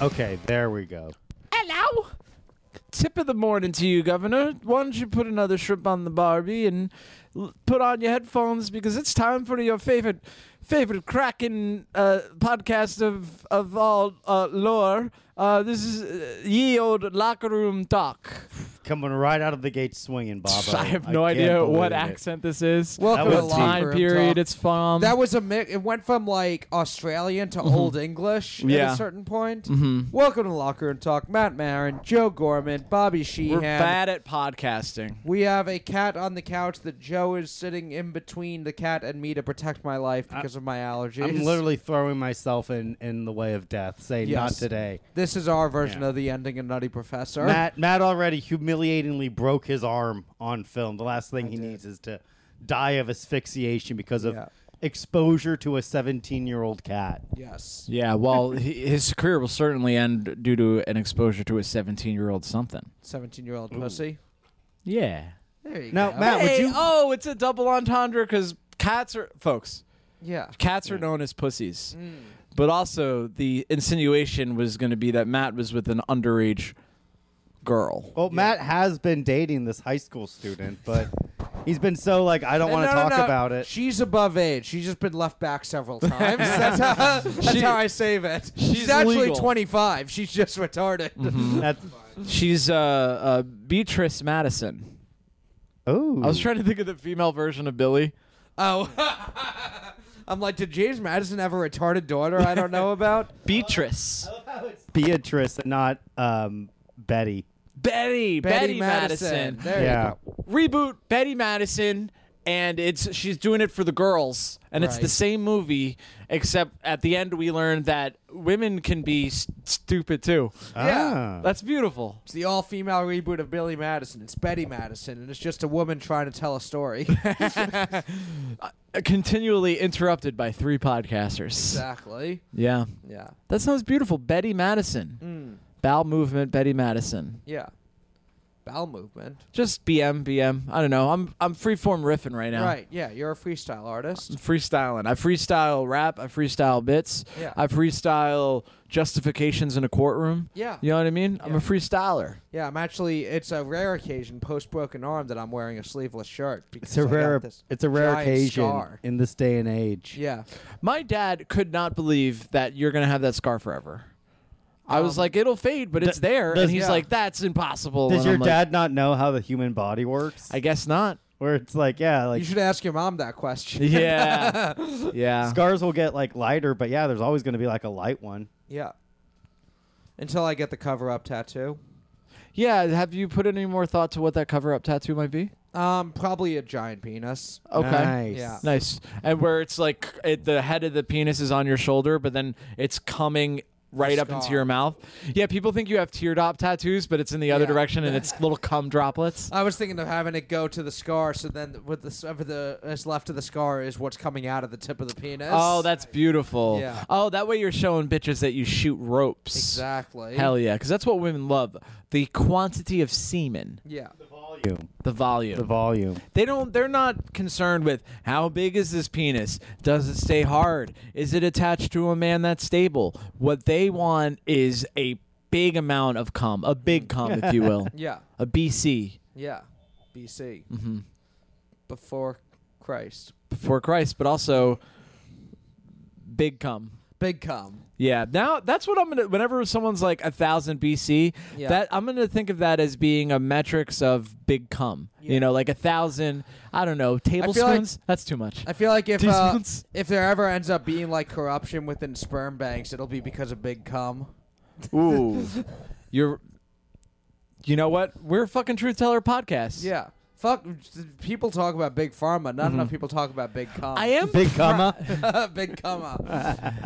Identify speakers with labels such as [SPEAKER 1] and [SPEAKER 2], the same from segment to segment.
[SPEAKER 1] Okay, there we go.
[SPEAKER 2] Hello. Tip of the morning to you, Governor. Why don't you put another shrimp on the Barbie and l- put on your headphones because it's time for your favorite, favorite cracking uh, podcast of of all uh, lore. Uh, this is uh, ye old locker room talk.
[SPEAKER 1] Coming right out of the gate swinging, Bob.
[SPEAKER 2] I have no idea what accent this is.
[SPEAKER 3] Welcome
[SPEAKER 1] That
[SPEAKER 2] what
[SPEAKER 1] was
[SPEAKER 3] to
[SPEAKER 2] time
[SPEAKER 3] Locker Room
[SPEAKER 2] period
[SPEAKER 3] Talk.
[SPEAKER 2] it's
[SPEAKER 1] Um,
[SPEAKER 2] from.
[SPEAKER 3] That was a mix. It went from like Australian to Old
[SPEAKER 1] Mm-hmm.
[SPEAKER 3] English at
[SPEAKER 2] Yeah.
[SPEAKER 3] a certain point. Welcome to Locker Room Talk. Matt Marin, Joe Gorman, Bobby Sheehan.
[SPEAKER 2] We're bad at podcasting.
[SPEAKER 3] We have a cat on the couch that Joe is sitting in between the cat and me to protect my life because of my allergies.
[SPEAKER 1] I'm literally throwing myself in, in the way of death, saying not
[SPEAKER 3] Yes.
[SPEAKER 1] today.
[SPEAKER 3] This is our version
[SPEAKER 1] Yeah.
[SPEAKER 3] of the ending of Nutty Professor.
[SPEAKER 1] Matt Matt already humiliatingly broke his arm on film. The last thing he needs is to die of asphyxiation because of
[SPEAKER 3] Yeah.
[SPEAKER 1] exposure to a 17 year old cat.
[SPEAKER 3] Yes.
[SPEAKER 4] Yeah, well, he- his career will certainly end due to an exposure to a 17 year old something.
[SPEAKER 3] 17 year old pussy.
[SPEAKER 4] Yeah.
[SPEAKER 3] There you
[SPEAKER 1] Now,
[SPEAKER 3] go.
[SPEAKER 1] Matt,
[SPEAKER 2] Hey,
[SPEAKER 1] would you?
[SPEAKER 2] oh, it's a double entendre because cats are folks.
[SPEAKER 3] Yeah.
[SPEAKER 2] Cats are known as pussies, but also the insinuation was going to be that Matt was with an underage girl.
[SPEAKER 1] Well, Matt has been dating this high school student, but he's been so like I don't want to talk about it.
[SPEAKER 3] She's above age. She's just been left back several times. that's how, that's
[SPEAKER 2] She-
[SPEAKER 3] how I save it. She's,
[SPEAKER 2] she's
[SPEAKER 3] actually
[SPEAKER 2] legal.
[SPEAKER 3] 25. She's just retarded.
[SPEAKER 1] That's,
[SPEAKER 2] She's uh, uh, Beatrice Madison.
[SPEAKER 1] oh,
[SPEAKER 2] I was trying to think of the female version of Billy.
[SPEAKER 3] Oh. I'm like, did James Madison have a retarded daughter I don't know about?
[SPEAKER 2] Beatrice.
[SPEAKER 1] Beatrice, and not um, Betty.
[SPEAKER 2] Betty. Betty, Madison.
[SPEAKER 3] There you
[SPEAKER 1] yeah.
[SPEAKER 3] go.
[SPEAKER 2] Reboot Betty Madison and it's she's doing it for the girls and it's the
[SPEAKER 3] Right.
[SPEAKER 2] same movie except at the end we learn that women can be st- stupid too.
[SPEAKER 1] Ah.
[SPEAKER 2] That's beautiful.
[SPEAKER 3] It's the all female reboot of Billy Madison. It's Betty Madison, and it's just a woman trying to tell a story.
[SPEAKER 2] continually interrupted by three podcasters.
[SPEAKER 3] exactly.
[SPEAKER 2] Yeah.
[SPEAKER 3] Yeah.
[SPEAKER 2] That sounds beautiful. Betty Madison. Bowel movement, Betty Madison.
[SPEAKER 3] Yeah. Bowel movement.
[SPEAKER 2] Just BM, BM. I don't know. I'm I'm freeform riffing right now.
[SPEAKER 3] Right. Yeah. You're a freestyle artist.
[SPEAKER 2] Freestyling. I freestyle rap. I freestyle bits.
[SPEAKER 3] Yeah.
[SPEAKER 2] I freestyle justifications in a courtroom.
[SPEAKER 3] Yeah.
[SPEAKER 2] You know what I mean? I'm
[SPEAKER 3] Yeah.
[SPEAKER 2] a freestyler.
[SPEAKER 3] Yeah. I'm actually. It's a rare occasion post broken arm that I'm wearing a sleeveless shirt. Because
[SPEAKER 1] It's a
[SPEAKER 3] I got
[SPEAKER 1] rare.
[SPEAKER 3] this
[SPEAKER 1] It's a rare
[SPEAKER 3] giant
[SPEAKER 1] occasion
[SPEAKER 3] scar.
[SPEAKER 1] in this day and age.
[SPEAKER 3] Yeah.
[SPEAKER 2] My dad could not believe that you're gonna have that scar forever. I was
[SPEAKER 3] Um,
[SPEAKER 2] like, it'll fade, but it's there,
[SPEAKER 1] does-
[SPEAKER 2] and he's
[SPEAKER 3] yeah.
[SPEAKER 2] like, that's impossible.
[SPEAKER 1] Does
[SPEAKER 2] And
[SPEAKER 1] your
[SPEAKER 2] I'm like,
[SPEAKER 1] dad not know how the human body works?
[SPEAKER 2] I guess not.
[SPEAKER 1] Where it's like, yeah,
[SPEAKER 3] you
[SPEAKER 1] like
[SPEAKER 3] should ask your mom that question.
[SPEAKER 2] Yeah. yeah.
[SPEAKER 1] scars will get like lighter, but yeah, there's always going to be like a light one.
[SPEAKER 3] Yeah. Until I get the cover up tattoo.
[SPEAKER 2] Yeah. Have you put any more thought to what that cover up tattoo might be?
[SPEAKER 3] Um, probably a giant penis.
[SPEAKER 2] Okay.
[SPEAKER 1] Nice.
[SPEAKER 3] Yeah.
[SPEAKER 2] Nice. And where it's like it, the head of the penis is on your shoulder, but then it's coming right up into
[SPEAKER 3] Scar.
[SPEAKER 2] your mouth. Yeah, people think you have teardrop tattoos, but it's in the other
[SPEAKER 3] Yeah. Uh,
[SPEAKER 2] direction and it's little cum droplets.
[SPEAKER 3] I was thinking of having it go to the scar, so then with the whatever the is left of the scar is what's coming out of the tip of the penis.
[SPEAKER 2] Oh, that's beautiful.
[SPEAKER 3] Yeah.
[SPEAKER 2] Oh, that way you're showing bitches that you shoot ropes.
[SPEAKER 3] exactly.
[SPEAKER 2] Hell yeah, because that's what women love. The quantity of semen,
[SPEAKER 3] yeah.
[SPEAKER 1] Volume.
[SPEAKER 2] the volume.
[SPEAKER 1] The volume.
[SPEAKER 2] They don't. They're not concerned with how big is this penis. Does it stay hard? Is it attached to a man that's stable? What they want is a big amount of cum, a big cum, if you will,
[SPEAKER 3] Yeah.
[SPEAKER 2] a BC
[SPEAKER 3] Yeah. BC. Mm-hmm. Before Christ.
[SPEAKER 2] before Christ, but also big cum.
[SPEAKER 3] Big cum.
[SPEAKER 2] Yeah. Now that's what I'm gonna. Whenever someone's like a thousand BC,
[SPEAKER 3] Yeah.
[SPEAKER 2] that I'm gonna think of that as being a metrics of big cum.
[SPEAKER 3] Yeah.
[SPEAKER 2] You know, like a thousand. I don't know tablespoons. that's too much.
[SPEAKER 3] I feel like if uh,
[SPEAKER 2] Teaspoons?
[SPEAKER 3] if there ever ends up being like corruption within sperm banks, it'll be because of big cum.
[SPEAKER 2] Ooh. You're You know what? We're a fucking truth teller podcast.
[SPEAKER 3] Yeah. Fuck. People talk about big pharma.
[SPEAKER 1] Mm-hmm.
[SPEAKER 3] Not enough people talk about big cum.
[SPEAKER 2] I am
[SPEAKER 1] Big comma.
[SPEAKER 3] big cum up.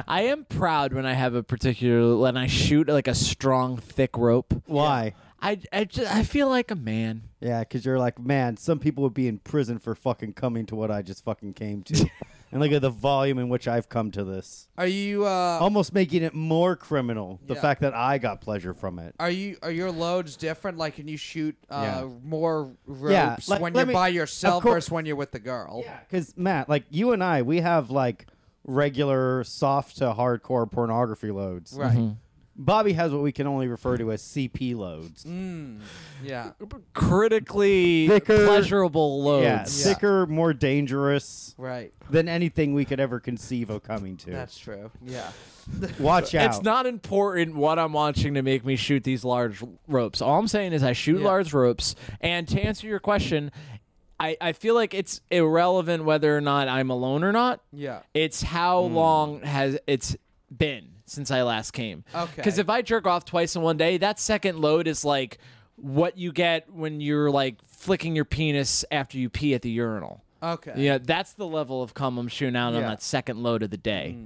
[SPEAKER 2] I am proud when I have a particular when I shoot like a strong thick rope.
[SPEAKER 1] Why?
[SPEAKER 2] I I just, I feel like a man.
[SPEAKER 1] Yeah, because you're like, man, some people would be in prison for fucking coming to what I just fucking came to. and look at the volume in which I've come to this.
[SPEAKER 3] Are you? Uh,
[SPEAKER 1] Almost making it more criminal, the
[SPEAKER 3] Yeah.
[SPEAKER 1] fact that I got pleasure from it.
[SPEAKER 3] Are you are your loads different? Like, can you shoot uh,
[SPEAKER 1] Yeah.
[SPEAKER 3] more ropes
[SPEAKER 1] Yeah, like,
[SPEAKER 3] when
[SPEAKER 1] let
[SPEAKER 3] you're
[SPEAKER 1] me-
[SPEAKER 3] by
[SPEAKER 1] of
[SPEAKER 3] yourself
[SPEAKER 1] course-
[SPEAKER 3] versus when you're with the
[SPEAKER 2] Oh.
[SPEAKER 3] girl?
[SPEAKER 1] Yeah, because Matt, like you and I, we have like regular soft to hardcore pornography loads.
[SPEAKER 3] Right.
[SPEAKER 1] Bobby has what we can only refer to as CP loads.
[SPEAKER 3] Mm, yeah.
[SPEAKER 2] critically
[SPEAKER 1] Thicker-
[SPEAKER 2] pleasurable
[SPEAKER 1] Yeah,
[SPEAKER 2] loads.
[SPEAKER 3] Yeah.
[SPEAKER 1] thicker, more dangerous
[SPEAKER 3] Right.
[SPEAKER 1] than anything we could ever conceive of coming to.
[SPEAKER 3] That's true. Yeah.
[SPEAKER 1] Watch out.
[SPEAKER 2] It's not important what I'm watching to make me shoot these large ropes. All I'm saying is I shoot
[SPEAKER 3] Yeah.
[SPEAKER 2] large ropes. And to answer your question, I, I feel like it's irrelevant whether or not I'm alone or not.
[SPEAKER 3] Yeah.
[SPEAKER 2] It's how
[SPEAKER 3] Hmm.
[SPEAKER 2] long has it's been since I last came.
[SPEAKER 3] Okay.
[SPEAKER 2] Because if I jerk off twice in one day, that second load is like what you get when you're like flicking your penis after you pee at the urinal.
[SPEAKER 3] Okay.
[SPEAKER 2] Yeah, that's the level of cum I'm shooting out on
[SPEAKER 3] Yeah. Hmm.
[SPEAKER 2] that second load of the day.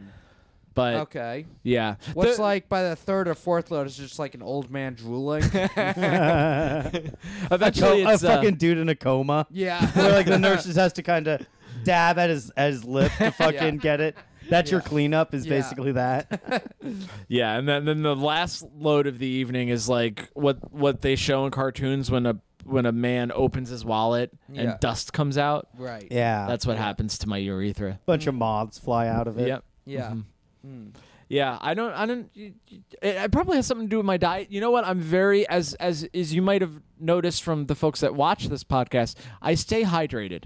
[SPEAKER 2] But
[SPEAKER 3] Okay.
[SPEAKER 2] yeah,
[SPEAKER 3] What's
[SPEAKER 2] The-
[SPEAKER 3] like by the third or fourth load is just like an old man drooling.
[SPEAKER 2] eventually
[SPEAKER 1] a
[SPEAKER 2] it's uh,
[SPEAKER 1] fucking dude in a coma.
[SPEAKER 3] yeah.
[SPEAKER 1] where like the nurse just has to kind of dab at his at his lip to fucking get it. That's your
[SPEAKER 3] Yeah.
[SPEAKER 1] cleanup is
[SPEAKER 3] Yeah.
[SPEAKER 1] basically that.
[SPEAKER 2] yeah, and then then the last load of the evening is like what what they show in cartoons when a when a man opens his wallet
[SPEAKER 3] Yeah. Ah,
[SPEAKER 2] and dust comes out.
[SPEAKER 3] Right.
[SPEAKER 1] Yeah,
[SPEAKER 2] That's what happens to my urethra.
[SPEAKER 1] bunch of moths fly out of it.
[SPEAKER 2] Yep.
[SPEAKER 3] Yeah.
[SPEAKER 1] Mm-hmm.
[SPEAKER 2] Yeah, I don't. I don't. It, it probably has something to do with my diet. You know what? I'm very as as as you might have noticed from the folks that watch this podcast. I stay hydrated.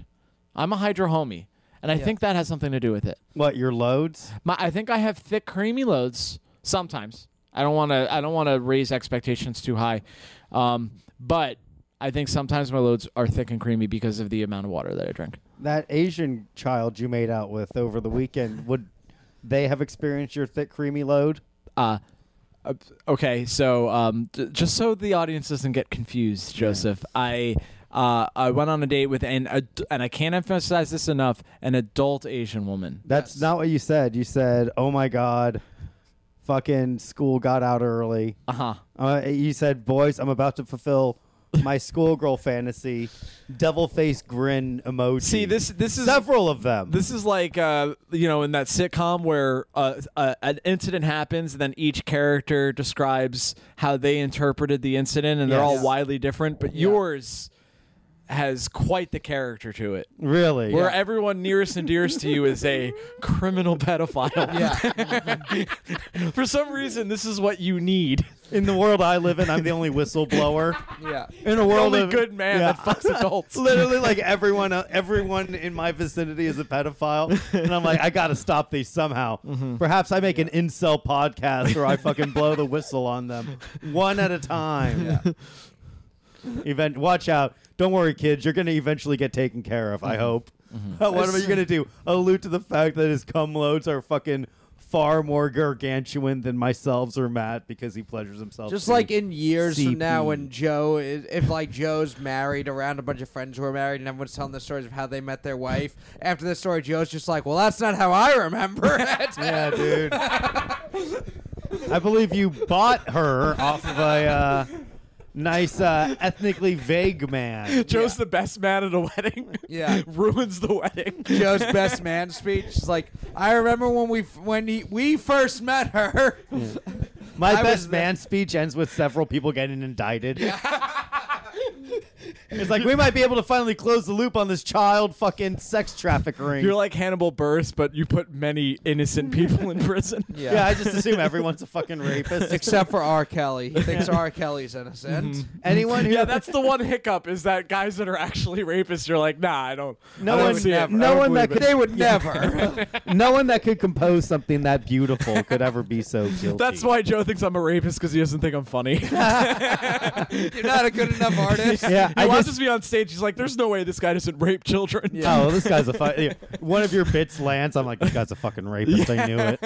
[SPEAKER 2] I'm a hydro homie, and I
[SPEAKER 3] Yeah.
[SPEAKER 2] think that has something to do with it.
[SPEAKER 1] What your loads?
[SPEAKER 2] My, I think I have thick, creamy loads sometimes. I don't want to. I don't want to raise expectations too high, um, but I think sometimes my loads are thick and creamy because of the amount of water that I drink.
[SPEAKER 1] That Asian child you made out with over the weekend would they have experienced your thick creamy load?
[SPEAKER 2] Uh, uh, okay, so um, d- just so the audience doesn't get confused, Joseph, I uh, I went on a date with an ad- and I can't emphasize this enough, an adult Asian woman.
[SPEAKER 1] That's
[SPEAKER 3] Yes.
[SPEAKER 1] not what you said. You said, "Oh my god, fucking school got out early."
[SPEAKER 2] Uh huh.
[SPEAKER 1] Uh, you said, "Boys, I'm about to fulfill my schoolgirl fantasy." Devil face grin emoji.
[SPEAKER 2] See this this is
[SPEAKER 1] several of them.
[SPEAKER 2] This is like uh, you know in that sitcom where uh, uh, an incident happens, and then each character describes how they interpreted the incident, and they're all
[SPEAKER 1] Yes.
[SPEAKER 2] widely different. But yours has quite the character to it,
[SPEAKER 1] really.
[SPEAKER 2] where everyone nearest and dearest to you is a criminal pedophile. For some reason, this is what you need.
[SPEAKER 1] In the world I live in, I'm the only whistleblower.
[SPEAKER 3] Yeah.
[SPEAKER 1] In a
[SPEAKER 2] The
[SPEAKER 1] world
[SPEAKER 2] only
[SPEAKER 1] of
[SPEAKER 2] good man
[SPEAKER 1] yeah.
[SPEAKER 2] that fucks adults.
[SPEAKER 1] Literally, like everyone, uh, everyone in my vicinity is a pedophile, and I'm like, I gotta stop these somehow.
[SPEAKER 3] Mm-hmm.
[SPEAKER 1] Perhaps I make an incel podcast where I fucking blow the whistle on them one at a time. Event, watch out! Don't worry, kids. You're gonna eventually get taken care of. I
[SPEAKER 3] Mm-hmm.
[SPEAKER 1] hope. what are you gonna do? Allude to the fact that his cum loads are fucking far more gargantuan than myself's or Matt because he pleasures himself.
[SPEAKER 3] Just
[SPEAKER 1] too.
[SPEAKER 3] like in years
[SPEAKER 1] CP.
[SPEAKER 3] from now, when Joe is, if like Joe's married around a bunch of friends who are married, and everyone's telling the stories of how they met their wife. After the story, Joe's just like, "Well, that's not how I remember it."
[SPEAKER 1] Yeah, dude. I believe you bought her off of a uh, nice, uh, ethnically vague man.
[SPEAKER 2] Joe's the best man at a wedding.
[SPEAKER 3] Yeah.
[SPEAKER 2] ruins the wedding.
[SPEAKER 3] Joe's best man speech is like, "I remember when we f- when he, we first met her."
[SPEAKER 1] My
[SPEAKER 3] I was
[SPEAKER 1] best
[SPEAKER 3] the-
[SPEAKER 1] man speech ends with several people getting indicted. it's like we might be able to finally close the loop on this child fucking sex trafficker ring.
[SPEAKER 2] You're like Hannibal Buress, but you put many innocent people in prison.
[SPEAKER 1] yeah. I just assume everyone's a fucking rapist.
[SPEAKER 3] Except for R. Kelly, he thinks R. Kelly's innocent.
[SPEAKER 1] anyone who
[SPEAKER 2] Yeah, that's the one hiccup is that guys that are actually rapists, you're like, nah, I don't.
[SPEAKER 1] No
[SPEAKER 2] I don't
[SPEAKER 1] one-
[SPEAKER 2] see it.
[SPEAKER 1] no
[SPEAKER 2] I don't
[SPEAKER 1] one
[SPEAKER 2] believe
[SPEAKER 1] that could-
[SPEAKER 2] it.
[SPEAKER 3] They would never.
[SPEAKER 1] no one that could compose something that beautiful could ever be so guilty.
[SPEAKER 2] That's why Joe thinks I'm a rapist because he doesn't think I'm funny. he
[SPEAKER 3] You're not a good enough artist.
[SPEAKER 1] Mm-hmm. Yeah, I
[SPEAKER 2] watches
[SPEAKER 1] just
[SPEAKER 2] me on stage. He's like, "There's no way this guy doesn't rape children."
[SPEAKER 1] Oh, this guy's a fu- yeah. one of your bits lands. I'm like, this guy's a fucking rapist. I knew it.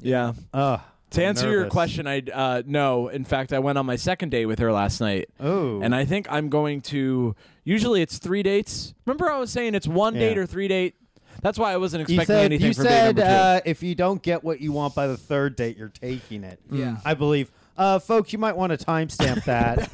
[SPEAKER 2] yeah.
[SPEAKER 1] Ugh,
[SPEAKER 2] To
[SPEAKER 1] I'm
[SPEAKER 2] answer your
[SPEAKER 1] nervous.
[SPEAKER 2] question, I uh, no. In fact, I went on my second date with her last night.
[SPEAKER 1] Oh,
[SPEAKER 2] And I think I'm going to. Usually it's three dates. Remember, I was saying it's one
[SPEAKER 1] Yeah.
[SPEAKER 2] date or three date. That's why I wasn't
[SPEAKER 1] you
[SPEAKER 2] expecting
[SPEAKER 1] said
[SPEAKER 2] anything
[SPEAKER 1] you
[SPEAKER 2] from
[SPEAKER 1] said
[SPEAKER 2] date number two.
[SPEAKER 1] uh, if you don't get what you want by the third date, you're taking it.
[SPEAKER 3] Yeah.
[SPEAKER 1] I believe, uh, folks, you might want to timestamp that.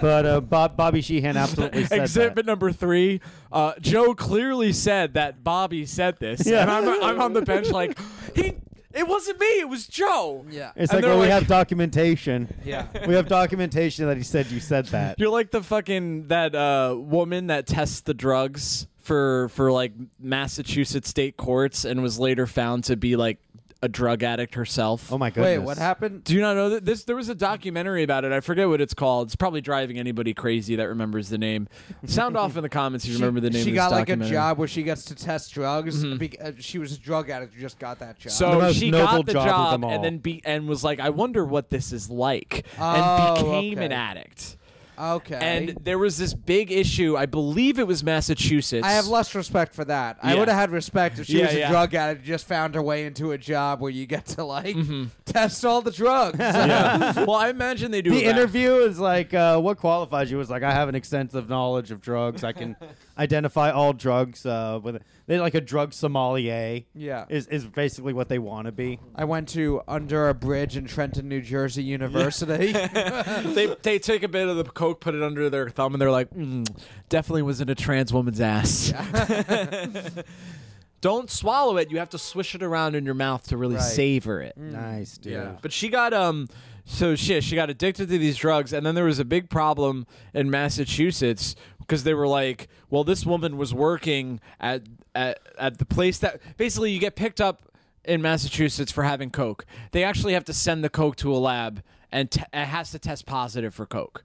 [SPEAKER 1] but uh, Bob, Bobby Sheehan absolutely said
[SPEAKER 2] Exhibit
[SPEAKER 1] that.
[SPEAKER 2] number three. Uh, Joe clearly said that Bobby said this,
[SPEAKER 1] Yeah.
[SPEAKER 2] and I'm, I'm on the bench like he. It wasn't me. It was Joe.
[SPEAKER 3] Yeah.
[SPEAKER 1] It's
[SPEAKER 2] And
[SPEAKER 1] like,
[SPEAKER 2] they're
[SPEAKER 1] well, we
[SPEAKER 2] like-
[SPEAKER 1] have documentation.
[SPEAKER 3] Yeah.
[SPEAKER 1] we have documentation that he said you said that.
[SPEAKER 2] You're like the fucking that uh, woman that tests the drugs for for like Massachusetts state courts and was later found to be like a drug addict herself.
[SPEAKER 1] Oh my
[SPEAKER 3] Wait,
[SPEAKER 1] goodness.
[SPEAKER 3] what happened?
[SPEAKER 2] Do you not know that this? There was a documentary about it. I forget what it's called. It's probably driving anybody crazy that remembers the name. Sound off in the comments if you remember the name.
[SPEAKER 3] She
[SPEAKER 2] of this
[SPEAKER 3] got like a
[SPEAKER 2] documentary. Mm-hmm.
[SPEAKER 3] job where she gets to test drugs. bec- uh, she was a drug addict. who Just got that job.
[SPEAKER 1] The
[SPEAKER 2] So
[SPEAKER 1] most
[SPEAKER 2] she
[SPEAKER 1] noble
[SPEAKER 2] got the
[SPEAKER 1] job
[SPEAKER 2] job,
[SPEAKER 1] of them all.
[SPEAKER 2] and then be and was like, I wonder what this is like,
[SPEAKER 3] Oh,
[SPEAKER 2] and became an
[SPEAKER 3] okay.
[SPEAKER 2] addict.
[SPEAKER 3] okay.
[SPEAKER 2] And there was this big issue. I believe it was Massachusetts.
[SPEAKER 3] I have less respect for that. I
[SPEAKER 2] Yeah.
[SPEAKER 3] would have had respect if she
[SPEAKER 2] Yeah,
[SPEAKER 3] was a
[SPEAKER 2] yeah.
[SPEAKER 3] drug addict and just found her way into a job where you get to like test all the drugs.
[SPEAKER 2] Mm-hmm. Yeah. well, I imagine they do
[SPEAKER 1] The
[SPEAKER 2] it back.
[SPEAKER 1] interview is like, uh, what qualifies you? Is like, I have an extensive knowledge of drugs. I can identify all drugs. Uh, with they like a drug sommelier.
[SPEAKER 3] Yeah.
[SPEAKER 1] is is basically what they want to be.
[SPEAKER 3] I went to Under a Bridge in Trenton, New Jersey University.
[SPEAKER 2] they they take a bit of the coke, put it under their thumb, and they're like, mm, definitely was in a trans woman's ass. Don't swallow it. You have to swish it around in your mouth to really
[SPEAKER 3] Right.
[SPEAKER 2] savor it.
[SPEAKER 1] Nice, dude.
[SPEAKER 2] But she got um so shit, she got addicted to these drugs and then there was a big problem in Massachusetts because they were like, well this woman was working at at at the place that basically you get picked up in Massachusetts for having coke. They actually have to send the coke to a lab and t- it has to test positive for coke.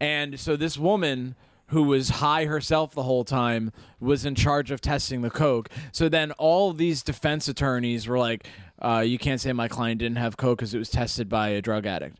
[SPEAKER 2] And so this woman who was high herself the whole time was in charge of testing the coke. So then all these defense attorneys were like, uh, "You can't say my client didn't have coke because it was tested by a drug addict."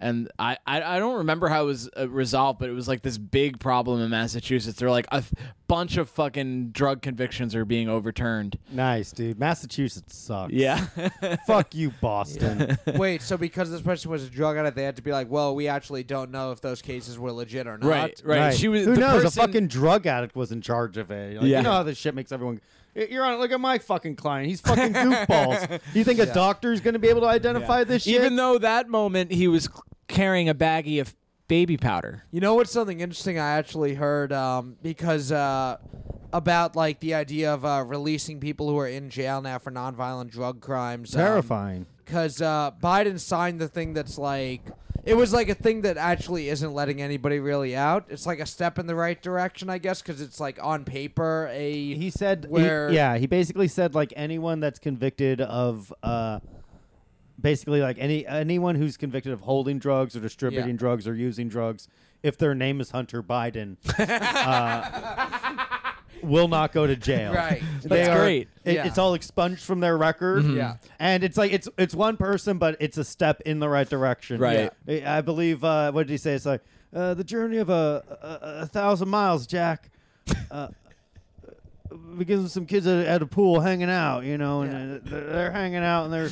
[SPEAKER 2] And I, I, I don't remember how it was uh, resolved, but it was like this big problem in Massachusetts. They're like a f- bunch of fucking drug convictions are being overturned.
[SPEAKER 1] Nice, dude. Massachusetts sucks.
[SPEAKER 2] Yeah,
[SPEAKER 1] Fuck you, Boston.
[SPEAKER 3] Wait, so because this person was a drug addict, they had to be like, well, we actually don't know if those cases were legit or not.
[SPEAKER 2] right, right, She was
[SPEAKER 1] Who
[SPEAKER 2] the
[SPEAKER 1] knows?
[SPEAKER 2] person-
[SPEAKER 1] A fucking drug addict was in charge of it. Like,
[SPEAKER 2] Yeah.
[SPEAKER 1] You know how this shit makes everyone. You're on. Look at my fucking client. He's fucking goofballs. you think a doctor's going to be able to identify this shit?
[SPEAKER 2] Even though that moment he was c- carrying a baggie of baby powder.
[SPEAKER 3] You know what's something interesting I actually heard um, because uh, about like the idea of uh, releasing people who are in jail now for nonviolent drug crimes.
[SPEAKER 2] um,
[SPEAKER 1] Terrifying.
[SPEAKER 3] Because uh, Biden signed the thing that's like it was like a thing that actually isn't letting anybody really out. It's like a step in the right direction, I guess, because it's like on paper a
[SPEAKER 1] he said he-
[SPEAKER 3] where
[SPEAKER 1] yeah he basically said like anyone that's convicted of uh basically like any anyone who's convicted of holding drugs or distributing
[SPEAKER 3] Yeah.
[SPEAKER 1] drugs or using drugs if their name is hunter biden uh, will not go to jail
[SPEAKER 3] Right.
[SPEAKER 1] They
[SPEAKER 2] That's
[SPEAKER 1] are-
[SPEAKER 2] great.
[SPEAKER 1] it-
[SPEAKER 3] Yeah.
[SPEAKER 1] it's all expunged from their record
[SPEAKER 3] Yeah.
[SPEAKER 1] and it's like it's it's one person but it's a step in the right direction
[SPEAKER 2] Right.
[SPEAKER 1] I I believe. Uh, what did he say? It's like uh, the journey of a, a, a thousand miles, Jack. Uh, begins with some kids at, at a pool hanging out, you know, and uh, they're, they're hanging out and they're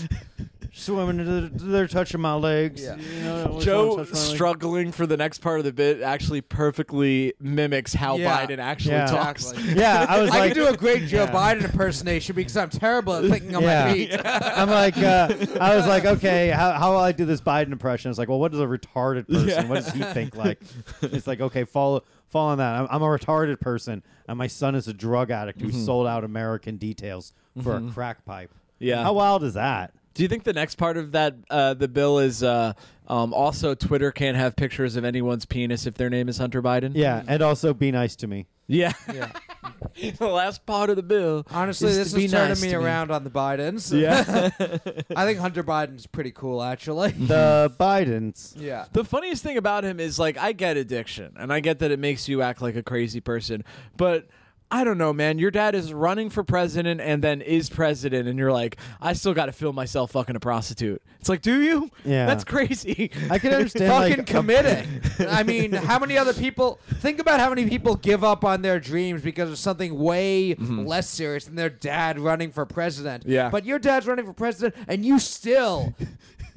[SPEAKER 1] swimming. and They're, they're touching my legs.
[SPEAKER 3] Yeah.
[SPEAKER 1] you know, which one
[SPEAKER 2] Joe
[SPEAKER 1] touched my leg?
[SPEAKER 2] struggling for the next part of the bit actually perfectly mimics how
[SPEAKER 3] Yeah.
[SPEAKER 2] Biden actually
[SPEAKER 1] Yeah.
[SPEAKER 2] talks.
[SPEAKER 3] Exactly.
[SPEAKER 1] Yeah, I was
[SPEAKER 3] I
[SPEAKER 1] like,
[SPEAKER 3] could do a great Joe
[SPEAKER 1] Yeah.
[SPEAKER 3] Biden impersonation because I'm terrible at thinking on
[SPEAKER 1] Yeah.
[SPEAKER 3] my feet.
[SPEAKER 1] I'm like, uh, I was like, okay, how, how will I do this Biden impression? It's like, well, what does a retarded person? What does he think like? It's like, okay, follow, follow on that. I'm, I'm a retarded person, and my son is a drug addict who
[SPEAKER 2] Mm-hmm.
[SPEAKER 1] sold out American details for a crack pipe.
[SPEAKER 2] Yeah.
[SPEAKER 1] how wild is that?
[SPEAKER 2] Do you think the next part of that uh, the bill is uh, um, also Twitter can't have pictures of anyone's penis if their name is Hunter Biden?
[SPEAKER 1] Yeah, and also be nice to me.
[SPEAKER 2] yeah.
[SPEAKER 3] Yeah.
[SPEAKER 2] the last part of the bill.
[SPEAKER 3] Honestly,
[SPEAKER 2] is to
[SPEAKER 3] this
[SPEAKER 2] be
[SPEAKER 3] is turning
[SPEAKER 2] nice
[SPEAKER 3] me
[SPEAKER 2] to
[SPEAKER 3] around on the Bidens.
[SPEAKER 2] Yeah.
[SPEAKER 3] I think Hunter Biden's pretty cool, actually.
[SPEAKER 1] The Bidens.
[SPEAKER 3] yeah.
[SPEAKER 2] The funniest thing about him is like I get addiction and I get that it makes you act like a crazy person, but I don't know, man. Your dad is running for president and then is president, and you're like, I still got to feel myself fucking a prostitute. It's like, do you?
[SPEAKER 1] Yeah.
[SPEAKER 2] that's crazy.
[SPEAKER 1] I can understand
[SPEAKER 3] Fucking
[SPEAKER 1] like,
[SPEAKER 3] committing. I mean, how many other people think about how many people give up on their dreams because of something way less serious than their dad running for president?
[SPEAKER 2] Mm-hmm. Yeah.
[SPEAKER 3] But your dad's running for president, and you still,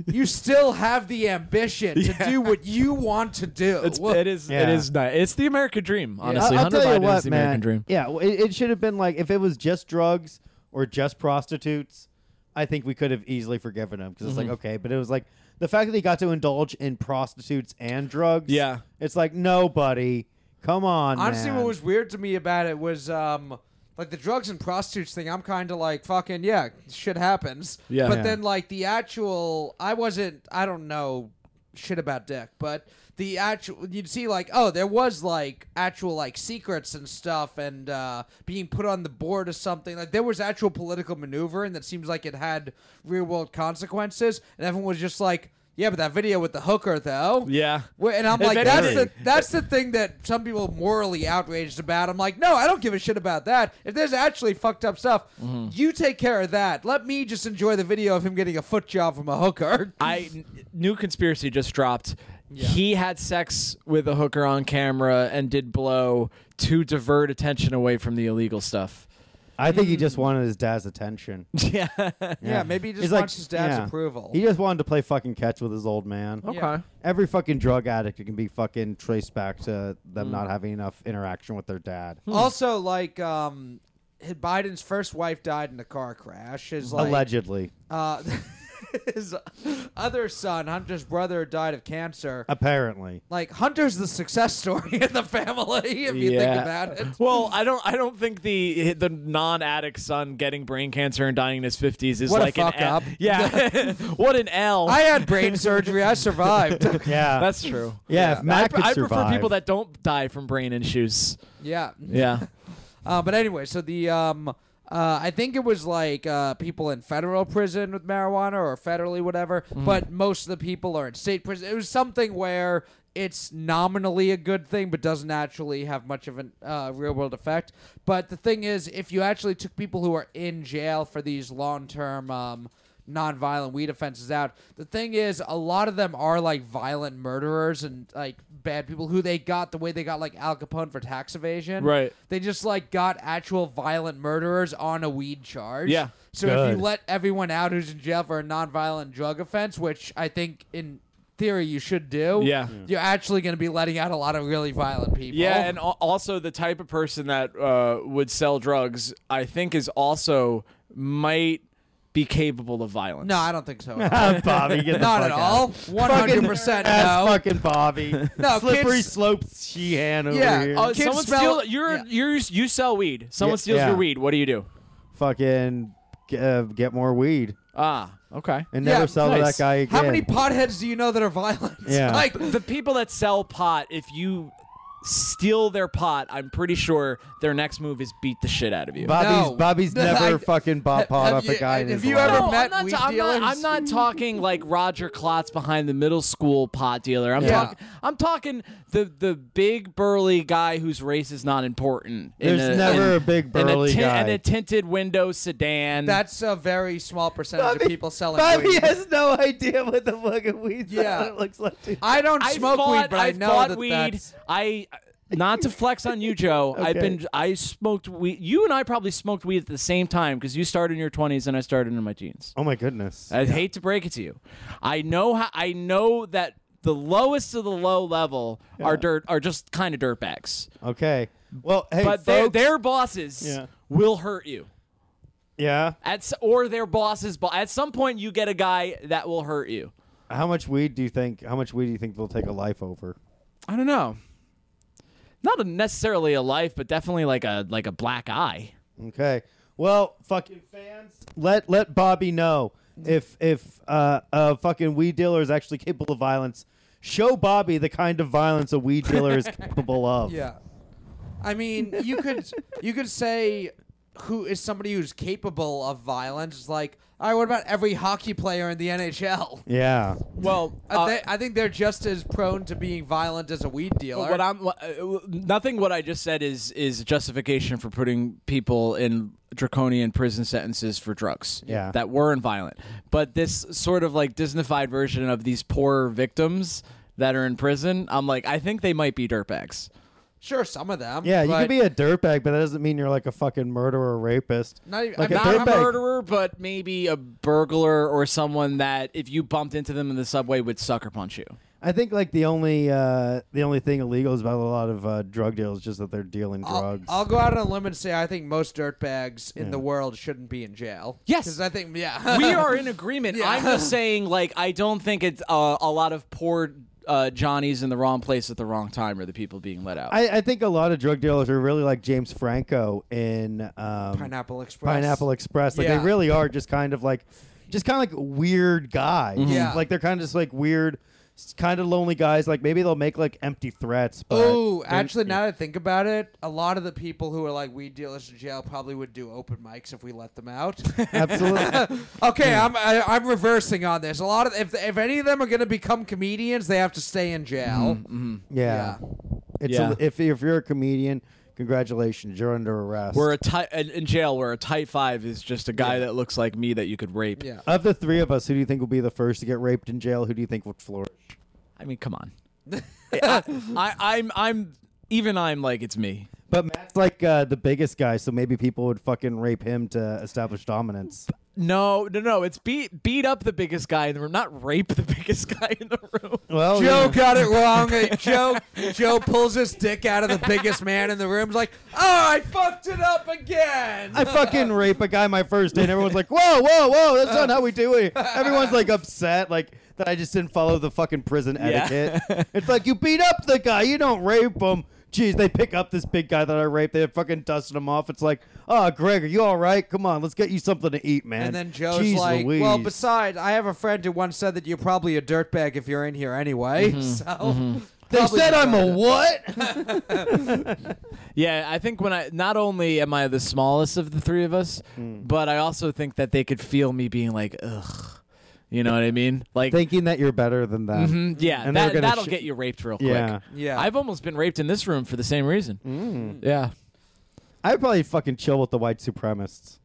[SPEAKER 3] you still have the ambition to do what you want to do.
[SPEAKER 2] It's,
[SPEAKER 3] Well,
[SPEAKER 2] it is. It
[SPEAKER 1] Yeah.
[SPEAKER 2] is nice. It's the American dream, honestly.
[SPEAKER 1] I'll, I'll
[SPEAKER 2] Hunter
[SPEAKER 1] tell you
[SPEAKER 2] Biden
[SPEAKER 1] what,
[SPEAKER 2] is the
[SPEAKER 1] man.
[SPEAKER 2] American dream.
[SPEAKER 1] Yeah, well, it, it should have been like if it was just drugs or just prostitutes, I think we could have easily forgiven him because
[SPEAKER 2] Mm-hmm.
[SPEAKER 1] it's like okay, but it was like the fact that he got to indulge in prostitutes and drugs.
[SPEAKER 2] Yeah.
[SPEAKER 1] it's like no, buddy, come on.
[SPEAKER 3] Honestly,
[SPEAKER 1] man.
[SPEAKER 3] what was weird to me about it was um, like the drugs and prostitutes thing. I'm kind of like fucking yeah, shit happens.
[SPEAKER 2] Yeah.
[SPEAKER 3] But
[SPEAKER 1] Yeah.
[SPEAKER 3] then like the actual, I wasn't. I don't know shit about dick, but the actual you'd see like oh there was like actual like secrets and stuff and uh, being put on the board or something like there was actual political maneuvering that seems like it had real world consequences and everyone was just like yeah but that video with the hooker though
[SPEAKER 2] Yeah.
[SPEAKER 3] Wh- and I'm
[SPEAKER 2] If
[SPEAKER 3] like, that's
[SPEAKER 2] anything-
[SPEAKER 3] the that's the thing that some people are morally outraged about. I'm like, no, I don't give a shit about that. If there's actually fucked up stuff, you take care of that. Let me just enjoy the video of him getting a foot job from a hooker.
[SPEAKER 2] I n- new conspiracy just dropped. He had sex with a hooker on camera and did blow to divert attention away from the illegal stuff.
[SPEAKER 1] I think he just wanted his dad's attention.
[SPEAKER 2] Yeah.
[SPEAKER 3] Mm. Yeah, maybe he just
[SPEAKER 1] He's like-
[SPEAKER 3] wants his dad's
[SPEAKER 1] yeah.
[SPEAKER 3] approval.
[SPEAKER 1] He just wanted to play fucking catch with his old man.
[SPEAKER 3] Okay.
[SPEAKER 1] Every fucking drug addict it can be fucking traced back to
[SPEAKER 2] Mm.
[SPEAKER 1] them not having enough interaction with their dad.
[SPEAKER 3] Also, like, um, Biden's first wife died in a car crash. His like,
[SPEAKER 1] Allegedly,
[SPEAKER 3] uh, his other son, Hunter's brother, died of cancer.
[SPEAKER 1] Uh, apparently.
[SPEAKER 3] Like Hunter's the success story in the family, if you think
[SPEAKER 2] Yeah.
[SPEAKER 3] about it.
[SPEAKER 2] Well, I don't. I don't think the the non addict son getting brain cancer and dying in his fifties is
[SPEAKER 3] What a
[SPEAKER 2] like
[SPEAKER 3] fuck
[SPEAKER 2] an L-
[SPEAKER 3] up.
[SPEAKER 2] Yeah. what an L.
[SPEAKER 3] I had brain surgery. I survived.
[SPEAKER 1] Yeah,
[SPEAKER 2] That's true.
[SPEAKER 1] yeah.
[SPEAKER 3] yeah.
[SPEAKER 1] If Matt
[SPEAKER 2] I, pre-
[SPEAKER 1] could
[SPEAKER 2] I
[SPEAKER 1] survive,
[SPEAKER 2] prefer people that don't die from brain issues.
[SPEAKER 3] yeah.
[SPEAKER 2] Yeah.
[SPEAKER 3] Uh, but anyway, so the um, uh, I think it was like uh, people in federal prison with marijuana or federally whatever. But most of the people are in state prison. It was something where it's nominally a good thing, but doesn't actually have much of a uh, real world effect. But the thing is, if you actually took people who are in jail for these long term. Um, non-violent weed offenses out. The thing is, a lot of them are like violent murderers and like bad people who they got the way they got like Al Capone for tax evasion.
[SPEAKER 2] Right.
[SPEAKER 3] They just like got actual violent murderers on a weed charge.
[SPEAKER 2] Yeah.
[SPEAKER 3] So if
[SPEAKER 1] Good.
[SPEAKER 3] you let everyone out who's in jail for a nonviolent drug offense, which I think in theory you should do,
[SPEAKER 2] Yeah.
[SPEAKER 3] you're actually going to be letting out a lot of really violent people.
[SPEAKER 2] Yeah, and al- also the type of person that uh, would sell drugs, I think, is also might be capable of violence.
[SPEAKER 3] no, I don't think so.
[SPEAKER 1] Bobby, get the
[SPEAKER 3] Not
[SPEAKER 1] fuck out.
[SPEAKER 3] at all. One
[SPEAKER 1] Fucking
[SPEAKER 3] hundred percent
[SPEAKER 1] ass
[SPEAKER 3] no.
[SPEAKER 1] fucking Bobby.
[SPEAKER 3] No,
[SPEAKER 1] slippery
[SPEAKER 3] kids-
[SPEAKER 1] slopes Sheehan over
[SPEAKER 3] Yeah,
[SPEAKER 1] here.
[SPEAKER 2] Uh,
[SPEAKER 3] Kids
[SPEAKER 2] someone
[SPEAKER 3] smell-
[SPEAKER 2] steal you're,
[SPEAKER 3] yeah.
[SPEAKER 2] you're you sell weed. Someone
[SPEAKER 1] Yeah,
[SPEAKER 2] steals
[SPEAKER 1] yeah.
[SPEAKER 2] your weed. What do you do?
[SPEAKER 1] fucking g- uh, get more weed
[SPEAKER 2] Ah, okay.
[SPEAKER 1] and
[SPEAKER 3] Yeah,
[SPEAKER 1] never sell to
[SPEAKER 2] nice.
[SPEAKER 1] that guy again.
[SPEAKER 3] How many potheads do you know that are violent?
[SPEAKER 1] Yeah.
[SPEAKER 3] like
[SPEAKER 2] The people that sell pot, if you steal their pot, I'm pretty sure their next move is beat the shit out of you.
[SPEAKER 1] Bobby's
[SPEAKER 3] No.
[SPEAKER 1] Bobby's
[SPEAKER 3] No,
[SPEAKER 1] never
[SPEAKER 3] I-
[SPEAKER 1] fucking bought pot
[SPEAKER 3] have
[SPEAKER 1] off
[SPEAKER 3] you-
[SPEAKER 1] a guy. in
[SPEAKER 3] have
[SPEAKER 1] his
[SPEAKER 3] you
[SPEAKER 1] life.
[SPEAKER 3] ever-
[SPEAKER 2] No,
[SPEAKER 3] met
[SPEAKER 2] I'm not,
[SPEAKER 3] weed
[SPEAKER 2] ta- I'm,
[SPEAKER 3] dealers?
[SPEAKER 2] not, I'm not talking like Roger Klotz behind the middle school pot dealer. I'm,
[SPEAKER 3] Yeah.
[SPEAKER 2] talk- I'm talking the the big burly guy whose race is not important. in
[SPEAKER 1] There's
[SPEAKER 2] a-
[SPEAKER 1] never
[SPEAKER 2] in-
[SPEAKER 1] a big
[SPEAKER 2] in
[SPEAKER 1] burly
[SPEAKER 2] tin-
[SPEAKER 1] guy.
[SPEAKER 2] In a tinted window sedan.
[SPEAKER 3] that's a very small percentage of people selling
[SPEAKER 1] Bobby
[SPEAKER 3] weed.
[SPEAKER 1] has no idea what the fucking weed
[SPEAKER 3] Yeah.
[SPEAKER 1] salad looks like. to-
[SPEAKER 3] I don't
[SPEAKER 2] I
[SPEAKER 3] smoke
[SPEAKER 2] fought,
[SPEAKER 3] weed, but I,
[SPEAKER 2] I
[SPEAKER 3] know
[SPEAKER 2] fought
[SPEAKER 3] that
[SPEAKER 2] weed.
[SPEAKER 3] that's
[SPEAKER 2] I not to flex on you, Joe. I've been I smoked weed. You and I probably smoked weed at the same time because you started in your 20s and I started in my teens.
[SPEAKER 1] Oh my goodness.
[SPEAKER 2] I hate to break it to you. I know how, I know that the lowest of the low level are dirt are just kind of dirtbags.
[SPEAKER 1] Okay. Well, hey,
[SPEAKER 2] But their
[SPEAKER 1] folks,
[SPEAKER 2] their bosses
[SPEAKER 1] Yeah.
[SPEAKER 2] will hurt you.
[SPEAKER 1] yeah.
[SPEAKER 2] At s- or their bosses bo- at some point you get a guy that will hurt you.
[SPEAKER 1] How much weed do you think? How much weed do you think they'll take a life over?
[SPEAKER 2] I don't know. Not a, necessarily a life, but definitely like a like a black eye.
[SPEAKER 1] Okay. Well, fucking fans, let let Bobby know if if uh, a fucking weed dealer is actually capable of violence. Show Bobby the kind of violence a weed dealer is capable of.
[SPEAKER 3] Yeah. I mean, you could you could say who is somebody who's capable of violence. It's like, all right, what about every hockey player in the NHL?
[SPEAKER 1] Yeah. Uh,
[SPEAKER 2] Well,
[SPEAKER 3] I, thi- I think they're just as prone to being violent as a weed dealer.
[SPEAKER 2] What I'm what, uh, nothing. What I just said is is justification for putting people in draconian prison sentences for drugs.
[SPEAKER 1] Yeah.
[SPEAKER 2] that were violent. But this sort of like Disneyfied version of these poor victims that are in prison. I'm like, I think they might be dirtbags.
[SPEAKER 3] sure, some of them.
[SPEAKER 1] Yeah, you
[SPEAKER 3] but
[SPEAKER 1] can be a dirtbag, but that doesn't mean you're like a fucking murderer or rapist.
[SPEAKER 3] Not even-
[SPEAKER 1] like a
[SPEAKER 3] I'm
[SPEAKER 2] Not a
[SPEAKER 1] dirtbag.
[SPEAKER 2] murderer, but maybe a burglar or someone that if you bumped into them in the subway would sucker punch you.
[SPEAKER 1] I think like the only uh, the only thing illegal is about a lot of uh, drug deals, just that they're dealing
[SPEAKER 3] I'll,
[SPEAKER 1] drugs.
[SPEAKER 3] I'll go out on a limb and say I think most dirtbags in the world shouldn't be in jail.
[SPEAKER 2] Yes.
[SPEAKER 3] because I think yeah,
[SPEAKER 2] we are in agreement.
[SPEAKER 3] Yeah.
[SPEAKER 2] I'm just saying, like, I don't think it's uh, a lot of poor uh, Johnnies in the wrong place at the wrong time are the people being let out.
[SPEAKER 1] I, I think a lot of drug dealers are really like James Franco in um,
[SPEAKER 3] Pineapple Express.
[SPEAKER 1] Pineapple Express. Like
[SPEAKER 3] Yeah.
[SPEAKER 1] they really are just kind of like, just kind of like weird guys.
[SPEAKER 3] Yeah.
[SPEAKER 2] Mm-hmm.
[SPEAKER 1] Like they're kind of just like weird kind of lonely guys. Like maybe they'll make like empty threats. But
[SPEAKER 3] Oh, actually, now that I think about it, a lot of the people who are like weed dealers in jail probably would do open mics if we let them out.
[SPEAKER 1] absolutely.
[SPEAKER 3] okay, I'm I, I'm reversing on this. A lot of if if any of them are going to become comedians, they have to stay in jail.
[SPEAKER 1] Mm-hmm, Yeah. It's
[SPEAKER 2] Yeah.
[SPEAKER 1] A, if if you're a comedian, congratulations, you're under arrest.
[SPEAKER 2] We're a tight in in jail. Where a tight five is just a guy that looks like me that you could rape.
[SPEAKER 3] Yeah.
[SPEAKER 1] of the three of us, who do you think will be the first to get raped in jail? Who do you think would flourish?
[SPEAKER 2] I mean, come on. I, I, I'm I'm even I'm like it's me.
[SPEAKER 1] But Matt's like uh, the biggest guy, so maybe people would fucking rape him to establish dominance.
[SPEAKER 2] No, no, no. It's beat beat up the biggest guy in the room, not rape the biggest guy in the room.
[SPEAKER 1] Well,
[SPEAKER 3] Joe got it wrong. Uh, Joe Joe pulls his dick out of the biggest man in the room. He's like, oh, I fucked it up again.
[SPEAKER 1] I fucking rape a guy my first day, and everyone's like, "Whoa, whoa, whoa! That's not how we do it." Everyone's like upset, like that I just didn't follow the fucking prison etiquette. it's like you beat up the guy, you don't rape him. Jeez, they pick up this big guy that I raped. They're fucking dusting him off. It's like, oh, Greg, are you all right? Come on, let's get you something to eat, man.
[SPEAKER 3] and then Joe's
[SPEAKER 1] Jeez
[SPEAKER 3] like,
[SPEAKER 1] Louise.
[SPEAKER 3] well, besides, I have a friend who once said that you're probably a dirtbag if you're in here anyway. So
[SPEAKER 1] Mm-hmm, they
[SPEAKER 3] probably
[SPEAKER 1] said I'm a
[SPEAKER 3] decided.
[SPEAKER 1] what?
[SPEAKER 2] Yeah, I think when I not only am I the smallest of the three of us,
[SPEAKER 1] Mm.
[SPEAKER 2] but I also think that they could feel me being like, ugh, you know what I mean? Like,
[SPEAKER 1] Thinking that you're better than them.
[SPEAKER 2] mhm, yeah,
[SPEAKER 1] And they're
[SPEAKER 2] that,
[SPEAKER 1] gonna
[SPEAKER 2] that'll
[SPEAKER 1] sh-
[SPEAKER 2] get you raped real quick.
[SPEAKER 1] Yeah, Mm.
[SPEAKER 3] Yeah.
[SPEAKER 2] I've almost been raped in this room for the same reason. Yeah.
[SPEAKER 1] I'd probably fucking chill with the white supremacists.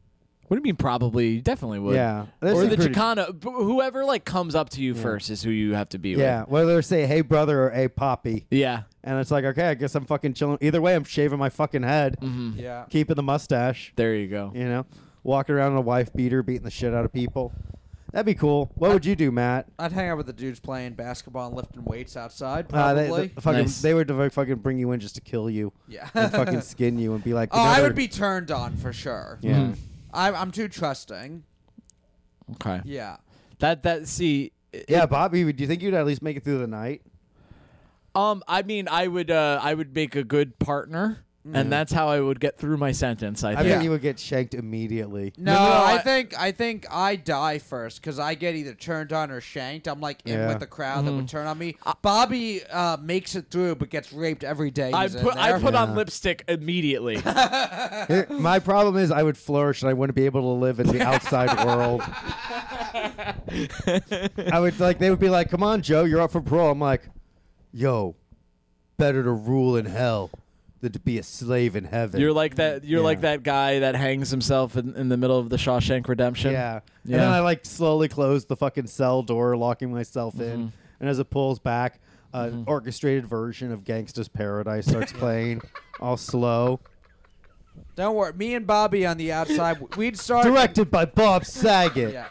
[SPEAKER 2] What do you mean? Probably, you definitely would.
[SPEAKER 1] Yeah, They
[SPEAKER 2] Or
[SPEAKER 1] seem
[SPEAKER 2] the
[SPEAKER 1] pretty-
[SPEAKER 2] Chicano, b- whoever like comes up to you first is who you have to be
[SPEAKER 1] Yeah,
[SPEAKER 2] with.
[SPEAKER 1] whether they say "Hey brother" or "Hey poppy,"
[SPEAKER 2] Yeah.
[SPEAKER 1] and it's like, okay, I guess I'm fucking chilling. Either way, I'm shaving my fucking head,
[SPEAKER 3] yeah.
[SPEAKER 1] keeping the mustache.
[SPEAKER 2] There you go.
[SPEAKER 1] You know, walking around in a wife beater, beating the shit out of people. That'd be cool. What would you do, Matt?
[SPEAKER 3] I'd hang out with the dudes playing basketball and lifting weights outside,
[SPEAKER 1] Uh, they,
[SPEAKER 3] probably.
[SPEAKER 1] the fucking,
[SPEAKER 2] Nice.
[SPEAKER 1] they would dev- fucking bring you in just to kill you
[SPEAKER 3] yeah.
[SPEAKER 1] and fucking skin you and be like,
[SPEAKER 3] oh, I
[SPEAKER 1] another-
[SPEAKER 3] would be Mm-hmm. turned on for sure.
[SPEAKER 1] Yeah.
[SPEAKER 2] Mhm.
[SPEAKER 3] I, I'm too trusting.
[SPEAKER 2] Okay.
[SPEAKER 3] Yeah.
[SPEAKER 2] That that see. it-
[SPEAKER 1] Yeah, Bobby, would- do you think you'd at least make it through the night?
[SPEAKER 2] Um, I mean, I would uh, I would make a good partner, and that's how I would get through my sentence. I
[SPEAKER 1] I
[SPEAKER 2] think.
[SPEAKER 1] think
[SPEAKER 3] Yeah.
[SPEAKER 1] you would get shanked immediately.
[SPEAKER 3] No,
[SPEAKER 2] no,
[SPEAKER 3] I,
[SPEAKER 2] I-
[SPEAKER 3] think I think I die first because I get either turned on or shanked. I'm like in
[SPEAKER 1] Yeah.
[SPEAKER 3] with the crowd that would turn on me. Bobby uh, makes it through but gets raped every day.
[SPEAKER 2] I
[SPEAKER 3] he's in
[SPEAKER 2] put I
[SPEAKER 3] there.
[SPEAKER 2] put
[SPEAKER 1] Yeah.
[SPEAKER 2] on lipstick immediately.
[SPEAKER 1] Here- My problem is I would flourish and I wouldn't be able to live in the outside world. I would like they would be like, "Come on, Joe, you're up for parole." I'm like, "Yo, better to rule in hell than to be a slave in heaven."
[SPEAKER 2] you're like that. You're like
[SPEAKER 1] Yeah.
[SPEAKER 2] that guy that hangs himself in, in the middle of the Shawshank Redemption.
[SPEAKER 1] yeah. And
[SPEAKER 2] Yeah.
[SPEAKER 1] then I like slowly close the fucking cell door, locking myself in,
[SPEAKER 2] Mm-hmm.
[SPEAKER 1] and as it pulls back, an orchestrated version of Gangsta's Paradise starts playing, all slow,
[SPEAKER 3] Don't worry. Me and Bobby on the outside. w- We'd start.
[SPEAKER 1] directed by Bob Saget.
[SPEAKER 3] Yeah.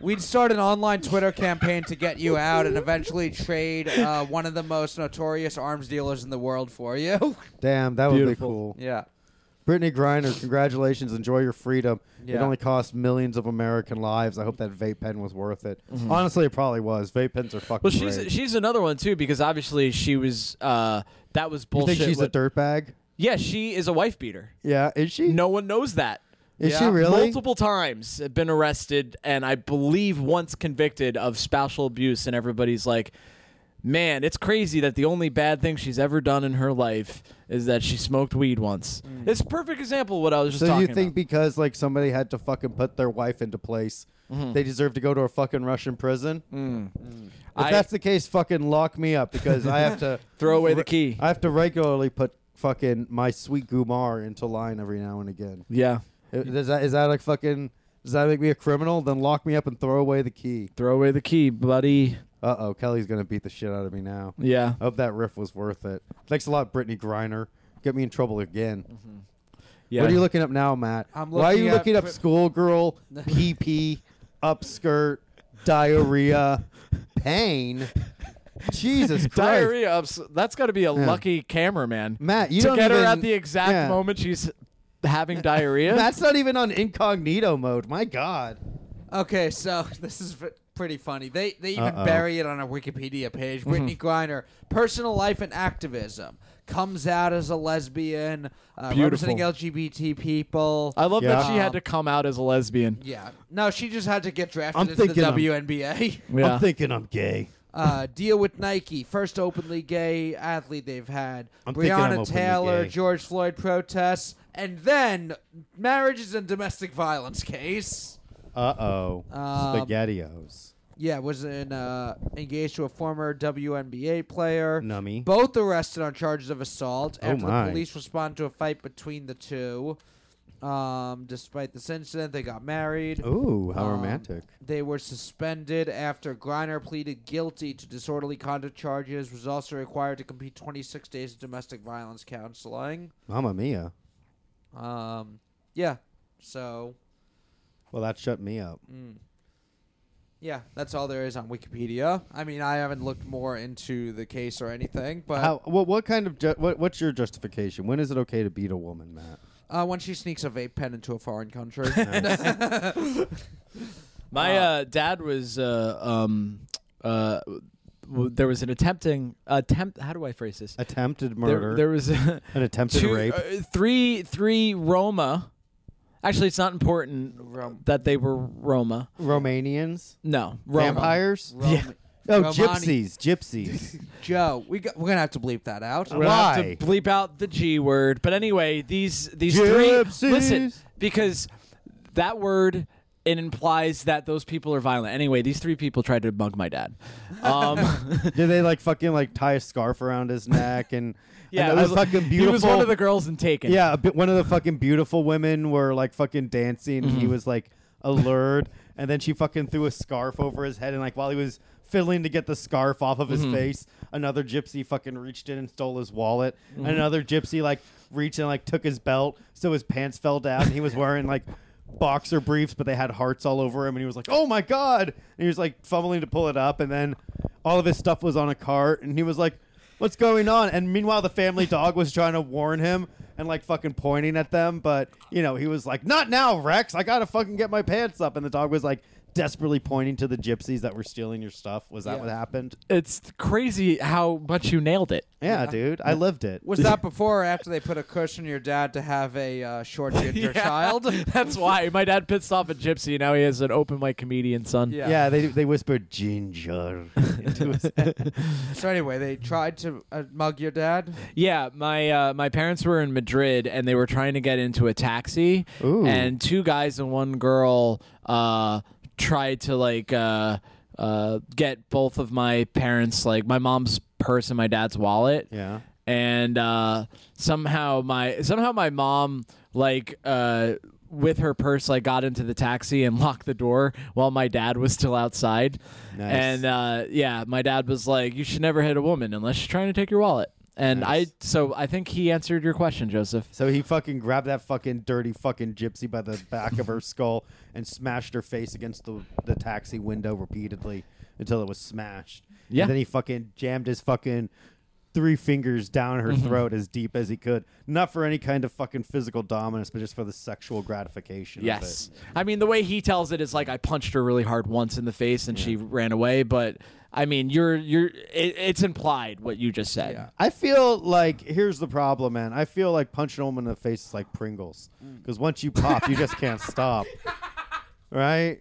[SPEAKER 3] We'd start an online Twitter campaign to get you out and eventually trade uh, one of the most notorious arms dealers in the world for you.
[SPEAKER 1] Damn, that would
[SPEAKER 2] Beautiful.
[SPEAKER 1] be cool.
[SPEAKER 3] yeah.
[SPEAKER 1] Brittany Griner, congratulations. Enjoy your freedom. It
[SPEAKER 3] Yeah.
[SPEAKER 1] only cost millions of American lives. I hope that vape pen was worth it. Honestly, it probably was. Vape pens are fucking
[SPEAKER 2] Mm-hmm. Well, she's
[SPEAKER 1] great.
[SPEAKER 2] she's another one too because obviously she was uh that was
[SPEAKER 1] you
[SPEAKER 2] bullshit.
[SPEAKER 1] think she's a
[SPEAKER 2] what-
[SPEAKER 1] dirtbag?
[SPEAKER 2] yeah, she is a wife beater.
[SPEAKER 1] Yeah, is she?
[SPEAKER 2] No one knows that.
[SPEAKER 1] Is she
[SPEAKER 3] Yeah.
[SPEAKER 1] really?
[SPEAKER 2] Multiple times have been arrested and I believe once convicted of spousal abuse and everybody's like, "Man, it's crazy that the only bad thing she's ever done in her life is that she smoked weed once." It's a perfect example of what I was just
[SPEAKER 1] Mm. so
[SPEAKER 2] talking
[SPEAKER 1] you think
[SPEAKER 2] about.
[SPEAKER 1] because like somebody had to fucking put their wife into place,
[SPEAKER 2] Mm-hmm.
[SPEAKER 1] they deserve to go to a fucking Russian prison? Mm. If
[SPEAKER 2] Mm. I-
[SPEAKER 1] that's the case, fucking lock me up because I have to
[SPEAKER 2] Throw away the key.
[SPEAKER 1] I have to regularly put fucking my sweet Gumar into line every now and again.
[SPEAKER 2] yeah.
[SPEAKER 1] Uh, Does that is that like fucking? Does that make me a criminal? Then lock me up and throw away the key.
[SPEAKER 2] Throw away the key, buddy.
[SPEAKER 1] Uh oh, Kelly's gonna beat the shit out of me now.
[SPEAKER 2] Yeah.
[SPEAKER 1] I hope that riff was worth it. Thanks a lot, Brittany Griner. Get me in trouble again.
[SPEAKER 2] Yeah.
[SPEAKER 1] What are you looking up now, Matt?
[SPEAKER 3] I'm
[SPEAKER 1] Why are
[SPEAKER 3] looking
[SPEAKER 1] you
[SPEAKER 3] up
[SPEAKER 1] looking up
[SPEAKER 3] pri-
[SPEAKER 1] schoolgirl, PP, upskirt, diarrhea, pain? Jesus Christ.
[SPEAKER 2] Diarrhea ups. That's got to be a
[SPEAKER 1] Yeah.
[SPEAKER 2] lucky cameraman.
[SPEAKER 1] Matt, you
[SPEAKER 2] to
[SPEAKER 1] don't
[SPEAKER 2] get her
[SPEAKER 1] even-
[SPEAKER 2] at the exact
[SPEAKER 1] yeah.
[SPEAKER 2] moment she's having diarrhea.
[SPEAKER 1] That's not even on incognito mode. My God.
[SPEAKER 3] Okay, so this is v- pretty funny. They they even
[SPEAKER 1] Uh-oh. Mm-hmm.
[SPEAKER 3] bury it on a Wikipedia page. Brittany Griner, personal life and activism, comes out as a lesbian, uh,
[SPEAKER 2] Beautiful.
[SPEAKER 3] representing LGBT people.
[SPEAKER 2] I love that
[SPEAKER 1] Yeah.
[SPEAKER 2] she had to come out as a lesbian.
[SPEAKER 3] yeah, no, she just had to get drafted
[SPEAKER 1] I'm
[SPEAKER 3] into the
[SPEAKER 1] thinking I'm-
[SPEAKER 3] WNBA.
[SPEAKER 2] Yeah.
[SPEAKER 1] I'm thinking I'm gay.
[SPEAKER 3] Uh, deal with Nike, first openly gay athlete they've had.
[SPEAKER 1] I'm thinking I'm
[SPEAKER 3] Breonna
[SPEAKER 1] openly
[SPEAKER 3] Taylor,
[SPEAKER 1] gay.
[SPEAKER 3] George Floyd protests, and then marriages and domestic violence case.
[SPEAKER 1] Uh oh.
[SPEAKER 3] Um,
[SPEAKER 1] Spaghettios.
[SPEAKER 3] Yeah, was in, uh, engaged to a former WNBA player.
[SPEAKER 1] Nummy.
[SPEAKER 3] Both arrested on charges of assault
[SPEAKER 1] Oh
[SPEAKER 3] after
[SPEAKER 1] my.
[SPEAKER 3] the police responded to a fight between the two. Um, despite this incident, they got married.
[SPEAKER 1] Ooh, Oh, how
[SPEAKER 3] Um,
[SPEAKER 1] romantic.
[SPEAKER 3] They were suspended after Griner pleaded guilty to disorderly conduct charges. Was also required to complete 26 days of domestic violence counseling.
[SPEAKER 1] Mamma mia.
[SPEAKER 3] Um, yeah. So,
[SPEAKER 1] Well, that shut me up.
[SPEAKER 3] yeah, that's all there is on Wikipedia. I mean, I haven't looked more into the case or anything, but
[SPEAKER 1] How? What? What kind of? Ju- what, what's your justification? When is it okay to beat a woman, Matt?
[SPEAKER 3] uh, when she sneaks a vape pen into a foreign country,
[SPEAKER 2] My uh, dad was uh, um, uh, w- there was an attempting attempt. How do I phrase this?
[SPEAKER 1] Attempted
[SPEAKER 2] There-
[SPEAKER 1] murder.
[SPEAKER 2] There, was a,
[SPEAKER 1] an attempted
[SPEAKER 2] two,
[SPEAKER 1] rape.
[SPEAKER 2] uh, three three Roma. Actually, it's not important
[SPEAKER 3] Rom-
[SPEAKER 2] that they were Roma.
[SPEAKER 1] Romanians.
[SPEAKER 2] No, Roma.
[SPEAKER 1] Vampires.
[SPEAKER 3] Rom-
[SPEAKER 2] Yeah.
[SPEAKER 1] Oh,
[SPEAKER 3] Romani-
[SPEAKER 1] gypsies. Gypsies.
[SPEAKER 3] Joe, we got, we're gonna have to bleep that out.
[SPEAKER 2] We'll have
[SPEAKER 1] Why?
[SPEAKER 2] to bleep out the G word. But anyway, these these
[SPEAKER 1] Gypsies.
[SPEAKER 2] three listen because that word it implies that those people are violent. Anyway, these three people tried to mug my dad. Um,
[SPEAKER 1] Did they like fucking like tie a scarf around his neck and
[SPEAKER 2] yeah,
[SPEAKER 1] and
[SPEAKER 2] it
[SPEAKER 1] the
[SPEAKER 2] was,
[SPEAKER 1] fucking beautiful.
[SPEAKER 2] He was one of the girls in Taken.
[SPEAKER 1] Yeah, a bit, one of the fucking beautiful women were like fucking dancing. and He was like allured, and then she fucking threw a scarf over his head, and like while he was fiddling to get the scarf off of his face, another gypsy fucking reached in and stole his wallet, and another gypsy like reached and like took his belt, so his pants fell down. and he was wearing like. Boxer briefs, but they had hearts all over him, and he was like, "Oh my god!" And he was like fumbling to pull it up, and then all of his stuff was on a cart, and he was like, What's going on? And meanwhile, the family dog was trying to warn him and like fucking pointing at them, but you know, he was like, "Not now, Rex! I gotta fucking get my pants up." And the dog was like desperately pointing to the gypsies that were stealing your stuff. Was that
[SPEAKER 3] Yeah.
[SPEAKER 1] what happened?
[SPEAKER 2] It's crazy how much you nailed it.
[SPEAKER 1] Yeah, dude, I lived it.
[SPEAKER 3] Was that before or after they put a cushion on your dad to have a uh, short ginger
[SPEAKER 2] Yeah.
[SPEAKER 3] child?
[SPEAKER 2] That's why my dad pissed off a gypsy. Now he has an open mic comedian son.
[SPEAKER 3] Yeah.
[SPEAKER 1] yeah, they they whispered ginger into his head.
[SPEAKER 3] So anyway, they tried to uh, mug your dad.
[SPEAKER 2] Yeah, my uh, my parents were in Madrid and they were trying to get into a taxi,
[SPEAKER 1] Ooh.
[SPEAKER 2] and two guys and one girl uh, tried to like uh, uh, get both of my parents like my mom's purse and my dad's wallet.
[SPEAKER 1] Yeah.
[SPEAKER 2] and uh, somehow my somehow my mom like. Uh, with her purse, like got into the taxi and locked the door while my dad was still outside.
[SPEAKER 1] Nice.
[SPEAKER 2] And uh, yeah, my dad was like, "You should never hit a woman unless she's trying to take your wallet." And
[SPEAKER 1] Nice.
[SPEAKER 2] I, so I think he answered your question, Joseph.
[SPEAKER 1] So he fucking grabbed that fucking dirty fucking gypsy by the back of her skull and smashed her face against the, the taxi window repeatedly until it was smashed.
[SPEAKER 2] Yeah.
[SPEAKER 1] And then he fucking jammed his fucking three fingers down her
[SPEAKER 2] Mm-hmm.
[SPEAKER 1] throat as deep as he could. Not for any kind of fucking physical dominance, but just for the sexual gratification.
[SPEAKER 2] Yes, I mean the way he tells it is like I punched her really hard once in the face and she ran away. But I mean, you're you're it, it's implied what you just said.
[SPEAKER 3] Yeah.
[SPEAKER 1] Of it. I feel like here's the problem, man. I feel like punching a woman in the face is like Pringles.
[SPEAKER 2] Mm.
[SPEAKER 1] Because once you pop, you just can't stop. Right?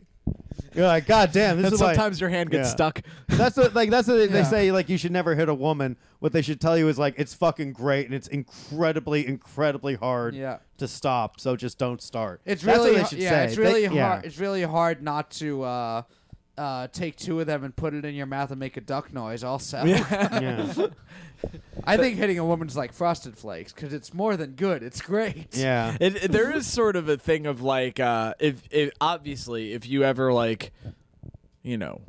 [SPEAKER 1] You're like, God damn, this
[SPEAKER 2] And
[SPEAKER 1] is why-
[SPEAKER 2] sometimes your hand gets
[SPEAKER 1] Yeah.
[SPEAKER 2] stuck.
[SPEAKER 1] That's what, like that's what they, they
[SPEAKER 3] Yeah.
[SPEAKER 1] say like you should never hit a woman. What they should tell you is like it's fucking great and it's incredibly incredibly hard
[SPEAKER 3] Yeah.
[SPEAKER 1] to stop. So just don't start.
[SPEAKER 3] It's
[SPEAKER 1] That's
[SPEAKER 3] really
[SPEAKER 1] what
[SPEAKER 3] har-
[SPEAKER 1] they should
[SPEAKER 3] yeah,
[SPEAKER 1] say.
[SPEAKER 3] it's really
[SPEAKER 1] They- yeah.
[SPEAKER 3] hard. It's really hard not to uh, uh, take two of them and put it in your mouth and make a duck noise. Also,
[SPEAKER 1] yeah.
[SPEAKER 3] I think hitting a woman's like frosted flakes because it's more than good. It's great.
[SPEAKER 1] Yeah.
[SPEAKER 2] It, it- there is sort of a thing of like uh, if, if obviously if you ever like you know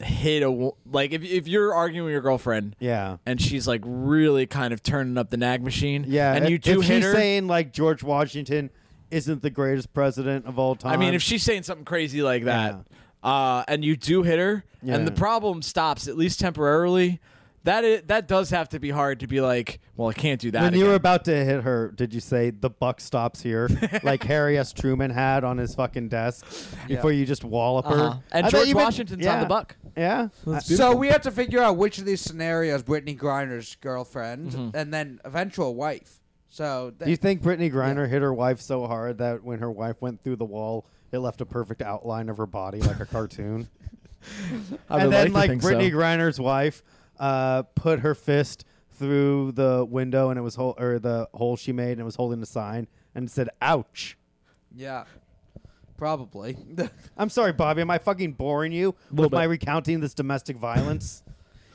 [SPEAKER 2] hit a wo- like if if you're arguing with your girlfriend
[SPEAKER 1] Yeah.
[SPEAKER 2] and she's like really kind of turning up the nag machine
[SPEAKER 1] Yeah.
[SPEAKER 2] and you
[SPEAKER 1] if-
[SPEAKER 2] do
[SPEAKER 1] if
[SPEAKER 2] hit
[SPEAKER 1] she's
[SPEAKER 2] her
[SPEAKER 1] saying like George Washington isn't the greatest president of all time.
[SPEAKER 2] I mean if she's saying something crazy like that uh, and you do hit her
[SPEAKER 1] Yeah.
[SPEAKER 2] and the problem stops at least temporarily that is, that does have to be hard to be like well I can't do that
[SPEAKER 1] when you were
[SPEAKER 2] again.
[SPEAKER 1] about to hit her, did you say the buck stops here, like Harry S. Truman had on his fucking desk before you just wallop her?
[SPEAKER 2] Uh-huh. And
[SPEAKER 1] I bet
[SPEAKER 2] George
[SPEAKER 1] you would-
[SPEAKER 2] Washington's on
[SPEAKER 1] yeah.
[SPEAKER 2] the buck.
[SPEAKER 1] Yeah.
[SPEAKER 3] So we have to figure out which of these scenarios Brittany Griner's girlfriend and then eventual wife. So th-
[SPEAKER 1] Do you think Brittany Griner hit her wife so hard that when her wife went through the wall, it left a perfect outline of her body like a cartoon?
[SPEAKER 5] I would
[SPEAKER 1] and
[SPEAKER 5] like,
[SPEAKER 1] then like,
[SPEAKER 5] to think
[SPEAKER 1] Brittany
[SPEAKER 5] so.
[SPEAKER 1] Griner's wife uh, put her fist through the window and it was hole or the hole she made and it was holding a sign and said ouch.
[SPEAKER 3] Yeah, probably.
[SPEAKER 1] I'm sorry, Bobby. Am I fucking boring you with
[SPEAKER 5] bit.
[SPEAKER 1] my recounting this domestic violence?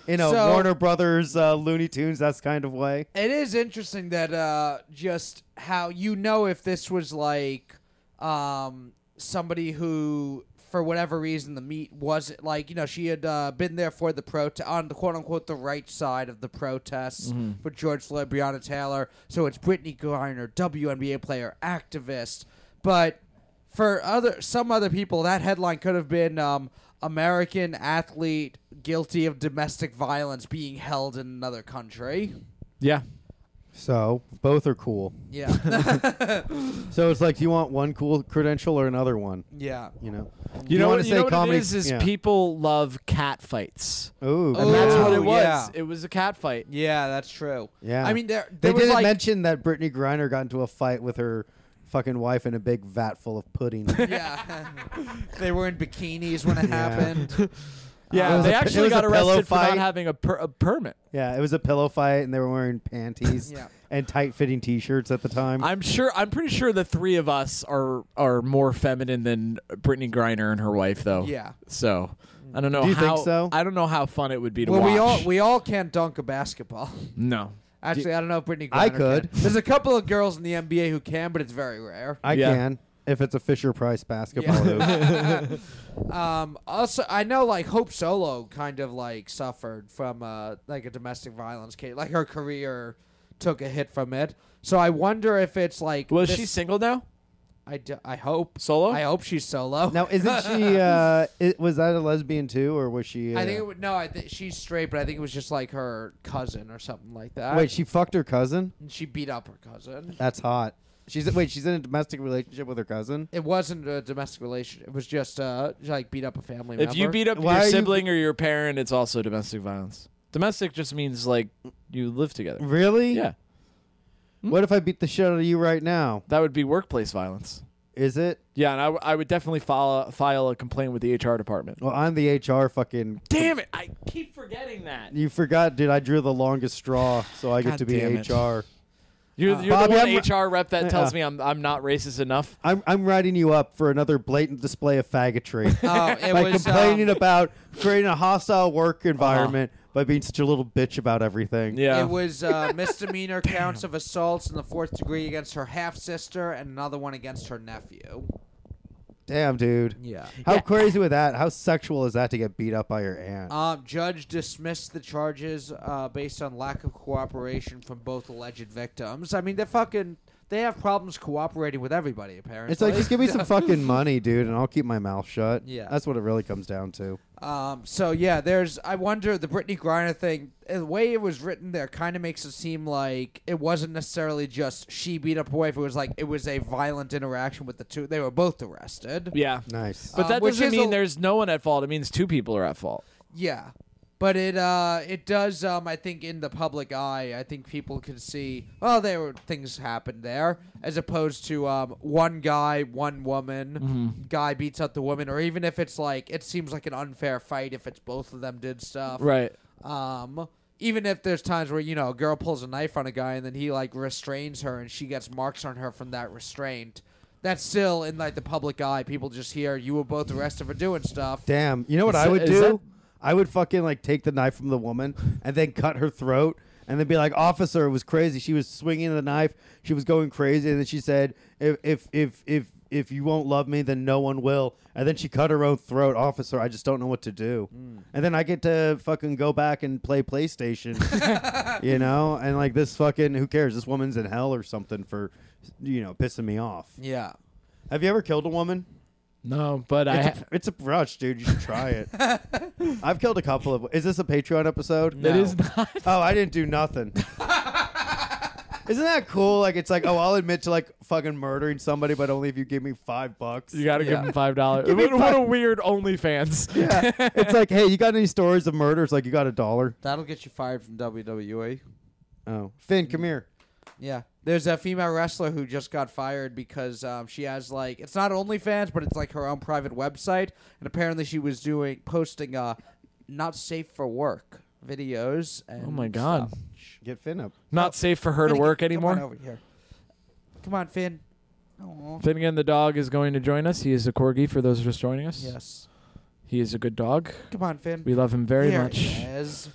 [SPEAKER 1] You know,
[SPEAKER 3] So-
[SPEAKER 1] Warner Brothers, uh, Looney Tunes, that's kind of way.
[SPEAKER 3] It is interesting that uh, just how you know if this was like um, somebody who, for whatever reason, the meat wasn't like you know she had uh, been there for the protest on the quote unquote the right side of the protests for George Floyd, Breonna Taylor. So it's Brittany Griner, WNBA player, activist, but for other some other people, that headline could have been um, American athlete guilty of domestic violence being held in another country.
[SPEAKER 5] Yeah.
[SPEAKER 1] So both are cool.
[SPEAKER 3] Yeah.
[SPEAKER 1] So it's like, do you want one cool credential or another one?
[SPEAKER 3] yeah.
[SPEAKER 1] You know, Do
[SPEAKER 2] You know
[SPEAKER 1] wanna
[SPEAKER 2] what, you know what it is? Is
[SPEAKER 1] yeah.
[SPEAKER 2] people love cat fights,
[SPEAKER 1] Ooh,
[SPEAKER 2] and that's
[SPEAKER 1] Oh,
[SPEAKER 2] what it
[SPEAKER 3] Ooh,
[SPEAKER 2] was.
[SPEAKER 3] yeah.
[SPEAKER 2] It was a cat fight.
[SPEAKER 3] Yeah, that's true.
[SPEAKER 1] Yeah.
[SPEAKER 3] I mean, there,
[SPEAKER 1] They
[SPEAKER 3] there was
[SPEAKER 1] didn't
[SPEAKER 3] like,
[SPEAKER 1] mention that Brittany Griner got into a fight with her fucking wife in a big vat full of pudding.
[SPEAKER 3] yeah, they were in bikinis when it
[SPEAKER 1] Yeah.
[SPEAKER 3] happened.
[SPEAKER 1] It
[SPEAKER 2] Yeah,
[SPEAKER 1] was a-
[SPEAKER 2] they
[SPEAKER 1] it
[SPEAKER 2] actually
[SPEAKER 1] was
[SPEAKER 2] got
[SPEAKER 1] a pillow
[SPEAKER 2] arrested for not
[SPEAKER 1] fight.
[SPEAKER 2] having a, per- a permit.
[SPEAKER 1] yeah, it was a pillow fight, and they were wearing panties
[SPEAKER 3] Yeah.
[SPEAKER 1] and tight-fitting T-shirts at the time.
[SPEAKER 2] I'm sure. I'm pretty sure the three of us are are more feminine than Brittany Griner and her wife, though.
[SPEAKER 3] Yeah.
[SPEAKER 2] So I don't know
[SPEAKER 1] Do you think
[SPEAKER 2] how.
[SPEAKER 1] so?
[SPEAKER 2] I don't know how fun it would be to
[SPEAKER 3] well,
[SPEAKER 2] watch.
[SPEAKER 3] we all we all can't dunk a basketball.
[SPEAKER 2] no.
[SPEAKER 3] Actually, I don't know if Brittany.
[SPEAKER 1] I
[SPEAKER 3] Griner
[SPEAKER 1] could.
[SPEAKER 3] Can. There's a couple of girls in the NBA who can, but it's very rare.
[SPEAKER 1] I
[SPEAKER 2] Yeah.
[SPEAKER 1] can if it's a Fisher Price basketball hoop.
[SPEAKER 3] um, also, I know like Hope Solo kind of like suffered from uh, like a domestic violence case. Like her career took a hit from it. So I wonder if it's like
[SPEAKER 2] Was
[SPEAKER 3] this-
[SPEAKER 2] she single now?
[SPEAKER 3] I, d- I hope
[SPEAKER 2] Solo?
[SPEAKER 3] I hope she's solo.
[SPEAKER 1] Now, isn't she? Uh, it, was that a lesbian too, or was she? Uh,
[SPEAKER 3] I think it would, no, I think she's straight, but I think it was just like her cousin or something like that.
[SPEAKER 1] wait, she fucked her cousin.
[SPEAKER 3] And she beat up her cousin.
[SPEAKER 1] That's hot. She's wait. She's in a domestic relationship with her cousin.
[SPEAKER 3] It wasn't a domestic relationship. It was just uh, she, like beat up a family member.
[SPEAKER 2] If you beat up
[SPEAKER 1] Why are
[SPEAKER 2] your
[SPEAKER 1] you-
[SPEAKER 2] sibling or your parent, it's also domestic violence. Domestic just means like you live together.
[SPEAKER 1] Really?
[SPEAKER 2] Yeah.
[SPEAKER 1] What if I beat the shit out of you right now?
[SPEAKER 2] That would be workplace violence.
[SPEAKER 1] Is it?
[SPEAKER 2] Yeah, and I, w- I would definitely file file a complaint with the HR department.
[SPEAKER 1] Well, I'm the HR fucking.
[SPEAKER 2] Damn it! I keep forgetting that.
[SPEAKER 1] You forgot, dude. I drew the longest straw, so I get
[SPEAKER 2] God
[SPEAKER 1] to be
[SPEAKER 2] damn it.
[SPEAKER 1] HR.
[SPEAKER 2] You're,
[SPEAKER 3] Uh,
[SPEAKER 2] you're
[SPEAKER 1] Bobby,
[SPEAKER 2] the one
[SPEAKER 1] I'm-
[SPEAKER 2] HR rep that tells
[SPEAKER 1] Yeah.
[SPEAKER 2] me I'm I'm not racist enough.
[SPEAKER 1] I'm I'm writing you up for another blatant display of faggotry.
[SPEAKER 3] oh, it
[SPEAKER 1] by
[SPEAKER 3] was
[SPEAKER 1] complaining
[SPEAKER 3] um, Uh-huh.
[SPEAKER 1] about creating a hostile work environment by being such a little bitch about everything.
[SPEAKER 2] Yeah.
[SPEAKER 3] it was uh, misdemeanor counts of assaults in the fourth degree against her half sister and another one against her nephew.
[SPEAKER 1] Damn, dude.
[SPEAKER 3] Yeah.
[SPEAKER 1] How crazy with that? How sexual is that to get beat up by your aunt?
[SPEAKER 3] Um, judge dismissed the charges uh, based on lack of cooperation from both alleged victims. I mean, they're fucking. They have problems cooperating with everybody, apparently.
[SPEAKER 1] it's like just give me some fucking money, dude, and I'll keep my mouth shut.
[SPEAKER 3] Yeah.
[SPEAKER 1] that's what it really comes down to.
[SPEAKER 3] Um, so yeah, there's. I wonder the Brittany Griner thing. eh, The way it was written there kind of makes it seem like it wasn't necessarily just she beat up her wife. It was like it was a violent interaction with the two. They were both arrested.
[SPEAKER 2] yeah.
[SPEAKER 1] Nice.
[SPEAKER 2] But
[SPEAKER 3] Um,
[SPEAKER 2] that
[SPEAKER 3] which
[SPEAKER 2] doesn't
[SPEAKER 3] is
[SPEAKER 2] mean
[SPEAKER 3] a-
[SPEAKER 2] there's no one at fault. It means two people are at fault.
[SPEAKER 3] Yeah, but it uh it does um I think in the public eye I think people can see oh there were things happened there as opposed to um one guy one woman guy beats up the woman or even if it's like it seems like an unfair fight if it's both of them did stuff
[SPEAKER 2] Right.
[SPEAKER 3] um. Even if there's times where you know a girl pulls a knife on a guy and then he like restrains her and she gets marks on her from that restraint, that's still in like the public eye. People just hear you were both arrested for doing stuff.
[SPEAKER 1] Damn. You know what
[SPEAKER 2] Is
[SPEAKER 1] I
[SPEAKER 2] that-
[SPEAKER 1] would
[SPEAKER 2] is
[SPEAKER 1] do?
[SPEAKER 2] that-
[SPEAKER 1] I would fucking like take the knife from the woman and then cut her throat and then be like, "Officer, it was crazy. She was swinging the knife. She was going crazy." And then she said, "If if if if if you won't love me, then no one will." And then she cut her own throat, officer. I just don't know what to do.
[SPEAKER 2] Hmm.
[SPEAKER 1] And then I get to fucking go back and play PlayStation, you know? And like this fucking who cares? This woman's in hell or something for you know pissing me off.
[SPEAKER 3] Yeah.
[SPEAKER 1] Have you ever killed a woman?
[SPEAKER 2] No, but I.
[SPEAKER 1] It's, a, it's a rush, dude. You should try it. I've killed a couple of. Is this a Patreon episode?
[SPEAKER 2] It is not.
[SPEAKER 1] Oh, I didn't do nothing. Isn't that cool? Like it's like, oh, I'll admit to like fucking murdering somebody, but only if you give me five bucks.
[SPEAKER 2] You got to
[SPEAKER 3] Yeah.
[SPEAKER 2] give him five dollars.
[SPEAKER 1] Give me
[SPEAKER 2] What, what a
[SPEAKER 1] five-
[SPEAKER 2] weird OnlyFans.
[SPEAKER 1] yeah. It's like, hey, you got any stories of murders? Like you got a dollar?
[SPEAKER 3] That'll get you fired from WWE.
[SPEAKER 1] Oh, Finn, come here.
[SPEAKER 3] Yeah. There's a female wrestler who just got fired because um, she has like it's not OnlyFans, but it's like her own private website, and apparently she was doing posting uh not safe for work videos. And
[SPEAKER 6] Oh my God.
[SPEAKER 3] stuff.
[SPEAKER 1] Get Finn up.
[SPEAKER 6] Not safe for her to
[SPEAKER 3] Finnegan,
[SPEAKER 6] work
[SPEAKER 3] Come on
[SPEAKER 6] anymore.
[SPEAKER 3] over here. Come on, Finn. Oh
[SPEAKER 6] Finnegan the dog is going to join us. He is a corgi for those just joining us.
[SPEAKER 3] yes.
[SPEAKER 6] He is a good dog.
[SPEAKER 3] Come on, Finn.
[SPEAKER 6] We love him very
[SPEAKER 3] There
[SPEAKER 6] much.
[SPEAKER 3] he is.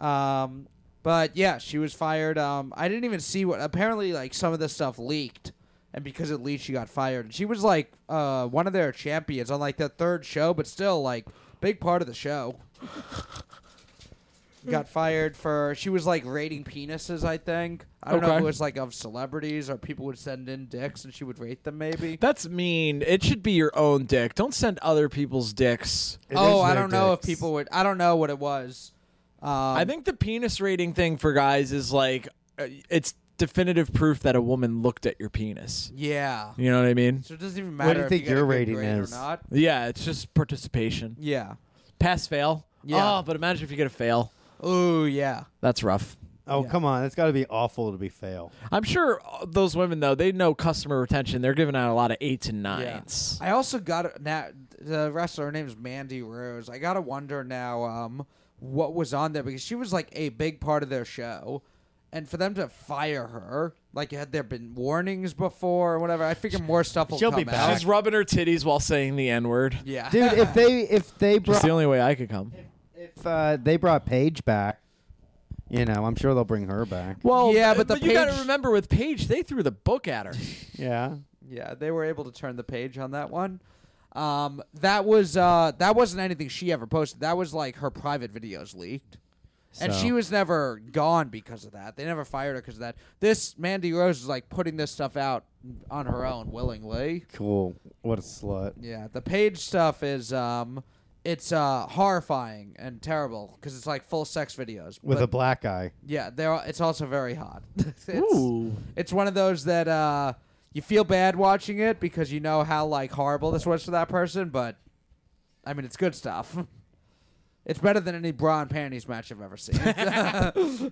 [SPEAKER 3] Um, but yeah, she was fired. Um, I didn't even see what. Apparently, like some of this stuff leaked, and because it leaked, she got fired. She was like uh one of their champions on like the third show, but still like big part of the show. got fired for she was like rating penises. I think I don't know
[SPEAKER 6] Okay.
[SPEAKER 3] if it was like of celebrities or people would send in dicks and she would rate them. Maybe.
[SPEAKER 2] That's mean. It should be your own dick. Don't send other people's dicks.
[SPEAKER 1] It
[SPEAKER 3] oh,
[SPEAKER 1] is
[SPEAKER 3] I
[SPEAKER 1] their
[SPEAKER 3] don't know if
[SPEAKER 1] dicks.
[SPEAKER 3] people would. I don't know what it was. Um,
[SPEAKER 2] I think the penis rating thing for guys is like uh, it's definitive proof that a woman looked at your penis.
[SPEAKER 3] Yeah.
[SPEAKER 2] You know what I mean?
[SPEAKER 3] So it doesn't even matter.
[SPEAKER 1] What do you
[SPEAKER 3] if
[SPEAKER 1] think
[SPEAKER 3] get a
[SPEAKER 1] your
[SPEAKER 3] good
[SPEAKER 1] rating
[SPEAKER 3] grade
[SPEAKER 1] is?
[SPEAKER 3] Or not.
[SPEAKER 2] Yeah, it's just participation.
[SPEAKER 3] Yeah.
[SPEAKER 2] Pass fail.
[SPEAKER 3] Yeah.
[SPEAKER 2] Oh, but imagine if you get a fail.
[SPEAKER 3] Oh yeah.
[SPEAKER 2] That's rough.
[SPEAKER 1] Oh,
[SPEAKER 3] Yeah.
[SPEAKER 1] come on. That's got to be awful to be fail.
[SPEAKER 2] I'm sure uh, those women though, they know customer retention. They're giving out a lot of eights and
[SPEAKER 3] Yeah.
[SPEAKER 2] nines.
[SPEAKER 3] I also got a- now the wrestler. Her name's Mandy Rose. I gotta wonder now um, what was on there because she was like a big part of their show, and for them to fire her, like had there been warnings before or whatever, I figure more stuff will
[SPEAKER 1] She'll
[SPEAKER 3] come
[SPEAKER 1] be
[SPEAKER 3] out.
[SPEAKER 1] back.
[SPEAKER 2] She's rubbing her titties while saying the n word.
[SPEAKER 3] Yeah,
[SPEAKER 1] Dude, if they if they
[SPEAKER 2] It's
[SPEAKER 1] brought
[SPEAKER 2] the only way I could come.
[SPEAKER 1] if uh, they brought Paige back, you know, I'm sure they'll bring her back.
[SPEAKER 2] Well,
[SPEAKER 3] Yeah,
[SPEAKER 2] uh,
[SPEAKER 3] but the
[SPEAKER 2] you got to
[SPEAKER 3] page-
[SPEAKER 2] remember with Paige, they threw the book at her.
[SPEAKER 1] Yeah.
[SPEAKER 3] yeah, they were able to turn the page on that one. Um, that was uh, that wasn't anything she ever posted. That was like her private videos leaked. And
[SPEAKER 1] So-
[SPEAKER 3] she was never gone because of that. They never fired her because of that. This Mandy Rose is like putting this stuff out on her own willingly.
[SPEAKER 1] Cool. What a slut.
[SPEAKER 3] Yeah, the page stuff is um, it's uh horrifying and terrible because it's like full sex videos
[SPEAKER 1] With
[SPEAKER 3] But-
[SPEAKER 1] a black eye.
[SPEAKER 3] yeah, there. It's also very hot. it's,
[SPEAKER 2] Ooh.
[SPEAKER 3] it's one of those that uh, you feel bad watching it because you know how like horrible this was for that person, but I mean, it's good stuff. It's better than any bra and panties match I've ever seen.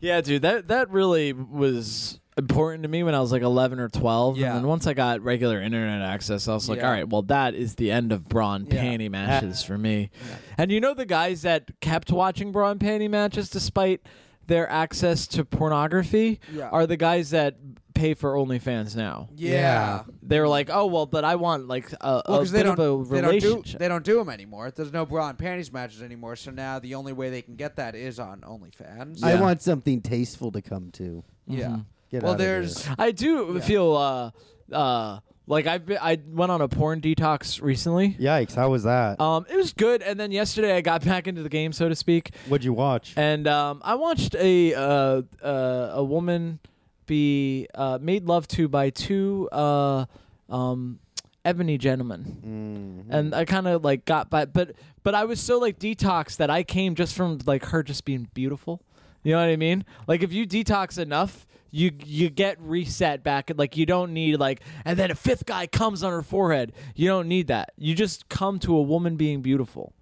[SPEAKER 2] Yeah, dude, that that really was important to me when I was like 11 or 12.
[SPEAKER 3] Yeah.
[SPEAKER 2] And then once I got regular internet access, I was like,
[SPEAKER 3] Yeah.
[SPEAKER 2] all right, well, that is the end of bra and
[SPEAKER 3] Yeah.
[SPEAKER 2] panty matches for me. And you know the guys that kept watching bra and panty matches despite their access to pornography
[SPEAKER 3] Yeah.
[SPEAKER 2] are the guys that pay for OnlyFans now.
[SPEAKER 3] yeah.
[SPEAKER 2] They're like, oh, well, but I want like a,
[SPEAKER 3] Well,
[SPEAKER 2] a
[SPEAKER 3] because they
[SPEAKER 2] bit
[SPEAKER 3] don't,
[SPEAKER 2] of a
[SPEAKER 3] they don't do
[SPEAKER 2] relationship.
[SPEAKER 3] they don't do them anymore. There's no bra and panties matches anymore. So now the only way they can get that is on OnlyFans.
[SPEAKER 1] I
[SPEAKER 2] Yeah. Mm-hmm.
[SPEAKER 1] want something tasteful to come to.
[SPEAKER 3] yeah.
[SPEAKER 1] Get
[SPEAKER 3] well,
[SPEAKER 1] out of here.
[SPEAKER 3] there's
[SPEAKER 2] I do
[SPEAKER 3] Yeah.
[SPEAKER 2] feel uh, uh, like I've been, I went on a porn detox recently.
[SPEAKER 1] Yikes! How was that?
[SPEAKER 2] Um, it was good, and then yesterday I got back into the game, so to speak,
[SPEAKER 1] What'd you watch?
[SPEAKER 2] and um, I watched a uh, uh, a woman be uh, made love to by two uh, um, ebony gentlemen, and I kind of like got by, but but I was so like detoxed that I came just from like her just being beautiful. You know what I mean? Like if you detox enough. You, you get reset back like you don't need like and then a fifth guy comes on her forehead you don't need that you just come to a woman being beautiful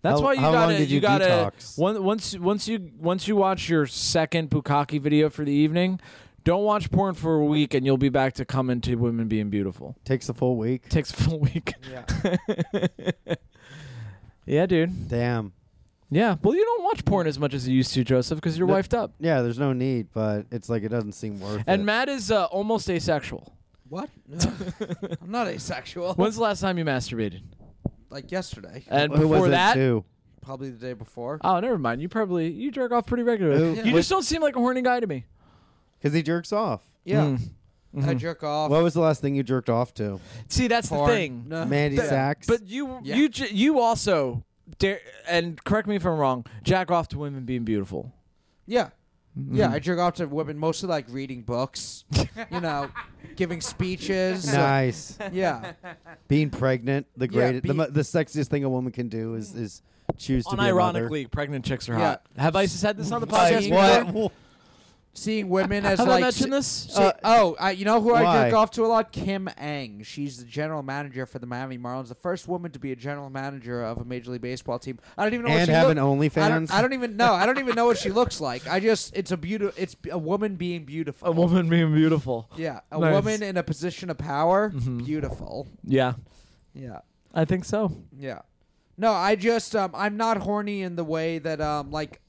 [SPEAKER 2] that's
[SPEAKER 1] How-
[SPEAKER 2] why you
[SPEAKER 1] how long
[SPEAKER 2] gotta
[SPEAKER 1] did you
[SPEAKER 2] gotta
[SPEAKER 1] detox?
[SPEAKER 2] one, once once you once you watch your second Bukaki video for the evening, don't watch porn for a week and you'll be back to coming to women being beautiful.
[SPEAKER 1] Takes a full week.
[SPEAKER 2] Takes a full week.
[SPEAKER 3] yeah.
[SPEAKER 2] Yeah, dude.
[SPEAKER 1] Damn.
[SPEAKER 2] Yeah. Well, you don't watch porn as much as you used to, Joseph, because you're
[SPEAKER 1] No.
[SPEAKER 2] wifed up.
[SPEAKER 1] Yeah, there's no need, but it's like it doesn't seem worth
[SPEAKER 2] And
[SPEAKER 1] it.
[SPEAKER 2] Matt is uh, almost asexual.
[SPEAKER 3] What? I'm not asexual.
[SPEAKER 2] When's the last time you masturbated?
[SPEAKER 3] like yesterday,
[SPEAKER 2] And
[SPEAKER 1] Who was
[SPEAKER 2] before
[SPEAKER 1] it
[SPEAKER 2] that,
[SPEAKER 1] to?
[SPEAKER 3] probably the day before.
[SPEAKER 2] oh, never mind. You probably you jerk off pretty regularly.
[SPEAKER 1] Who-
[SPEAKER 2] You
[SPEAKER 1] what-
[SPEAKER 2] just don't seem like a horny guy to me.
[SPEAKER 1] Because he jerks off.
[SPEAKER 3] Yeah,
[SPEAKER 2] Mm.
[SPEAKER 3] I jerk off. Uh,
[SPEAKER 1] What was the last thing you jerked off to?
[SPEAKER 2] See, that's
[SPEAKER 3] porn.
[SPEAKER 2] the thing.
[SPEAKER 3] No.
[SPEAKER 1] Mandy
[SPEAKER 3] Yeah.
[SPEAKER 1] Sachs.
[SPEAKER 2] But you,
[SPEAKER 3] Yeah.
[SPEAKER 2] you, j- you also dare, and correct me if I'm wrong. Jack off to women being beautiful.
[SPEAKER 3] Yeah.
[SPEAKER 1] Mm-hmm.
[SPEAKER 3] Yeah, I jerk off to women mostly like reading books, you know, giving speeches.
[SPEAKER 1] nice.
[SPEAKER 3] Yeah.
[SPEAKER 1] Being pregnant, the
[SPEAKER 3] Yeah,
[SPEAKER 1] greatest, the
[SPEAKER 3] be-
[SPEAKER 1] mo the sexiest thing a woman can do is is choose to be a mother.
[SPEAKER 2] Unironically, pregnant chicks are
[SPEAKER 3] Yeah.
[SPEAKER 2] hot. Have I said this on the
[SPEAKER 1] Like,
[SPEAKER 2] podcast?
[SPEAKER 3] Sesame
[SPEAKER 2] before?
[SPEAKER 1] what?
[SPEAKER 3] seeing women as
[SPEAKER 2] Have
[SPEAKER 3] like
[SPEAKER 2] I mentioned
[SPEAKER 3] s-
[SPEAKER 2] this?
[SPEAKER 3] say- oh, I, you know who I
[SPEAKER 1] why?
[SPEAKER 3] jerk off to a lot? Kim Ang. She's the general manager for the Miami Marlins, the first woman to be a general manager of a Major League Baseball team. I don't even know what
[SPEAKER 1] And
[SPEAKER 3] she
[SPEAKER 1] have an
[SPEAKER 3] look- I don't,
[SPEAKER 1] OnlyFans?
[SPEAKER 3] I don't even know. I don't even know what she looks like. I just it's a beautiful. It's a woman being beautiful.
[SPEAKER 2] A woman being beautiful.
[SPEAKER 3] Yeah, a
[SPEAKER 2] Nice.
[SPEAKER 3] woman in a position of power.
[SPEAKER 1] Mm-hmm.
[SPEAKER 3] Beautiful.
[SPEAKER 2] Yeah,
[SPEAKER 3] Yeah.
[SPEAKER 2] I think so.
[SPEAKER 3] Yeah. No, I just um I'm not horny in the way that um like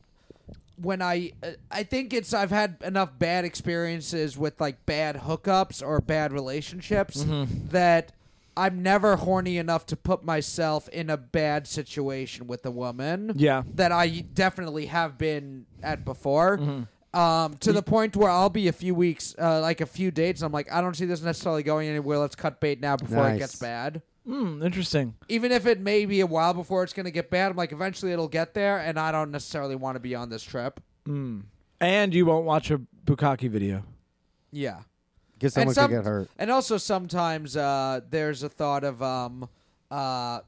[SPEAKER 3] when I uh, I think it's I've had enough bad experiences with like bad hookups or bad relationships that I'm never horny enough to put myself in a bad situation with a woman
[SPEAKER 2] Yeah.
[SPEAKER 3] that I definitely have been at before. Um, to the point where I'll be a few weeks, uh, like a few dates, and I'm like, I don't see this necessarily going anywhere. Let's cut bait now before it
[SPEAKER 1] Nice.
[SPEAKER 3] gets bad
[SPEAKER 2] Hmm. Interesting.
[SPEAKER 3] even if it may be a while before it's going to get bad, I'm like, eventually it'll get there, and I don't necessarily want to be on this trip.
[SPEAKER 2] And you won't watch a bukkake video.
[SPEAKER 3] Yeah.
[SPEAKER 1] Because someone
[SPEAKER 3] and some-
[SPEAKER 1] could get hurt.
[SPEAKER 3] And also, sometimes uh, there's a thought of um, uh,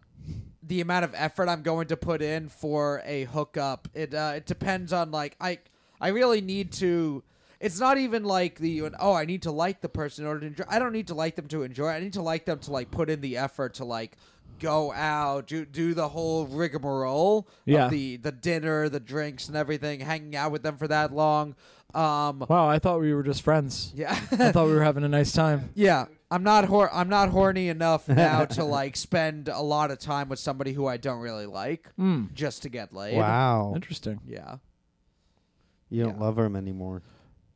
[SPEAKER 3] the amount of effort I'm going to put in for a hookup. It uh, it depends on like I I really need to. It's not even like the oh I need to like the person in order to enjoy. I don't need to like them to enjoy. I need to like them to like put in the effort to like go out, do do the whole rigmarole
[SPEAKER 2] Yeah.
[SPEAKER 3] of the the dinner, the drinks, and everything. Hanging out with them for that long. Um,
[SPEAKER 2] Wow, I thought we were just friends.
[SPEAKER 3] yeah.
[SPEAKER 2] I thought we were having a nice time.
[SPEAKER 3] Yeah, I'm not hor- I'm not horny enough now to like spend a lot of time with somebody who I don't really like just to get laid.
[SPEAKER 2] Oh.
[SPEAKER 1] Wow.
[SPEAKER 2] Interesting.
[SPEAKER 3] Yeah.
[SPEAKER 1] You don't
[SPEAKER 3] Yeah.
[SPEAKER 1] love him anymore.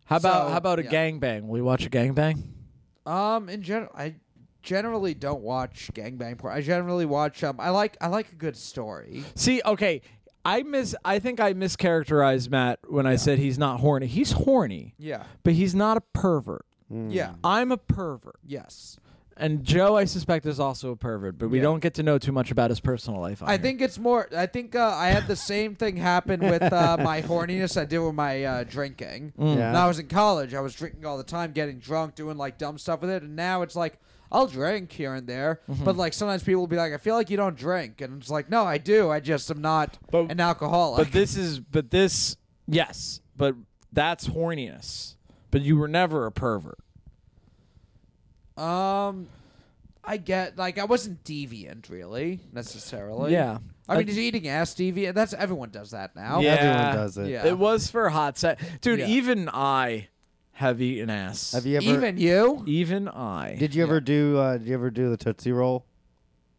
[SPEAKER 2] How about
[SPEAKER 3] So,
[SPEAKER 2] how about a
[SPEAKER 3] yeah.
[SPEAKER 2] gangbang? Will you watch a gangbang?
[SPEAKER 3] Um. In general, I generally don't watch gangbang porn. I generally watch um. I like I like a good story.
[SPEAKER 2] See, okay, I mis I think I mischaracterized Matt when I said he's not horny. He's horny,
[SPEAKER 3] Yeah.
[SPEAKER 2] but he's not a pervert.
[SPEAKER 3] Yeah.
[SPEAKER 2] I'm a pervert,
[SPEAKER 3] Yes.
[SPEAKER 2] and Joe, I suspect, is also a pervert. But we
[SPEAKER 3] Yeah.
[SPEAKER 2] don't get to know too much about his personal life. on
[SPEAKER 3] I
[SPEAKER 2] here.
[SPEAKER 3] think it's more. I think uh, I had the same thing happen with uh, my horniness I did with my uh, drinking.
[SPEAKER 2] Mm.
[SPEAKER 3] When I
[SPEAKER 1] Yeah.
[SPEAKER 3] was in college, I was drinking all the time, getting drunk, doing like dumb stuff with it. And now it's like I'll drink here and there,
[SPEAKER 2] Mm-hmm.
[SPEAKER 3] but like sometimes people will be like, "I feel like you don't drink," and it's like, "No, I do. I just am not
[SPEAKER 2] But-
[SPEAKER 3] an alcoholic."
[SPEAKER 2] But this is but this yes, but that's horniness. But you were never a pervert.
[SPEAKER 3] um, I get like I wasn't deviant really necessarily.
[SPEAKER 2] Yeah.
[SPEAKER 3] I mean,
[SPEAKER 2] I-
[SPEAKER 3] is eating ass deviant? That's everyone does that now.
[SPEAKER 2] Yeah.
[SPEAKER 1] Everyone does it.
[SPEAKER 3] Yeah.
[SPEAKER 2] It was for a hot set, dude.
[SPEAKER 3] Yeah.
[SPEAKER 2] Even I have eaten ass.
[SPEAKER 1] Have you ever?
[SPEAKER 3] Even you?
[SPEAKER 2] Even I.
[SPEAKER 1] did you ever do? Uh, did you ever do the tootsie roll?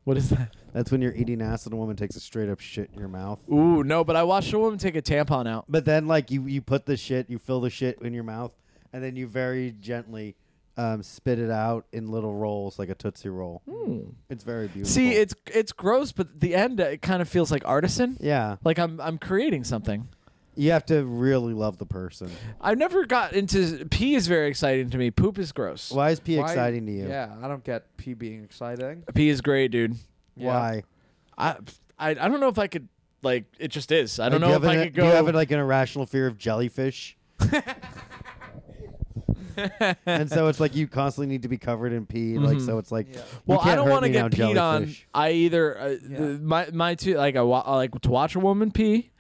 [SPEAKER 2] what is that?
[SPEAKER 1] That's when you're eating ass and a woman takes a straight up shit in your mouth.
[SPEAKER 2] Ooh, no, but I watched a woman take a tampon out.
[SPEAKER 1] But then, like you, you put the shit, you fill the shit in your mouth, and then you very gently um, spit it out in little rolls, like a tootsie roll.
[SPEAKER 3] Hmm.
[SPEAKER 1] It's very beautiful.
[SPEAKER 2] See, it's it's gross, but the end uh, it kind of feels like artisan.
[SPEAKER 1] yeah.
[SPEAKER 2] Like I'm I'm creating something.
[SPEAKER 1] You have to really love the person.
[SPEAKER 2] I've never got into pee is very exciting to me. Poop is gross.
[SPEAKER 1] Why is pee
[SPEAKER 3] Why-
[SPEAKER 1] exciting to you?
[SPEAKER 3] Yeah, I don't get pee being exciting.
[SPEAKER 2] Pee is great, dude.
[SPEAKER 1] Why?
[SPEAKER 2] I I I don't know if I could like it just is. I
[SPEAKER 1] Like, do you
[SPEAKER 2] don't know
[SPEAKER 1] have
[SPEAKER 2] if I
[SPEAKER 1] an-
[SPEAKER 2] could go
[SPEAKER 1] Do you have like an irrational fear of jellyfish? and so it's like you constantly need to be covered in pee. Like so, it's like
[SPEAKER 3] Yeah.
[SPEAKER 1] you
[SPEAKER 2] Mm-hmm. Well, I
[SPEAKER 1] can't
[SPEAKER 2] don't
[SPEAKER 1] hurt
[SPEAKER 2] want to
[SPEAKER 1] me
[SPEAKER 2] get
[SPEAKER 1] now,
[SPEAKER 2] peed on.
[SPEAKER 1] jellyfish.
[SPEAKER 2] I either uh, the, my my two like I wa- I like to watch a woman pee,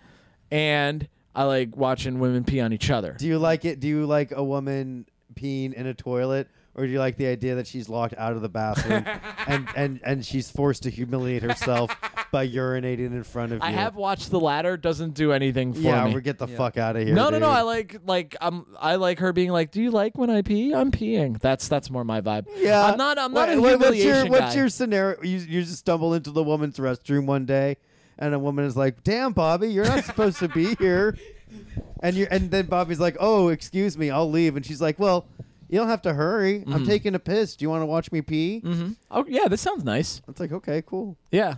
[SPEAKER 2] and I like watching women pee on each other.
[SPEAKER 1] Do you like it? Do you like a woman peeing in a toilet, or do you like the idea that she's locked out of the bathroom and, and and she's forced to humiliate herself by urinating in front of
[SPEAKER 2] I
[SPEAKER 1] you?
[SPEAKER 2] have watched the latter. Doesn't do anything for
[SPEAKER 1] yeah,
[SPEAKER 2] me.
[SPEAKER 1] we get the
[SPEAKER 3] Yeah.
[SPEAKER 1] fuck out of here.
[SPEAKER 2] no, no,
[SPEAKER 1] dude.
[SPEAKER 2] no. I like like um I like her being like, "Do you like when I pee? I'm peeing." That's that's more my vibe.
[SPEAKER 1] Yeah,
[SPEAKER 2] I'm not. I'm not
[SPEAKER 1] What-
[SPEAKER 2] a
[SPEAKER 1] what- what's your,
[SPEAKER 2] humiliation
[SPEAKER 1] What's
[SPEAKER 2] guy.
[SPEAKER 1] your scenario? You, you just stumble into the woman's restroom one day, and a woman is like, "Damn, Bobby, you're not supposed to be here," and you and then Bobby's like, "Oh, excuse me, I'll leave," and she's like, "Well." You don't have to hurry.
[SPEAKER 2] Mm-hmm.
[SPEAKER 1] I'm taking a piss. Do you want to watch me pee?
[SPEAKER 2] Mhm. Oh yeah, this sounds nice.
[SPEAKER 1] It's like, okay, cool.
[SPEAKER 2] Yeah.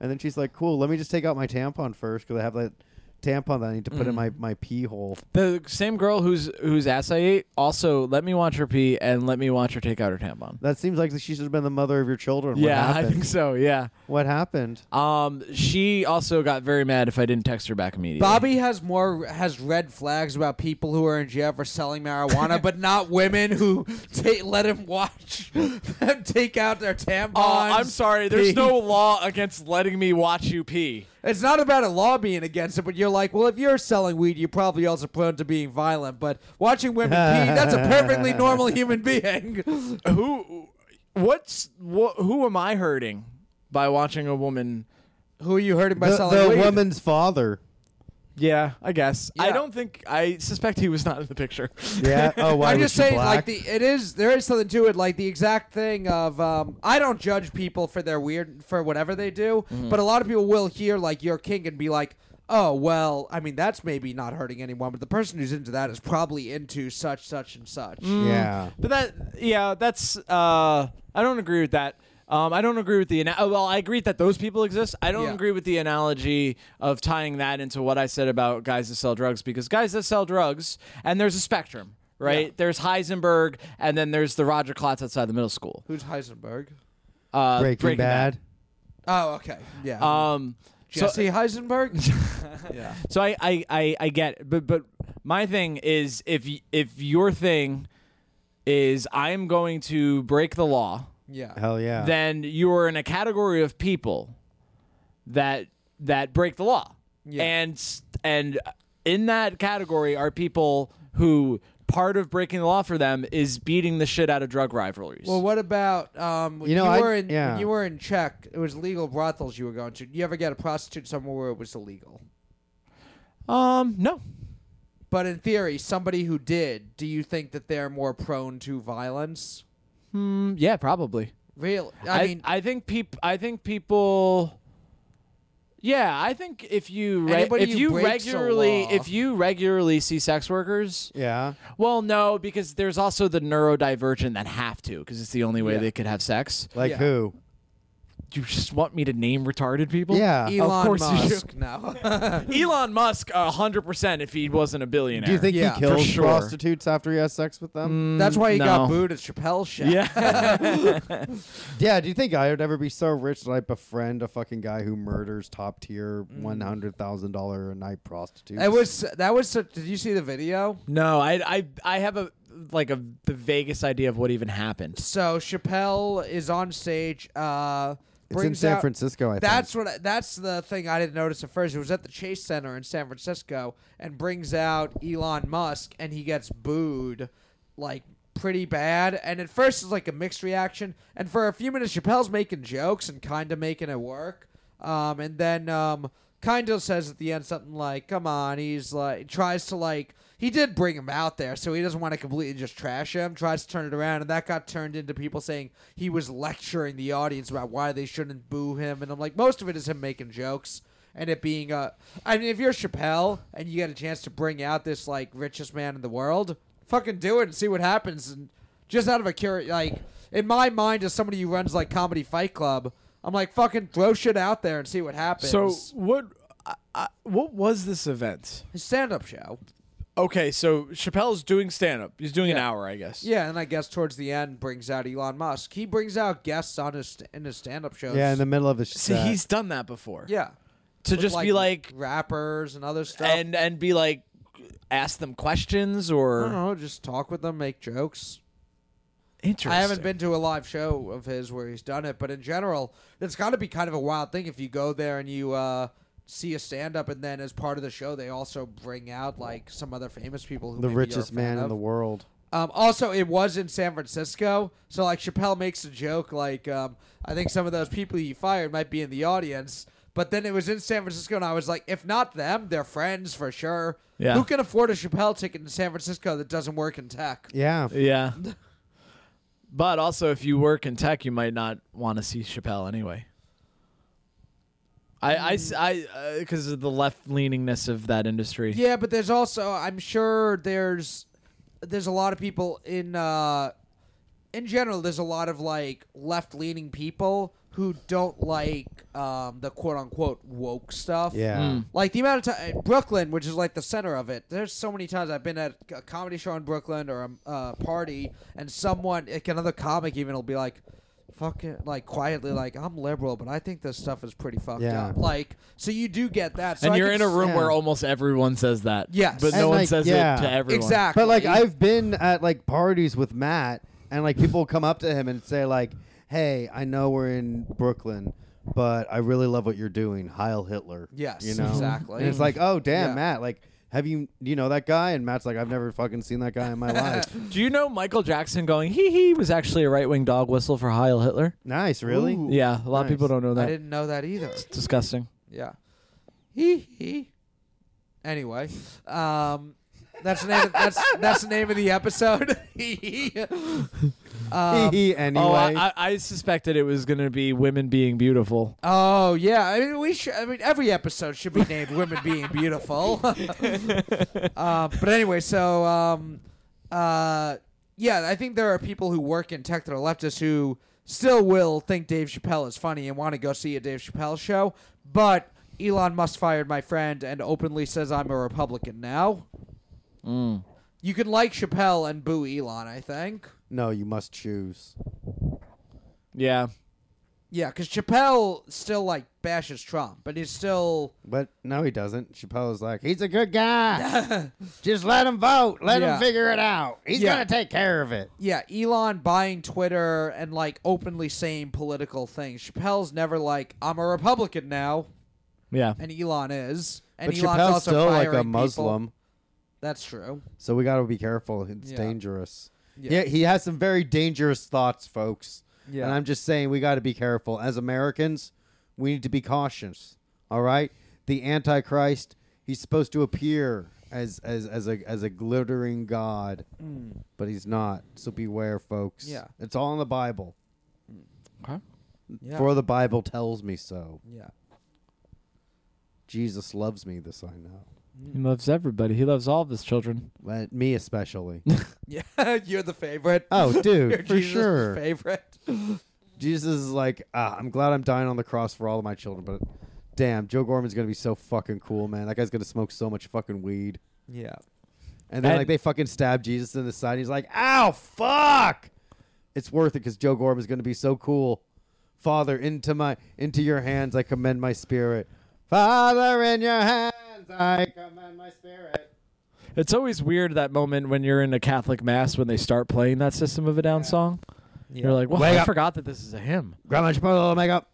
[SPEAKER 1] And then she's like, "Cool, let me just take out my tampon first because I have that tampon that I need to put in
[SPEAKER 2] Mm-hmm.
[SPEAKER 1] my my pee hole."
[SPEAKER 2] The same girl whose whose ass I ate also let me watch her pee and let me watch her take out her tampon.
[SPEAKER 1] That seems like she should have been the mother of your children. What
[SPEAKER 2] yeah,
[SPEAKER 1] happened?
[SPEAKER 2] I think so. Yeah.
[SPEAKER 1] What happened?
[SPEAKER 2] Um, she also got very mad if I didn't text her back immediately.
[SPEAKER 3] Bobby has more has red flags about people who are in jail for selling marijuana, but not women who ta- let him watch them take out their tampons.
[SPEAKER 2] Oh, I'm sorry. There's
[SPEAKER 3] pee.
[SPEAKER 2] no law against letting me watch you pee.
[SPEAKER 3] It's not about a law being against it, but you're like, well, if you're selling weed, you're probably also prone to being violent. But watching women pee, that's a perfectly normal human being.
[SPEAKER 2] Who? What's? Wh- who am I hurting by watching a woman?
[SPEAKER 3] Who are you hurting by
[SPEAKER 1] The,
[SPEAKER 3] selling
[SPEAKER 1] the
[SPEAKER 3] weed?
[SPEAKER 1] woman's father.
[SPEAKER 2] Yeah, I guess. I
[SPEAKER 3] Yeah.
[SPEAKER 2] don't think. I suspect he was not in the picture.
[SPEAKER 1] Yeah. Oh, why
[SPEAKER 3] I'm
[SPEAKER 1] was
[SPEAKER 3] just
[SPEAKER 1] she
[SPEAKER 3] saying,
[SPEAKER 1] black?
[SPEAKER 3] like the it is there is something to it, like the exact thing of um, I don't judge people for their weird for whatever they do,
[SPEAKER 1] Mm-hmm.
[SPEAKER 3] but a lot of people will hear like your king and be like, oh well, I mean that's maybe not hurting anyone, but the person who's into that is probably into such such and such.
[SPEAKER 1] Mm. yeah.
[SPEAKER 2] But that, yeah, that's. Uh, I don't agree with that. Um, I don't agree with the. ana- oh, Well, I agree that those people exist. I don't
[SPEAKER 3] Yeah.
[SPEAKER 2] agree with the analogy of tying that into what I said about guys that sell drugs because guys that sell drugs, and there's a spectrum, right? There's Heisenberg, and then there's the Roger Klotz outside the middle school.
[SPEAKER 3] Who's Heisenberg?
[SPEAKER 2] Uh,
[SPEAKER 1] Breaking, Bad.
[SPEAKER 3] Oh, okay, yeah,
[SPEAKER 1] Uh,
[SPEAKER 2] Um, so-
[SPEAKER 3] Jesse Heisenberg. yeah,
[SPEAKER 2] So I, I, I, I get, it. but but my thing is if y- if your thing is I am going to break the law,
[SPEAKER 3] yeah.
[SPEAKER 1] Hell yeah.
[SPEAKER 2] then you are in a category of people that that break the law,
[SPEAKER 3] Yeah.
[SPEAKER 2] and s- and in that category are people who part of breaking the law for them is beating the shit out of drug rivalries.
[SPEAKER 3] Well, what about um, when
[SPEAKER 1] You
[SPEAKER 3] you,
[SPEAKER 1] know, I-
[SPEAKER 3] were in
[SPEAKER 1] yeah.
[SPEAKER 3] when you were in Czech? It was legal brothels you were going to. You ever get a prostitute somewhere where it was illegal?
[SPEAKER 2] um, no,
[SPEAKER 3] But in theory, somebody who did, do you think that they're more prone to violence?
[SPEAKER 2] Mm, yeah, probably.
[SPEAKER 3] Really? I,
[SPEAKER 2] I, uh,
[SPEAKER 3] mean,
[SPEAKER 2] I think peop I think people. Yeah, I think if you re-
[SPEAKER 3] Anybody
[SPEAKER 2] if
[SPEAKER 3] who
[SPEAKER 2] you
[SPEAKER 3] breaks the
[SPEAKER 2] regularly
[SPEAKER 3] law.
[SPEAKER 2] if you regularly see sex workers,
[SPEAKER 1] yeah.
[SPEAKER 2] well, no, because there's also the neurodivergent that have to because it's the only way they could have sex.
[SPEAKER 1] Like
[SPEAKER 3] Yeah.
[SPEAKER 1] who?
[SPEAKER 2] You just want me to name retarded people?
[SPEAKER 1] Yeah.
[SPEAKER 3] Elon
[SPEAKER 2] course you do.
[SPEAKER 3] Musk. No.
[SPEAKER 2] Elon Musk, hundred percent. If he wasn't a billionaire,
[SPEAKER 1] Do you think
[SPEAKER 3] Yeah,
[SPEAKER 1] he
[SPEAKER 3] for Mm.
[SPEAKER 1] kills
[SPEAKER 2] sure.
[SPEAKER 1] prostitutes after he has sex with them?
[SPEAKER 3] That's why he
[SPEAKER 2] Mm, no.
[SPEAKER 3] got booed at Chappelle's show.
[SPEAKER 2] Yeah.
[SPEAKER 1] Yeah. Do you think I would ever be so rich that I befriend a fucking guy who murders top tier one hundred thousand dollar a night prostitutes?
[SPEAKER 3] Mm. It was that was such. Did you see the video?
[SPEAKER 2] no, I, I I have a like a the vaguest idea of what even happened.
[SPEAKER 3] So Chappelle is on stage. Uh,
[SPEAKER 1] It's
[SPEAKER 3] brings
[SPEAKER 1] in San
[SPEAKER 3] out-
[SPEAKER 1] Francisco. I
[SPEAKER 3] That's what. I, that's the thing I didn't notice at first. It was at the Chase Center in San Francisco, and brings out Elon Musk, and he gets booed, like pretty bad. And at first, it's like a mixed reaction. And for a few minutes, Chappelle's making jokes and kind of making it work. Um, and then um, kind of says at the end something like, "Come on," he's like tries to like. He did bring him out there, so he doesn't want to completely just trash him. Tries to turn it around, and that got turned into people saying he was lecturing the audience about why they shouldn't boo him. And I'm like, most of it is him making jokes and it being a. I mean, if you're Chappelle and you get a chance to bring out this like richest man in the world, fucking do it and see what happens. And just out of a curious, like in my mind, as somebody who runs like Comedy Fight Club, I'm like, fucking throw shit out there and see what happens.
[SPEAKER 2] So what I, I, what was this event?
[SPEAKER 3] stand up show.
[SPEAKER 2] Okay, so Chappelle's doing stand up. He's doing an hour, I guess.
[SPEAKER 3] Yeah, and I guess towards the end brings out Elon Musk. He brings out guests on his st- in his stand up shows.
[SPEAKER 1] think. Yeah, in the middle of his.
[SPEAKER 2] So
[SPEAKER 1] set.
[SPEAKER 2] he's done that before.
[SPEAKER 3] yeah.
[SPEAKER 2] To
[SPEAKER 3] With,
[SPEAKER 2] just be like
[SPEAKER 3] rappers and other stuff.
[SPEAKER 2] and and be like ask them questions
[SPEAKER 3] I don't
[SPEAKER 2] or
[SPEAKER 3] know, just talk with them, make jokes.
[SPEAKER 2] interesting.
[SPEAKER 3] I haven't been to a live show of his where he's done it, but in general, it's got to be kind of a wild thing if you go there and you uh, see a stand up, and then as part of the show, they also bring out like some other famous people who
[SPEAKER 1] the
[SPEAKER 3] maybe you're a
[SPEAKER 1] richest
[SPEAKER 3] fan
[SPEAKER 1] man in
[SPEAKER 3] of.
[SPEAKER 1] the world.
[SPEAKER 3] Um, also, it was in San Francisco, so like Chappelle makes a joke, like um, I think some of those people he fired might be in the audience. But then it was in San Francisco, and I was like, if not them, they're friends for sure.
[SPEAKER 2] Yeah.
[SPEAKER 3] Who can afford a Chappelle ticket in San Francisco that doesn't work in tech?
[SPEAKER 1] Yeah.
[SPEAKER 2] Yeah. But also if you work in tech, you might not want to see Chappelle anyway. I I s- I because of the left leaningness of that industry.
[SPEAKER 3] Yeah, but there's also I'm sure there's there's a lot of people in uh in general there's a lot of like left leaning people who don't like um the quote unquote woke stuff.
[SPEAKER 1] Yeah.
[SPEAKER 2] Hmm.
[SPEAKER 3] Like the amount of time Brooklyn, which is like the center of it. There's so many times I've been at a comedy show in Brooklyn or a uh, party, and someone, like another comic, even will be like, "Fucking like quietly, like I'm liberal, but I think this stuff is pretty fucked
[SPEAKER 1] Yeah.
[SPEAKER 3] up." Like, so you do get that. So
[SPEAKER 2] and
[SPEAKER 3] I
[SPEAKER 2] you're
[SPEAKER 3] could
[SPEAKER 2] in a
[SPEAKER 3] s-
[SPEAKER 2] room where
[SPEAKER 1] yeah.
[SPEAKER 2] almost everyone says that.
[SPEAKER 3] Yes.
[SPEAKER 2] But
[SPEAKER 1] And
[SPEAKER 2] no one
[SPEAKER 1] like,
[SPEAKER 2] says
[SPEAKER 1] yeah.
[SPEAKER 2] it to everyone.
[SPEAKER 3] exactly.
[SPEAKER 1] But like I've been at like parties with Matt, and like people come up to him and say like, "Hey, I know we're in Brooklyn, but I really love what you're doing, Heil Hitler.
[SPEAKER 3] Yes,
[SPEAKER 1] you know
[SPEAKER 3] exactly.
[SPEAKER 1] And it's like, oh damn,
[SPEAKER 3] Yeah.
[SPEAKER 1] Matt, like. Have you you know that guy? And Matt's like, I've never fucking seen that guy in my life.
[SPEAKER 2] Do you know Michael Jackson going hee hee was actually a right wing dog whistle for Heil Hitler?
[SPEAKER 1] nice, really?
[SPEAKER 2] Yeah, a lot
[SPEAKER 1] Nice.
[SPEAKER 2] of people don't know
[SPEAKER 3] I
[SPEAKER 2] that.
[SPEAKER 3] didn't know that either.
[SPEAKER 2] It's disgusting.
[SPEAKER 3] Yeah. Hee hee. Anyway, um, that's the name. Of, that's that's the name of the episode. Hee hee. um,
[SPEAKER 1] Hee hee, anyway,
[SPEAKER 2] Oh, I, I, I suspected it was going to be women being beautiful.
[SPEAKER 3] oh yeah, I mean we should. I mean every episode should be named "Women Being Beautiful." uh, but anyway, so um, uh, yeah, I think there are people who work in tech that are leftists who still will think Dave Chappelle is funny and want to go see a Dave Chappelle show, but. Elon Musk fired my friend and openly says I'm a Republican now. You can like Chappelle and boo Elon, I think.
[SPEAKER 1] no, you must choose.
[SPEAKER 2] Yeah.
[SPEAKER 3] Yeah, because Chappelle still like bashes Trump, but he's still
[SPEAKER 1] But no, he doesn't. Chappelle's like, he's a good guy. Just let him vote. Let
[SPEAKER 3] Yeah.
[SPEAKER 1] him figure it out. He's
[SPEAKER 3] Yeah.
[SPEAKER 1] gonna take care of it.
[SPEAKER 3] yeah Elon buying Twitter and like openly saying political things. Chappelle's never like I'm a Republican now,
[SPEAKER 2] Yeah.
[SPEAKER 3] and Elon is, and
[SPEAKER 1] but
[SPEAKER 3] Elon's
[SPEAKER 1] Chappelle's
[SPEAKER 3] also
[SPEAKER 1] still like
[SPEAKER 3] firing
[SPEAKER 1] a
[SPEAKER 3] people.
[SPEAKER 1] Muslim,
[SPEAKER 3] That's true.
[SPEAKER 1] so we gotta be careful. It's
[SPEAKER 3] Yeah.
[SPEAKER 1] dangerous.
[SPEAKER 3] Yeah.
[SPEAKER 1] Yeah. he has some very dangerous thoughts, folks.
[SPEAKER 3] Yeah.
[SPEAKER 1] And I'm just saying we gotta be careful. As Americans, we need to be cautious. All right? The Antichrist, he's supposed to appear as as, as a as a glittering god. But he's not. So beware, folks.
[SPEAKER 3] Mm. Yeah.
[SPEAKER 1] It's all in the Bible.
[SPEAKER 2] Okay.
[SPEAKER 3] Yeah.
[SPEAKER 1] For the Bible tells me so.
[SPEAKER 3] yeah.
[SPEAKER 1] Jesus loves me, this I know.
[SPEAKER 2] He loves everybody. He loves all of his children.
[SPEAKER 1] But me especially.
[SPEAKER 3] Yeah, you're the favorite.
[SPEAKER 1] oh,
[SPEAKER 3] You're
[SPEAKER 1] dude, for
[SPEAKER 3] Jesus'
[SPEAKER 1] sure.
[SPEAKER 3] favorite.
[SPEAKER 1] Jesus is like, ah, I'm glad I'm dying on the cross for all of my children, but damn, Joe Gorman's gonna be so fucking cool, man. That guy's gonna smoke so much fucking weed.
[SPEAKER 3] Yeah.
[SPEAKER 1] And then
[SPEAKER 2] And-
[SPEAKER 1] like they fucking stab Jesus in the side. He's like, ow, fuck. It's worth it because Joe Gorman's gonna be so cool. Father, into my into your hands I commend my spirit. Father, in your hands I commend my spirit.
[SPEAKER 2] It's always weird that moment when you're in a Catholic mass when they start playing that System of a Down song. You're like, well,
[SPEAKER 1] Wake
[SPEAKER 2] I
[SPEAKER 1] up.
[SPEAKER 2] forgot that this is a hymn.
[SPEAKER 1] Grandma Chipotle will make up.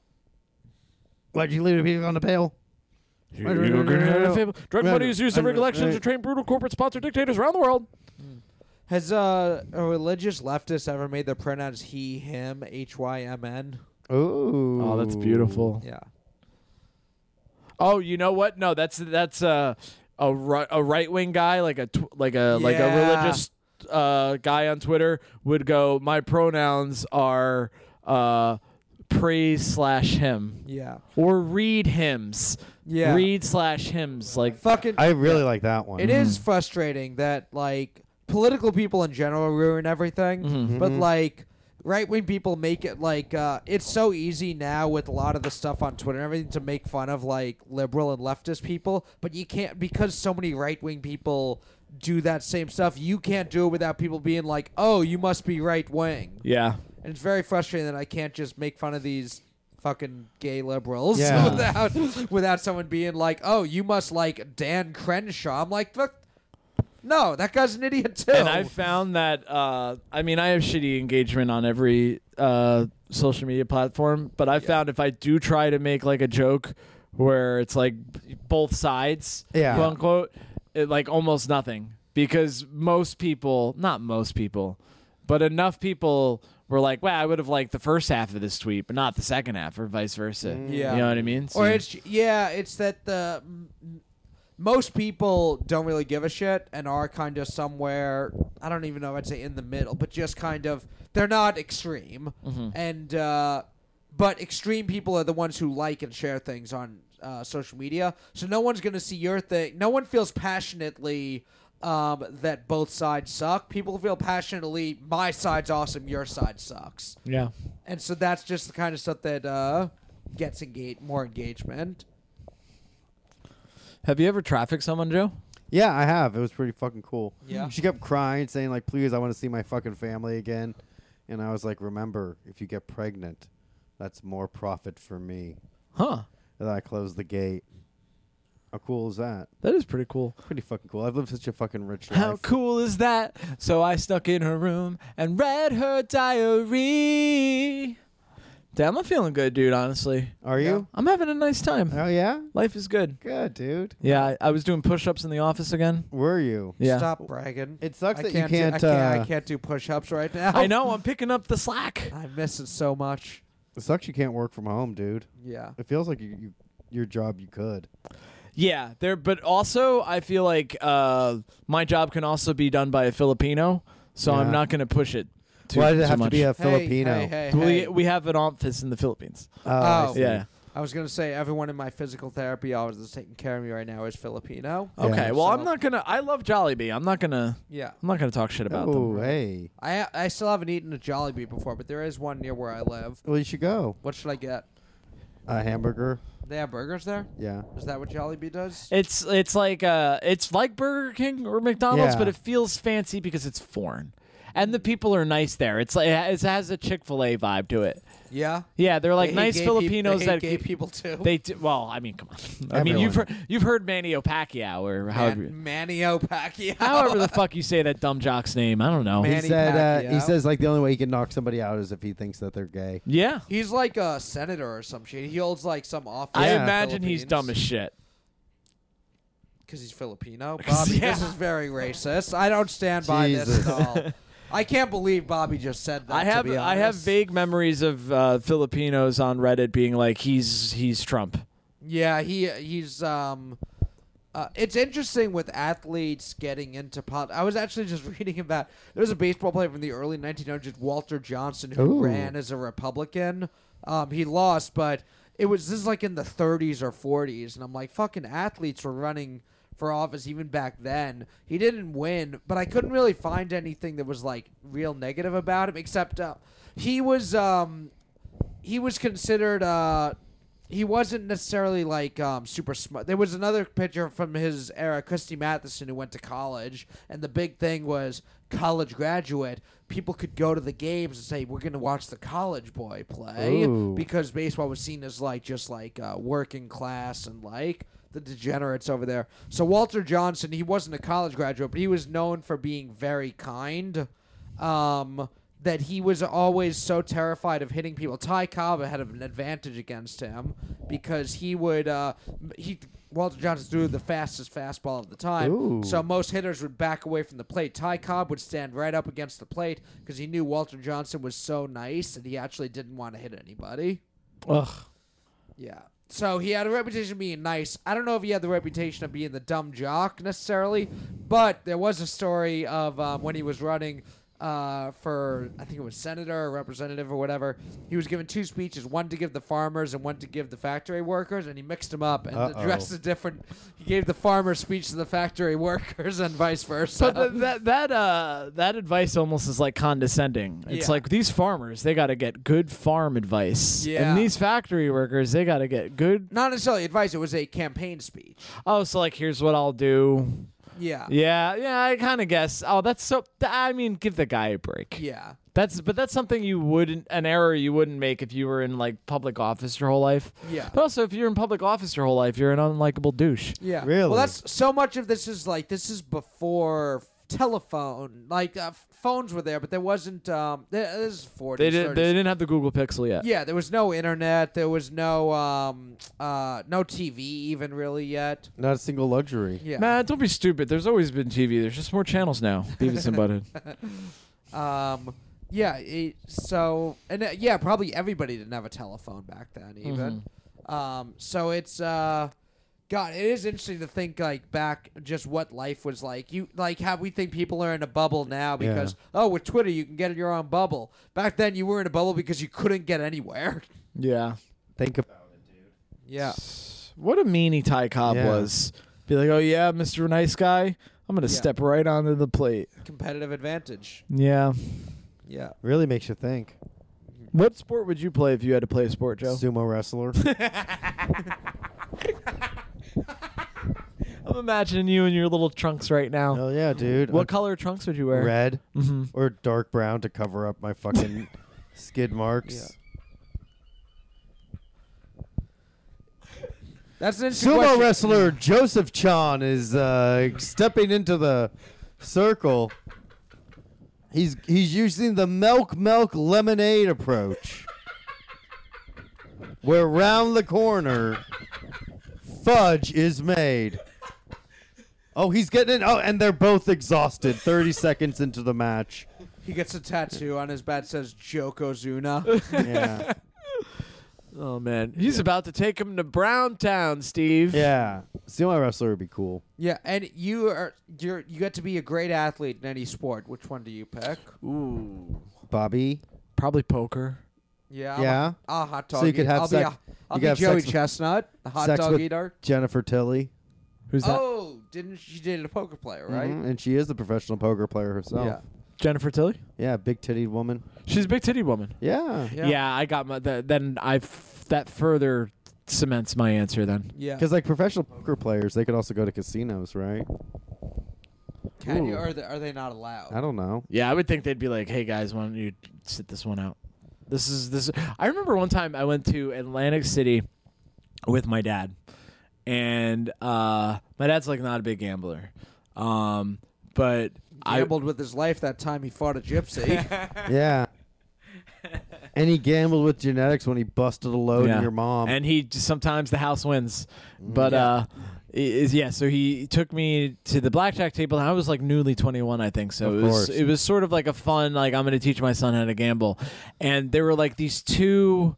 [SPEAKER 1] Why'd you leave the people on the pill?
[SPEAKER 2] Drug money is used in recollections to
[SPEAKER 1] Right.
[SPEAKER 2] train brutal corporate sponsored dictators around the world.
[SPEAKER 3] Has uh, a religious leftist ever made their pronouns he, him, H Y M N?
[SPEAKER 1] Ooh.
[SPEAKER 2] Oh, that's beautiful.
[SPEAKER 3] Yeah.
[SPEAKER 2] Oh, you know what? No, that's that's uh, a ri- a right wing guy like a tw- like a like a
[SPEAKER 3] Yeah.
[SPEAKER 2] religious uh, guy on Twitter would go. My pronouns are uh, praise slash him
[SPEAKER 3] Yeah.
[SPEAKER 2] or read hymns.
[SPEAKER 3] Yeah.
[SPEAKER 2] read slash hymns like
[SPEAKER 3] Fucking.
[SPEAKER 1] I really like that one.
[SPEAKER 3] It is frustrating that like political people in general ruin everything, but like right wing people make it like uh, it's so easy now with a lot of the stuff on Twitter and everything to make fun of like liberal and leftist people, but you can't because so many right wing people do that same stuff. You can't do it without people being like, "Oh, you must be right wing,"
[SPEAKER 2] yeah.
[SPEAKER 3] and it's very frustrating that I can't just make fun of these. Fucking gay liberals
[SPEAKER 1] Yeah.
[SPEAKER 3] without without someone being like, oh, you must like Dan Crenshaw. I'm like, fuck, no, that guy's an idiot too.
[SPEAKER 2] And I found that uh, I mean I have shitty engagement on every uh, social media platform, but I found if I do try to make like a joke where it's like both sides,
[SPEAKER 1] Yeah.
[SPEAKER 2] quote unquote, it, like almost nothing because most people, not most people, but enough people were like, "Wow, I would have liked the first half of this tweet, but not the second half, or vice versa."
[SPEAKER 3] Yeah.
[SPEAKER 2] you know what I mean? So-
[SPEAKER 3] or it's yeah, it's that the m- m- most people don't really give a shit and are kind of somewhere. I don't even know. I'd say in the middle, but just kind of they're not extreme, and uh, but extreme people are the ones who like and share things on uh, social media. So no one's gonna see your thing. No one feels passionately. Um, that both sides suck. People feel passionately, my side's awesome, your side sucks.
[SPEAKER 2] yeah.
[SPEAKER 3] And so that's just the kind of stuff that uh, gets engage- more engagement.
[SPEAKER 2] Have you ever trafficked someone, Joe?
[SPEAKER 1] Yeah, I have. It was pretty fucking cool.
[SPEAKER 3] Yeah.
[SPEAKER 1] She kept crying, saying like, "Please, I want to see my fucking family again." And I was like, "Remember, if you get pregnant, that's more profit for me."
[SPEAKER 2] Huh.
[SPEAKER 1] And I closed the gate. How cool is that?
[SPEAKER 2] That is pretty cool.
[SPEAKER 1] Pretty fucking cool. I've lived such a fucking rich life.
[SPEAKER 2] How cool is that? So I snuck in her room and read her diary. Damn, I'm feeling good, dude. Honestly,
[SPEAKER 1] Are you?
[SPEAKER 2] I'm having a nice time.
[SPEAKER 1] Oh yeah.
[SPEAKER 2] Life is good.
[SPEAKER 1] Good dude.
[SPEAKER 2] Yeah, I, I was doing push-ups in the office again.
[SPEAKER 1] Were you?
[SPEAKER 2] Yeah,
[SPEAKER 3] Stop bragging.
[SPEAKER 1] It sucks
[SPEAKER 3] I
[SPEAKER 1] that
[SPEAKER 3] can't,
[SPEAKER 1] you
[SPEAKER 3] do-
[SPEAKER 1] can't.
[SPEAKER 3] I can't,
[SPEAKER 1] uh,
[SPEAKER 3] I can't do push-ups right now.
[SPEAKER 2] I know. I'm picking up the slack.
[SPEAKER 3] I miss it so much.
[SPEAKER 1] It sucks you can't work from home, dude.
[SPEAKER 3] Yeah.
[SPEAKER 1] It feels like you, you your job you could.
[SPEAKER 2] Yeah, there. But also, I feel like uh, my job can also be done by a Filipino, so
[SPEAKER 1] Yeah.
[SPEAKER 2] I'm not going to push it too,
[SPEAKER 1] Why did it
[SPEAKER 2] too
[SPEAKER 1] have
[SPEAKER 2] much.
[SPEAKER 1] to be a
[SPEAKER 3] Hey,
[SPEAKER 1] Filipino?
[SPEAKER 3] Hey, hey,
[SPEAKER 2] we,
[SPEAKER 3] hey.
[SPEAKER 2] we have an office in the Philippines.
[SPEAKER 1] Oh, I
[SPEAKER 3] Oh.
[SPEAKER 1] see.
[SPEAKER 2] Yeah.
[SPEAKER 3] I was gonna say everyone in my physical therapy hours that's taking care of me right now is Filipino.
[SPEAKER 1] Yeah.
[SPEAKER 2] Okay. well,
[SPEAKER 3] So-
[SPEAKER 2] I'm not gonna. I love Jollibee. I'm not gonna.
[SPEAKER 3] Yeah.
[SPEAKER 2] I'm not gonna talk shit about them.
[SPEAKER 1] Oh, hey.
[SPEAKER 3] I I still haven't eaten a Jollibee before, but there is one near where I live.
[SPEAKER 1] Well, you should go.
[SPEAKER 3] What should I get?
[SPEAKER 1] A hamburger.
[SPEAKER 3] They have burgers there.
[SPEAKER 1] Yeah.
[SPEAKER 3] Is that what Jollibee does?
[SPEAKER 2] It's it's like uh it's like Burger King or McDonald's,
[SPEAKER 1] Yeah.
[SPEAKER 2] but it feels fancy because it's foreign, and the people are nice there. It's like it has a Chick Fil A vibe to it.
[SPEAKER 3] yeah.
[SPEAKER 2] Yeah, they're like
[SPEAKER 3] They hate
[SPEAKER 2] nice
[SPEAKER 3] gay peop-
[SPEAKER 2] Filipinos
[SPEAKER 3] they hate
[SPEAKER 2] that
[SPEAKER 3] gay people too.
[SPEAKER 2] They do, well, I mean, come on. I mean,
[SPEAKER 1] Everyone.
[SPEAKER 2] you've heard, you've heard Manny Pacquiao or however,
[SPEAKER 3] Man- Manio Pacquiao.
[SPEAKER 2] however the fuck you say that dumb jock's name. I don't know.
[SPEAKER 3] Man-
[SPEAKER 1] he
[SPEAKER 3] Manny
[SPEAKER 1] said uh, he
[SPEAKER 3] Pacquiao.
[SPEAKER 1] says like the only way he can knock somebody out is if he thinks that they're gay.
[SPEAKER 2] yeah,
[SPEAKER 3] He's like a senator or some shit. He holds like some office.
[SPEAKER 2] I
[SPEAKER 1] Yeah.
[SPEAKER 2] imagine he's dumb as shit.
[SPEAKER 3] because he's Filipino. Bobby,
[SPEAKER 2] Yeah.
[SPEAKER 3] this is very racist. I don't stand by this
[SPEAKER 1] Jesus.
[SPEAKER 3] at all. I can't believe Bobby just said that.
[SPEAKER 2] I
[SPEAKER 3] to
[SPEAKER 2] have
[SPEAKER 3] be
[SPEAKER 2] I have
[SPEAKER 3] honest.
[SPEAKER 2] vague memories of uh, Filipinos on Reddit being like he's he's Trump.
[SPEAKER 3] Yeah, he he's um uh, it's interesting with athletes getting into pot. I was actually just reading about there was a baseball player from the early 1900s, Walter Johnson, who
[SPEAKER 1] Ooh.
[SPEAKER 3] ran as a Republican. Um, he lost, but it was this is like in the 30s or 40s, and I'm like, fucking athletes were running for office even back then. He didn't win, but I couldn't really find anything that was like real negative about him, except uh, he was um, he was considered uh he wasn't necessarily like um, super smart. There was another pitcher from his era, Christy Matheson, who went to college, and the big thing was college graduate. People could go to the games and say, "We're going to watch the college boy play,"
[SPEAKER 1] Ooh.
[SPEAKER 3] because baseball was seen as like just like uh, working class and like the degenerates over there. So Walter Johnson, he wasn't a college graduate, but he was known for being very kind um, that he was always so terrified of hitting people. Ty Cobb had an advantage against him because he would uh, he Walter Johnson threw the fastest fastball of the time,
[SPEAKER 1] Ooh.
[SPEAKER 3] so most hitters would back away from the plate. Ty Cobb would stand right up against the plate because he knew Walter Johnson was so nice that he actually didn't want to hit anybody.
[SPEAKER 2] Ugh.
[SPEAKER 3] Yeah. So he had a reputation of being nice. I don't know if he had the reputation of being the dumb jock necessarily, but there was a story of um, when he was running uh, for, I think it was senator or representative or whatever. He was given two speeches, one to give the farmers and one to give the factory workers, and he mixed them up and
[SPEAKER 1] Uh-oh.
[SPEAKER 3] addressed the different. He gave the farmer speech to the factory workers and vice versa.
[SPEAKER 2] But th- that that uh that advice almost is like condescending. It's
[SPEAKER 3] Yeah.
[SPEAKER 2] like these farmers, they got to get good farm advice,
[SPEAKER 3] Yeah.
[SPEAKER 2] and these factory workers, they got to get good.
[SPEAKER 3] Not necessarily advice. It was a campaign speech.
[SPEAKER 2] Oh, so like here's what I'll do.
[SPEAKER 3] Yeah.
[SPEAKER 2] Yeah, yeah, I kind of guess. Oh, that's so. th- I mean, give the guy a break.
[SPEAKER 3] Yeah.
[SPEAKER 2] That's but that's something you wouldn't an error you wouldn't make if you were in like public office your whole life.
[SPEAKER 3] Yeah.
[SPEAKER 2] But also, if you're in public office your whole life, you're an unlikable douche.
[SPEAKER 3] Yeah.
[SPEAKER 1] Really?
[SPEAKER 3] Well, that's so much of this is like this is before telephone. Like uh, phones were there, but there wasn't. Um, there, this is 40s.
[SPEAKER 2] They didn't.
[SPEAKER 3] 30s.
[SPEAKER 2] They didn't have the Google Pixel yet.
[SPEAKER 3] Yeah, there was no internet. There was no um, uh, no TV even really yet.
[SPEAKER 1] Not a single luxury.
[SPEAKER 3] Yeah.
[SPEAKER 2] Man, don't be stupid. There's always been TV. There's just more channels now. Beavis and Butthead.
[SPEAKER 3] Um, yeah. It, so and uh, yeah, probably everybody didn't have a telephone back then even. Um, so it's uh, God, it is interesting to think like back just what life was like. You like how we think people are in a bubble now because oh with Twitter you can get in your own bubble. Back then you were in a bubble because you couldn't get anywhere.
[SPEAKER 2] Yeah.
[SPEAKER 1] Think about
[SPEAKER 3] yeah.
[SPEAKER 2] What a meanie Ty Cobb
[SPEAKER 1] Yeah.
[SPEAKER 2] was. Be like, oh yeah, Mr. Nice Guy. I'm gonna
[SPEAKER 3] Yeah.
[SPEAKER 2] step right onto the plate.
[SPEAKER 3] Competitive advantage.
[SPEAKER 2] Yeah.
[SPEAKER 3] Yeah.
[SPEAKER 1] really makes you think.
[SPEAKER 2] What sport would you play if you had to play a sport, Joe?
[SPEAKER 1] Sumo wrestler.
[SPEAKER 2] I'm imagining you in your little trunks right now.
[SPEAKER 1] Hell yeah, dude.
[SPEAKER 2] What
[SPEAKER 1] Uh,
[SPEAKER 2] color trunks would you wear?
[SPEAKER 1] Red
[SPEAKER 2] Mm-hmm.
[SPEAKER 1] or dark brown to cover up my fucking skid marks.
[SPEAKER 3] That's an interesting
[SPEAKER 1] Sumo
[SPEAKER 3] question.
[SPEAKER 1] wrestler Joseph Chan is uh, stepping into the circle. He's he's using the milk milk lemonade approach. where round the corner fudge is made. Oh, he's getting it. Oh, and they're both exhausted 30 seconds into the match.
[SPEAKER 3] He gets a tattoo on his back that says Jokozuna.
[SPEAKER 1] Yeah.
[SPEAKER 2] Oh man, he's about to take him to Brown Town, Steve.
[SPEAKER 1] Yeah. See, my wrestler would be cool.
[SPEAKER 3] yeah, and you are you're you get to be a great athlete in any sport. Which one do you pick?
[SPEAKER 2] Ooh,
[SPEAKER 1] Bobby.
[SPEAKER 2] probably poker.
[SPEAKER 3] Yeah, I'm
[SPEAKER 1] Yeah.
[SPEAKER 3] a, a hot dog.
[SPEAKER 1] So you could
[SPEAKER 3] eater.
[SPEAKER 1] have
[SPEAKER 3] I'll
[SPEAKER 1] sex-
[SPEAKER 3] Be a, I'll
[SPEAKER 1] you could
[SPEAKER 3] be
[SPEAKER 1] have sex
[SPEAKER 3] Joey
[SPEAKER 1] with-
[SPEAKER 3] Chestnut, the hot
[SPEAKER 1] sex
[SPEAKER 3] dog
[SPEAKER 1] with
[SPEAKER 3] eater.
[SPEAKER 1] Jennifer Tilly.
[SPEAKER 2] Who's that?
[SPEAKER 3] Oh, didn't she date a poker player, right?
[SPEAKER 1] Mhm, And she is a professional poker player herself.
[SPEAKER 3] Yeah.
[SPEAKER 2] Jennifer Tilly.
[SPEAKER 1] Yeah, big titted woman.
[SPEAKER 2] She's a big titty woman.
[SPEAKER 1] Yeah.
[SPEAKER 3] Yeah.
[SPEAKER 2] Yeah, I got my. Th- then I f- that further cements my answer. Then
[SPEAKER 3] Yeah.
[SPEAKER 1] Because like professional poker players, they could also go to casinos, right?
[SPEAKER 3] Can you,
[SPEAKER 2] Ooh.
[SPEAKER 3] or are they, are they not allowed?
[SPEAKER 1] I don't know.
[SPEAKER 2] yeah, I would think they'd be like, "Hey guys, why don't you sit this one out?" This is this. I remember one time I went to Atlantic City with my dad, and uh, my dad's like not a big gambler, um, but I
[SPEAKER 3] Gambled with his life that time he fought a gypsy.
[SPEAKER 1] Yeah. and he gambled with genetics when he busted a load
[SPEAKER 2] Yeah.
[SPEAKER 1] in your mom.
[SPEAKER 2] and he sometimes the house wins but uh i- is yeah so he took me to the blackjack table and i was like newly 21 i think so
[SPEAKER 1] Of
[SPEAKER 2] it was
[SPEAKER 1] course.
[SPEAKER 2] it was sort of like a fun like i'm gonna teach my son how to gamble and there were like these two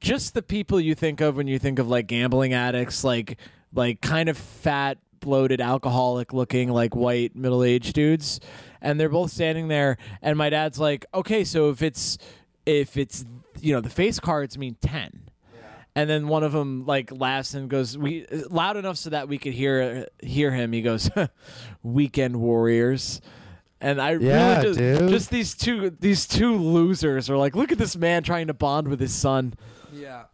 [SPEAKER 2] just the people you think of when you think of like gambling addicts like like kind of fat bloated alcoholic looking like white middle-aged dudes and they're both standing there and my dad's like okay so if it's if it's you know the face cards mean 10 and then one of them like laughs and goes we loud enough so that we could hear hear him he goes weekend warriors and i
[SPEAKER 1] Yeah,
[SPEAKER 2] really just,
[SPEAKER 1] dude.
[SPEAKER 2] just these two these two losers are like look at this man trying to bond with his son
[SPEAKER 3] yeah.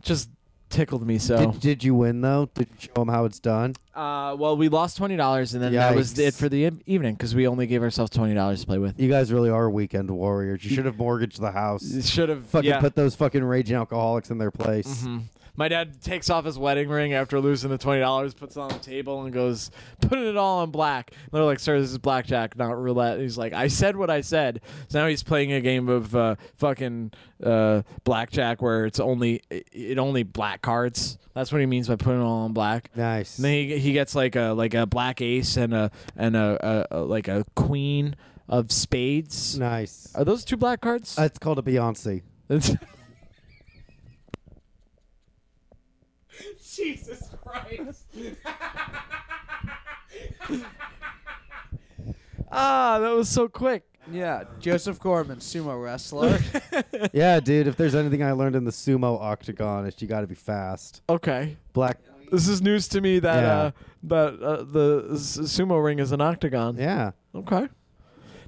[SPEAKER 2] just tickled me so
[SPEAKER 1] did, did you win though? Did you show him how it's done?
[SPEAKER 2] uh, well we lost $20 and then that was
[SPEAKER 1] Yikes.
[SPEAKER 2] it for the e- evening because we only gave ourselves $20 to play with
[SPEAKER 1] You guys really are weekend warriors. You should have mortgaged the house.
[SPEAKER 2] should have
[SPEAKER 1] Fucking put those fucking raging alcoholics in their place.
[SPEAKER 3] Mm-hmm.
[SPEAKER 2] Mm-hmm. My dad takes off his wedding ring after losing the twenty dollars, puts it on the table, and goes, "Putting it all on black." And they're like, "Sir, this is blackjack, not roulette." And he's like, "I said what I said." So now he's playing a game of uh, fucking uh, blackjack where it's only it- it only black cards. That's what he means by putting it all on black.
[SPEAKER 1] Nice.
[SPEAKER 2] And then he, he gets like a like a black ace and a and a, a, a like a queen of spades.
[SPEAKER 1] Nice.
[SPEAKER 2] Are those two black cards?
[SPEAKER 1] Uh, it's called a Beyonce.
[SPEAKER 3] Jesus Christ.
[SPEAKER 2] ah, that was so quick.
[SPEAKER 3] Yeah, Joseph Gorman, sumo wrestler.
[SPEAKER 1] yeah, dude. If there's anything I learned in the sumo octagon, it's you got to be fast.
[SPEAKER 2] Okay.
[SPEAKER 1] Black.
[SPEAKER 2] This is news to me that
[SPEAKER 1] Yeah.
[SPEAKER 2] uh, that uh, the s- sumo ring is an octagon.
[SPEAKER 1] Yeah.
[SPEAKER 2] Okay.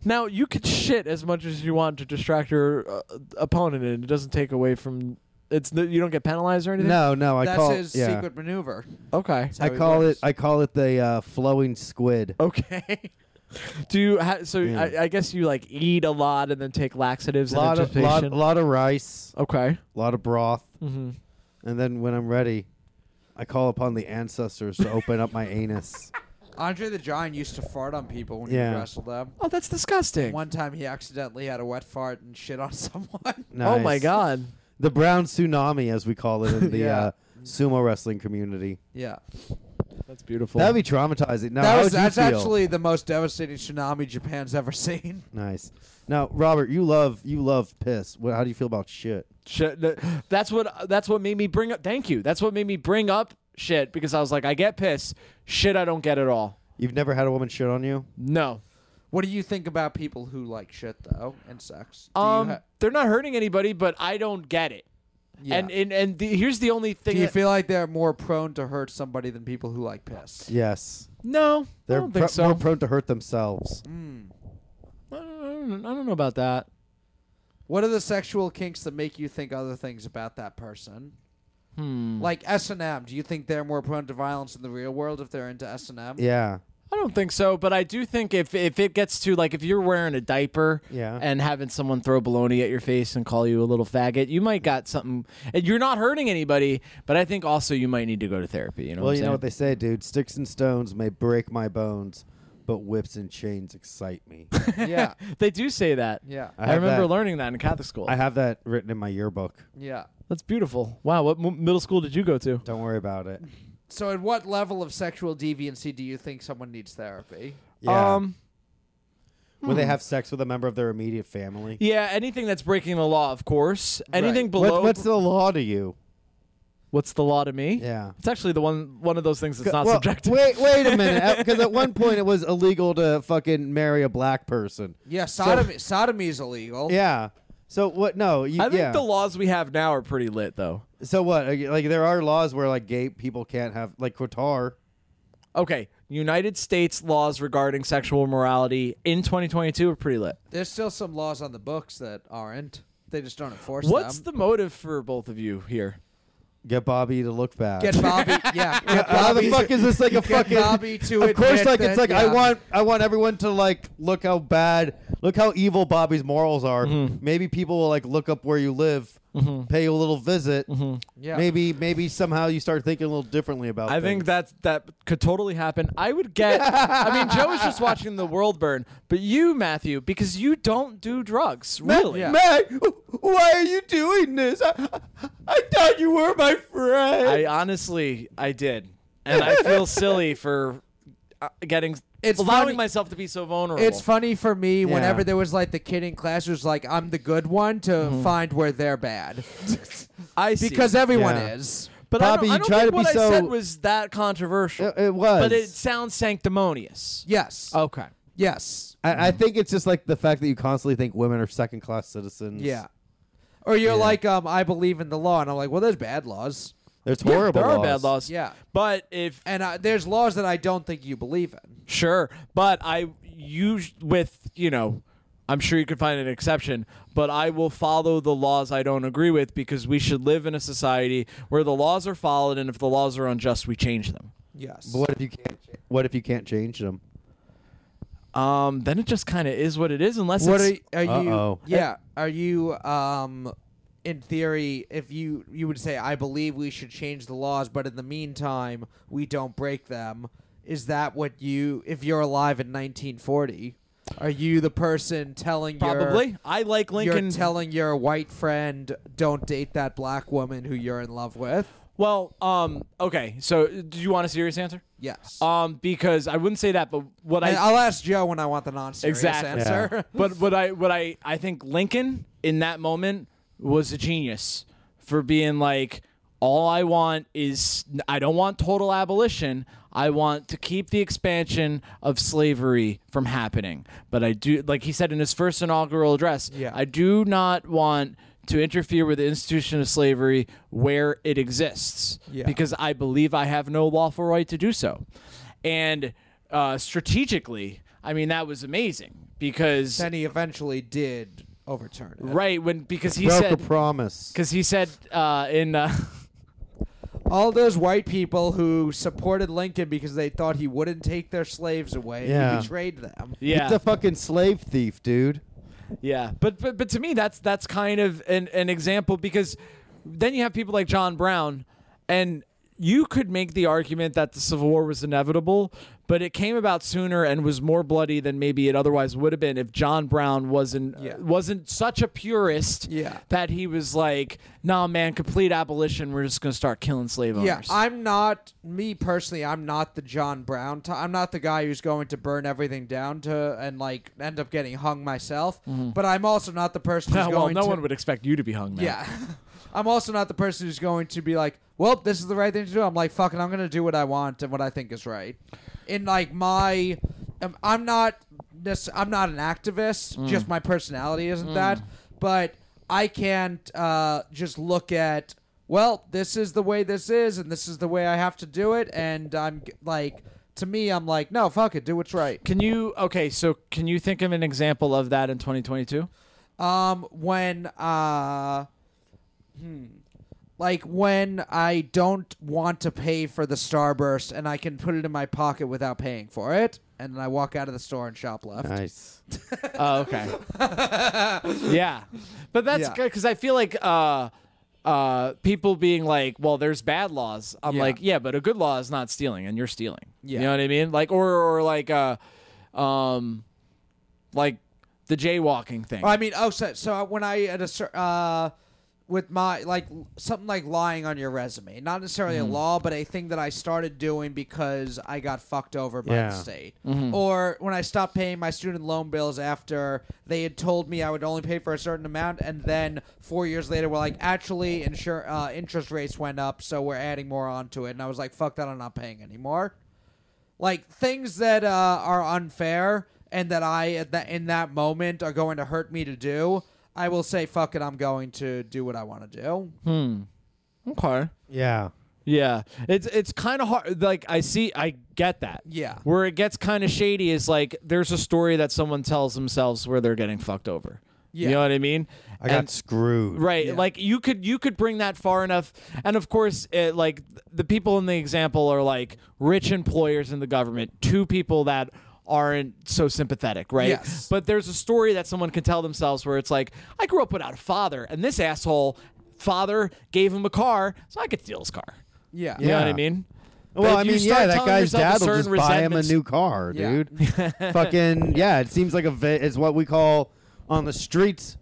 [SPEAKER 2] Now you could shit as much as you want to distract your uh, opponent, and it doesn't take away from it's. n- You don't get penalized or anything.
[SPEAKER 1] No, no. I
[SPEAKER 3] That's
[SPEAKER 1] call.
[SPEAKER 3] his
[SPEAKER 1] yeah.
[SPEAKER 3] secret maneuver.
[SPEAKER 2] Okay.
[SPEAKER 3] That's how
[SPEAKER 1] I
[SPEAKER 3] he
[SPEAKER 1] call it.
[SPEAKER 3] works.
[SPEAKER 1] I call it the uh, flowing squid.
[SPEAKER 2] Okay. Do you ha- so?
[SPEAKER 1] Yeah.
[SPEAKER 2] I, I guess you like eat a lot and then take laxatives
[SPEAKER 1] A lot
[SPEAKER 2] and
[SPEAKER 1] of lot,
[SPEAKER 2] agitation.
[SPEAKER 1] lot of rice,
[SPEAKER 2] okay.
[SPEAKER 1] a lot of broth,
[SPEAKER 2] Mm-hmm.
[SPEAKER 1] and then when I'm ready, I call upon the ancestors to open up my anus.
[SPEAKER 3] Andre the Giant used to fart on people when
[SPEAKER 1] Yeah.
[SPEAKER 3] he wrestled them.
[SPEAKER 2] Oh, that's disgusting.
[SPEAKER 3] One time he accidentally had a wet fart and shit on someone.
[SPEAKER 1] Nice.
[SPEAKER 2] Oh my god.
[SPEAKER 1] The brown tsunami, as we call it in the
[SPEAKER 3] Yeah.
[SPEAKER 1] uh, sumo wrestling community.
[SPEAKER 3] Yeah.
[SPEAKER 2] That's beautiful.
[SPEAKER 1] That'd be traumatizing. Now,
[SPEAKER 3] that
[SPEAKER 1] how
[SPEAKER 3] was,
[SPEAKER 1] would you
[SPEAKER 3] that's
[SPEAKER 1] feel?
[SPEAKER 3] actually the most devastating tsunami Japan's ever seen.
[SPEAKER 1] nice. Now, Robert, you love you love piss. What, how do you feel about shit?
[SPEAKER 2] shit. th- That's what that's what made me bring up. Thank you. That's what made me bring up shit because I was like, I get pissed. Shit, I don't get at all.
[SPEAKER 1] You've never had a woman shit on you?
[SPEAKER 2] No.
[SPEAKER 3] What do you think about people who like shit though and sex? Do you
[SPEAKER 2] Um,
[SPEAKER 3] ha-
[SPEAKER 2] they're not hurting anybody, but I don't get it.
[SPEAKER 3] yeah.
[SPEAKER 2] And and and the, here's the only thing.
[SPEAKER 3] do you
[SPEAKER 2] that-
[SPEAKER 3] feel like they're more prone to hurt somebody than people who like piss?
[SPEAKER 1] Yes.
[SPEAKER 2] no, I
[SPEAKER 1] They're
[SPEAKER 2] don't
[SPEAKER 1] pro-
[SPEAKER 2] think so.
[SPEAKER 1] more prone to hurt themselves.
[SPEAKER 2] I, don't, I don't know about that.
[SPEAKER 3] What are the sexual kinks that make you think other things about that person?
[SPEAKER 2] Hmm.
[SPEAKER 3] Like S and M, do you think they're more prone to violence in the real world if they're into S and M?
[SPEAKER 1] Yeah.
[SPEAKER 2] I don't think so, but I do think if if it gets to like if you're wearing a diaper
[SPEAKER 1] Yeah.
[SPEAKER 2] and having someone throw baloney at your face and call you a little faggot, you might got something. And you're not hurting anybody, but I think also you might need to go to therapy. You know.
[SPEAKER 1] well,
[SPEAKER 2] what I'm
[SPEAKER 1] you know
[SPEAKER 2] saying?
[SPEAKER 1] what they say, dude. Sticks and stones may break my bones, but whips and chains excite me.
[SPEAKER 3] yeah,
[SPEAKER 2] They do say that.
[SPEAKER 3] yeah,
[SPEAKER 1] I
[SPEAKER 2] I,
[SPEAKER 1] have
[SPEAKER 2] remember
[SPEAKER 1] that-
[SPEAKER 2] learning that in Catholic school.
[SPEAKER 1] I have that written in my yearbook.
[SPEAKER 3] yeah.
[SPEAKER 2] That's beautiful. Wow, what m- middle school did you go to?
[SPEAKER 1] Don't worry about it.
[SPEAKER 3] So, at what level of sexual deviancy do you think someone needs therapy?
[SPEAKER 1] Yeah.
[SPEAKER 2] Um, hmm.
[SPEAKER 1] when they have sex with a member of their immediate family.
[SPEAKER 2] yeah, anything that's breaking the law, of course. Anything
[SPEAKER 1] What-
[SPEAKER 2] below
[SPEAKER 1] what's the law to you?
[SPEAKER 2] What's the law to me?
[SPEAKER 1] Yeah.
[SPEAKER 2] It's actually the one one of those things that's not
[SPEAKER 1] Well,
[SPEAKER 2] subjective.
[SPEAKER 1] Wait, wait a minute. Because at one point it was illegal to fucking marry a black person.
[SPEAKER 3] Yeah, sodomy, sodomy is illegal.
[SPEAKER 1] Yeah. So what? No. You,
[SPEAKER 2] I think
[SPEAKER 1] yeah.
[SPEAKER 2] the laws we have now are pretty lit, though.
[SPEAKER 1] so what? Like like, there are laws where like gay people can't have like Qatar.
[SPEAKER 2] Okay, United States laws regarding sexual morality in 2022 are pretty lit.
[SPEAKER 3] There's still some laws on the books that aren't. They just don't enforce
[SPEAKER 2] What's
[SPEAKER 3] them.
[SPEAKER 2] the motive for both of you here?
[SPEAKER 1] Get Bobby to look bad.
[SPEAKER 3] Get Bobby. Yeah. Get
[SPEAKER 1] How
[SPEAKER 3] Bobby,
[SPEAKER 1] the fuck is this like a
[SPEAKER 3] get
[SPEAKER 1] fucking?
[SPEAKER 3] Bobby to
[SPEAKER 1] of course,
[SPEAKER 3] admit
[SPEAKER 1] like
[SPEAKER 3] that,
[SPEAKER 1] it's like I
[SPEAKER 3] yeah.
[SPEAKER 1] want I want everyone to like look how bad, look how evil Bobby's morals are.
[SPEAKER 2] Mm-hmm.
[SPEAKER 1] Maybe people will like look up where you live, pay you a little visit.
[SPEAKER 2] Mm-hmm.
[SPEAKER 3] Yeah.
[SPEAKER 1] Maybe maybe somehow you start thinking a little differently about.
[SPEAKER 2] I think
[SPEAKER 1] things.
[SPEAKER 2] that that could totally happen. I would get. I mean, Joe is just watching the world burn, but you, Matthew, because you don't do drugs, really.
[SPEAKER 3] yeah.
[SPEAKER 1] Matt, why are you doing this? I, I thought you were my friend.
[SPEAKER 2] I honestly, I did, and I feel silly for uh, getting
[SPEAKER 3] It's
[SPEAKER 2] allowing
[SPEAKER 3] funny-
[SPEAKER 2] myself to be so vulnerable.
[SPEAKER 3] It's funny for me
[SPEAKER 1] Yeah.
[SPEAKER 3] whenever there was like the kid in class who's like, I'm the good one to
[SPEAKER 1] Mm-hmm.
[SPEAKER 3] find where they're bad.
[SPEAKER 2] I see.
[SPEAKER 3] because everyone
[SPEAKER 1] Yeah.
[SPEAKER 3] is.
[SPEAKER 2] But
[SPEAKER 1] Bobby,
[SPEAKER 2] I don't, I
[SPEAKER 1] you
[SPEAKER 2] don't
[SPEAKER 1] try
[SPEAKER 2] think
[SPEAKER 1] to
[SPEAKER 2] what
[SPEAKER 1] be
[SPEAKER 2] I said
[SPEAKER 1] so-
[SPEAKER 2] was that controversial.
[SPEAKER 1] it, it was.
[SPEAKER 2] but it sounds sanctimonious.
[SPEAKER 3] Yes.
[SPEAKER 1] Uh,
[SPEAKER 2] Okay.
[SPEAKER 3] Yes.
[SPEAKER 1] I, I think it's just like the fact that you constantly think women are second class citizens.
[SPEAKER 3] Yeah. Or you're
[SPEAKER 1] Yeah.
[SPEAKER 3] like, um, I believe in the law, and I'm like, well, there's bad laws.
[SPEAKER 1] There's horrible.
[SPEAKER 2] There are bad laws.
[SPEAKER 3] Yeah.
[SPEAKER 2] But if
[SPEAKER 3] And uh, there's laws that I don't think you believe in.
[SPEAKER 2] sure, but I you with you know, I'm sure you could find an exception. But I will follow the laws I don't agree with because we should live in a society where the laws are followed, and if the laws are unjust, we change them.
[SPEAKER 3] Yes.
[SPEAKER 1] But what if you can't? cha- What if you can't change them?
[SPEAKER 2] Um, then it just kind of is what it is, unless
[SPEAKER 3] What
[SPEAKER 2] it's,
[SPEAKER 3] are, are you?
[SPEAKER 1] Uh-oh.
[SPEAKER 3] Yeah, are you? Um, in theory, if you you would say, I believe we should change the laws, but in the meantime, we don't break them. Is that what you? If you're alive in 1940, are you the person telling
[SPEAKER 2] probably. I like
[SPEAKER 3] your
[SPEAKER 2] Lincoln.
[SPEAKER 3] you're telling your white friend don't date that black woman who you're in love with?
[SPEAKER 2] well, um, okay. So, do you want a serious answer?
[SPEAKER 3] Yes.
[SPEAKER 2] Um, because I wouldn't say that, but what
[SPEAKER 3] and
[SPEAKER 2] I
[SPEAKER 3] I'll ask Joe when I want the non-serious
[SPEAKER 2] Exactly.
[SPEAKER 3] answer.
[SPEAKER 2] but what I what I I think Lincoln in that moment was a genius for being like all I want is I don't want total abolition. I want to keep the expansion of slavery from happening. But I do like he said in his first inaugural address,
[SPEAKER 3] Yeah.
[SPEAKER 2] I do not want to interfere with the institution of slavery where it exists
[SPEAKER 3] Yeah.
[SPEAKER 2] because I believe I have no lawful right to do so. And uh, strategically, I mean that was amazing because
[SPEAKER 3] Then he eventually did overturn it.
[SPEAKER 2] right when because he
[SPEAKER 1] Broke a
[SPEAKER 2] said
[SPEAKER 1] promise.
[SPEAKER 2] because he said uh, in uh,
[SPEAKER 3] all those white people who supported Lincoln because they thought he wouldn't take their slaves away.
[SPEAKER 1] Yeah.
[SPEAKER 3] He betrayed them.
[SPEAKER 2] yeah
[SPEAKER 1] It's a fucking slave thief, dude.
[SPEAKER 2] yeah but, but but to me that's that's kind of an, an example because then you have people like John Brown and you could make the argument that the Civil War was inevitable but it came about sooner and was more bloody than maybe it otherwise would have been if John Brown wasn't
[SPEAKER 3] Yeah.
[SPEAKER 2] wasn't such a purist
[SPEAKER 3] Yeah.
[SPEAKER 2] that he was like nah man complete abolition we're just gonna start killing slave owners
[SPEAKER 3] Yeah, I'm not me personally. I'm not the John Brown. i I'm not the guy who's going to burn everything down to and like end up getting hung myself. But I'm also not the person who's
[SPEAKER 2] well,
[SPEAKER 3] going
[SPEAKER 2] no
[SPEAKER 3] to.
[SPEAKER 2] one would expect you to be hung. Matt.
[SPEAKER 3] yeah, I'm also not the person who's going to be like, well, this is the right thing to do. I'm like, fucking, I'm gonna do what I want and what I think is right. In like my, um, I'm not this. I'm not an activist. Just my personality isn't that. But I can't uh, just look at. Well, this is the way this is, and this is the way I have to do it. And I'm g- like, to me, I'm like, no, fuck it, do what's right.
[SPEAKER 2] Can you? Okay, so can you think of an example of that in 2022?
[SPEAKER 3] Um, when uh, hmm, like when I don't want to pay for the Starburst and I can put it in my pocket without paying for it, and then I walk out of the store and shoplift.
[SPEAKER 1] Nice.
[SPEAKER 2] Oh, okay. yeah, but that's
[SPEAKER 3] Yeah.
[SPEAKER 2] good because I feel like uh, uh, people being like, "Well, there's bad laws." I'm
[SPEAKER 3] Yeah.
[SPEAKER 2] like, "Yeah, but a good law is not stealing, and you're stealing."
[SPEAKER 3] Yeah.
[SPEAKER 2] You know what I mean? Like, or or like, uh, um, like the jaywalking thing.
[SPEAKER 3] I mean, oh, so, so when I at a cer- uh, with my like something like lying on your resume, not necessarily a law, but a thing that I started doing because I got fucked over by
[SPEAKER 1] Yeah.
[SPEAKER 3] the state, or when I stopped paying my student loan bills after they had told me I would only pay for a certain amount, and then four years later, we're like, actually, insure uh, interest rates went up, so we're adding more onto it, and I was like, fuck that, I'm not paying anymore like things that uh, are unfair and that I at that in that moment are going to hurt me to do. I will say, fuck it, I'm going to do what I want to do.
[SPEAKER 2] Hmm. okay.
[SPEAKER 1] Yeah.
[SPEAKER 2] Yeah, it's it's kind of hard. Like I see, I get that.
[SPEAKER 3] Yeah.
[SPEAKER 2] where it gets kind of shady is like there's a story that someone tells themselves where they're getting fucked over.
[SPEAKER 3] Yeah.
[SPEAKER 2] you know what I mean.
[SPEAKER 1] I got
[SPEAKER 2] And-
[SPEAKER 1] screwed.
[SPEAKER 2] right. Like you could you could bring that far enough, and of course, it, like the people in the example are like rich employers in the government, two people that aren't so sympathetic, right?
[SPEAKER 3] Yes.
[SPEAKER 2] But there's a story that someone can tell themselves where it's like, I grew up without a father, and this asshole father gave him a car, so I could steal his car.
[SPEAKER 3] Yeah.
[SPEAKER 2] You know what I
[SPEAKER 1] Yeah.
[SPEAKER 2] mean? But
[SPEAKER 1] Well,
[SPEAKER 2] if
[SPEAKER 1] I
[SPEAKER 2] you
[SPEAKER 1] mean,
[SPEAKER 2] start
[SPEAKER 1] yeah, that
[SPEAKER 2] telling
[SPEAKER 1] guy's
[SPEAKER 2] yourself a
[SPEAKER 1] dad will
[SPEAKER 2] certain
[SPEAKER 1] just buy him a
[SPEAKER 2] resentment's-
[SPEAKER 1] new car,
[SPEAKER 3] Yeah.
[SPEAKER 1] dude. Fucking yeah, it seems like a vi- it's what we call on the streets,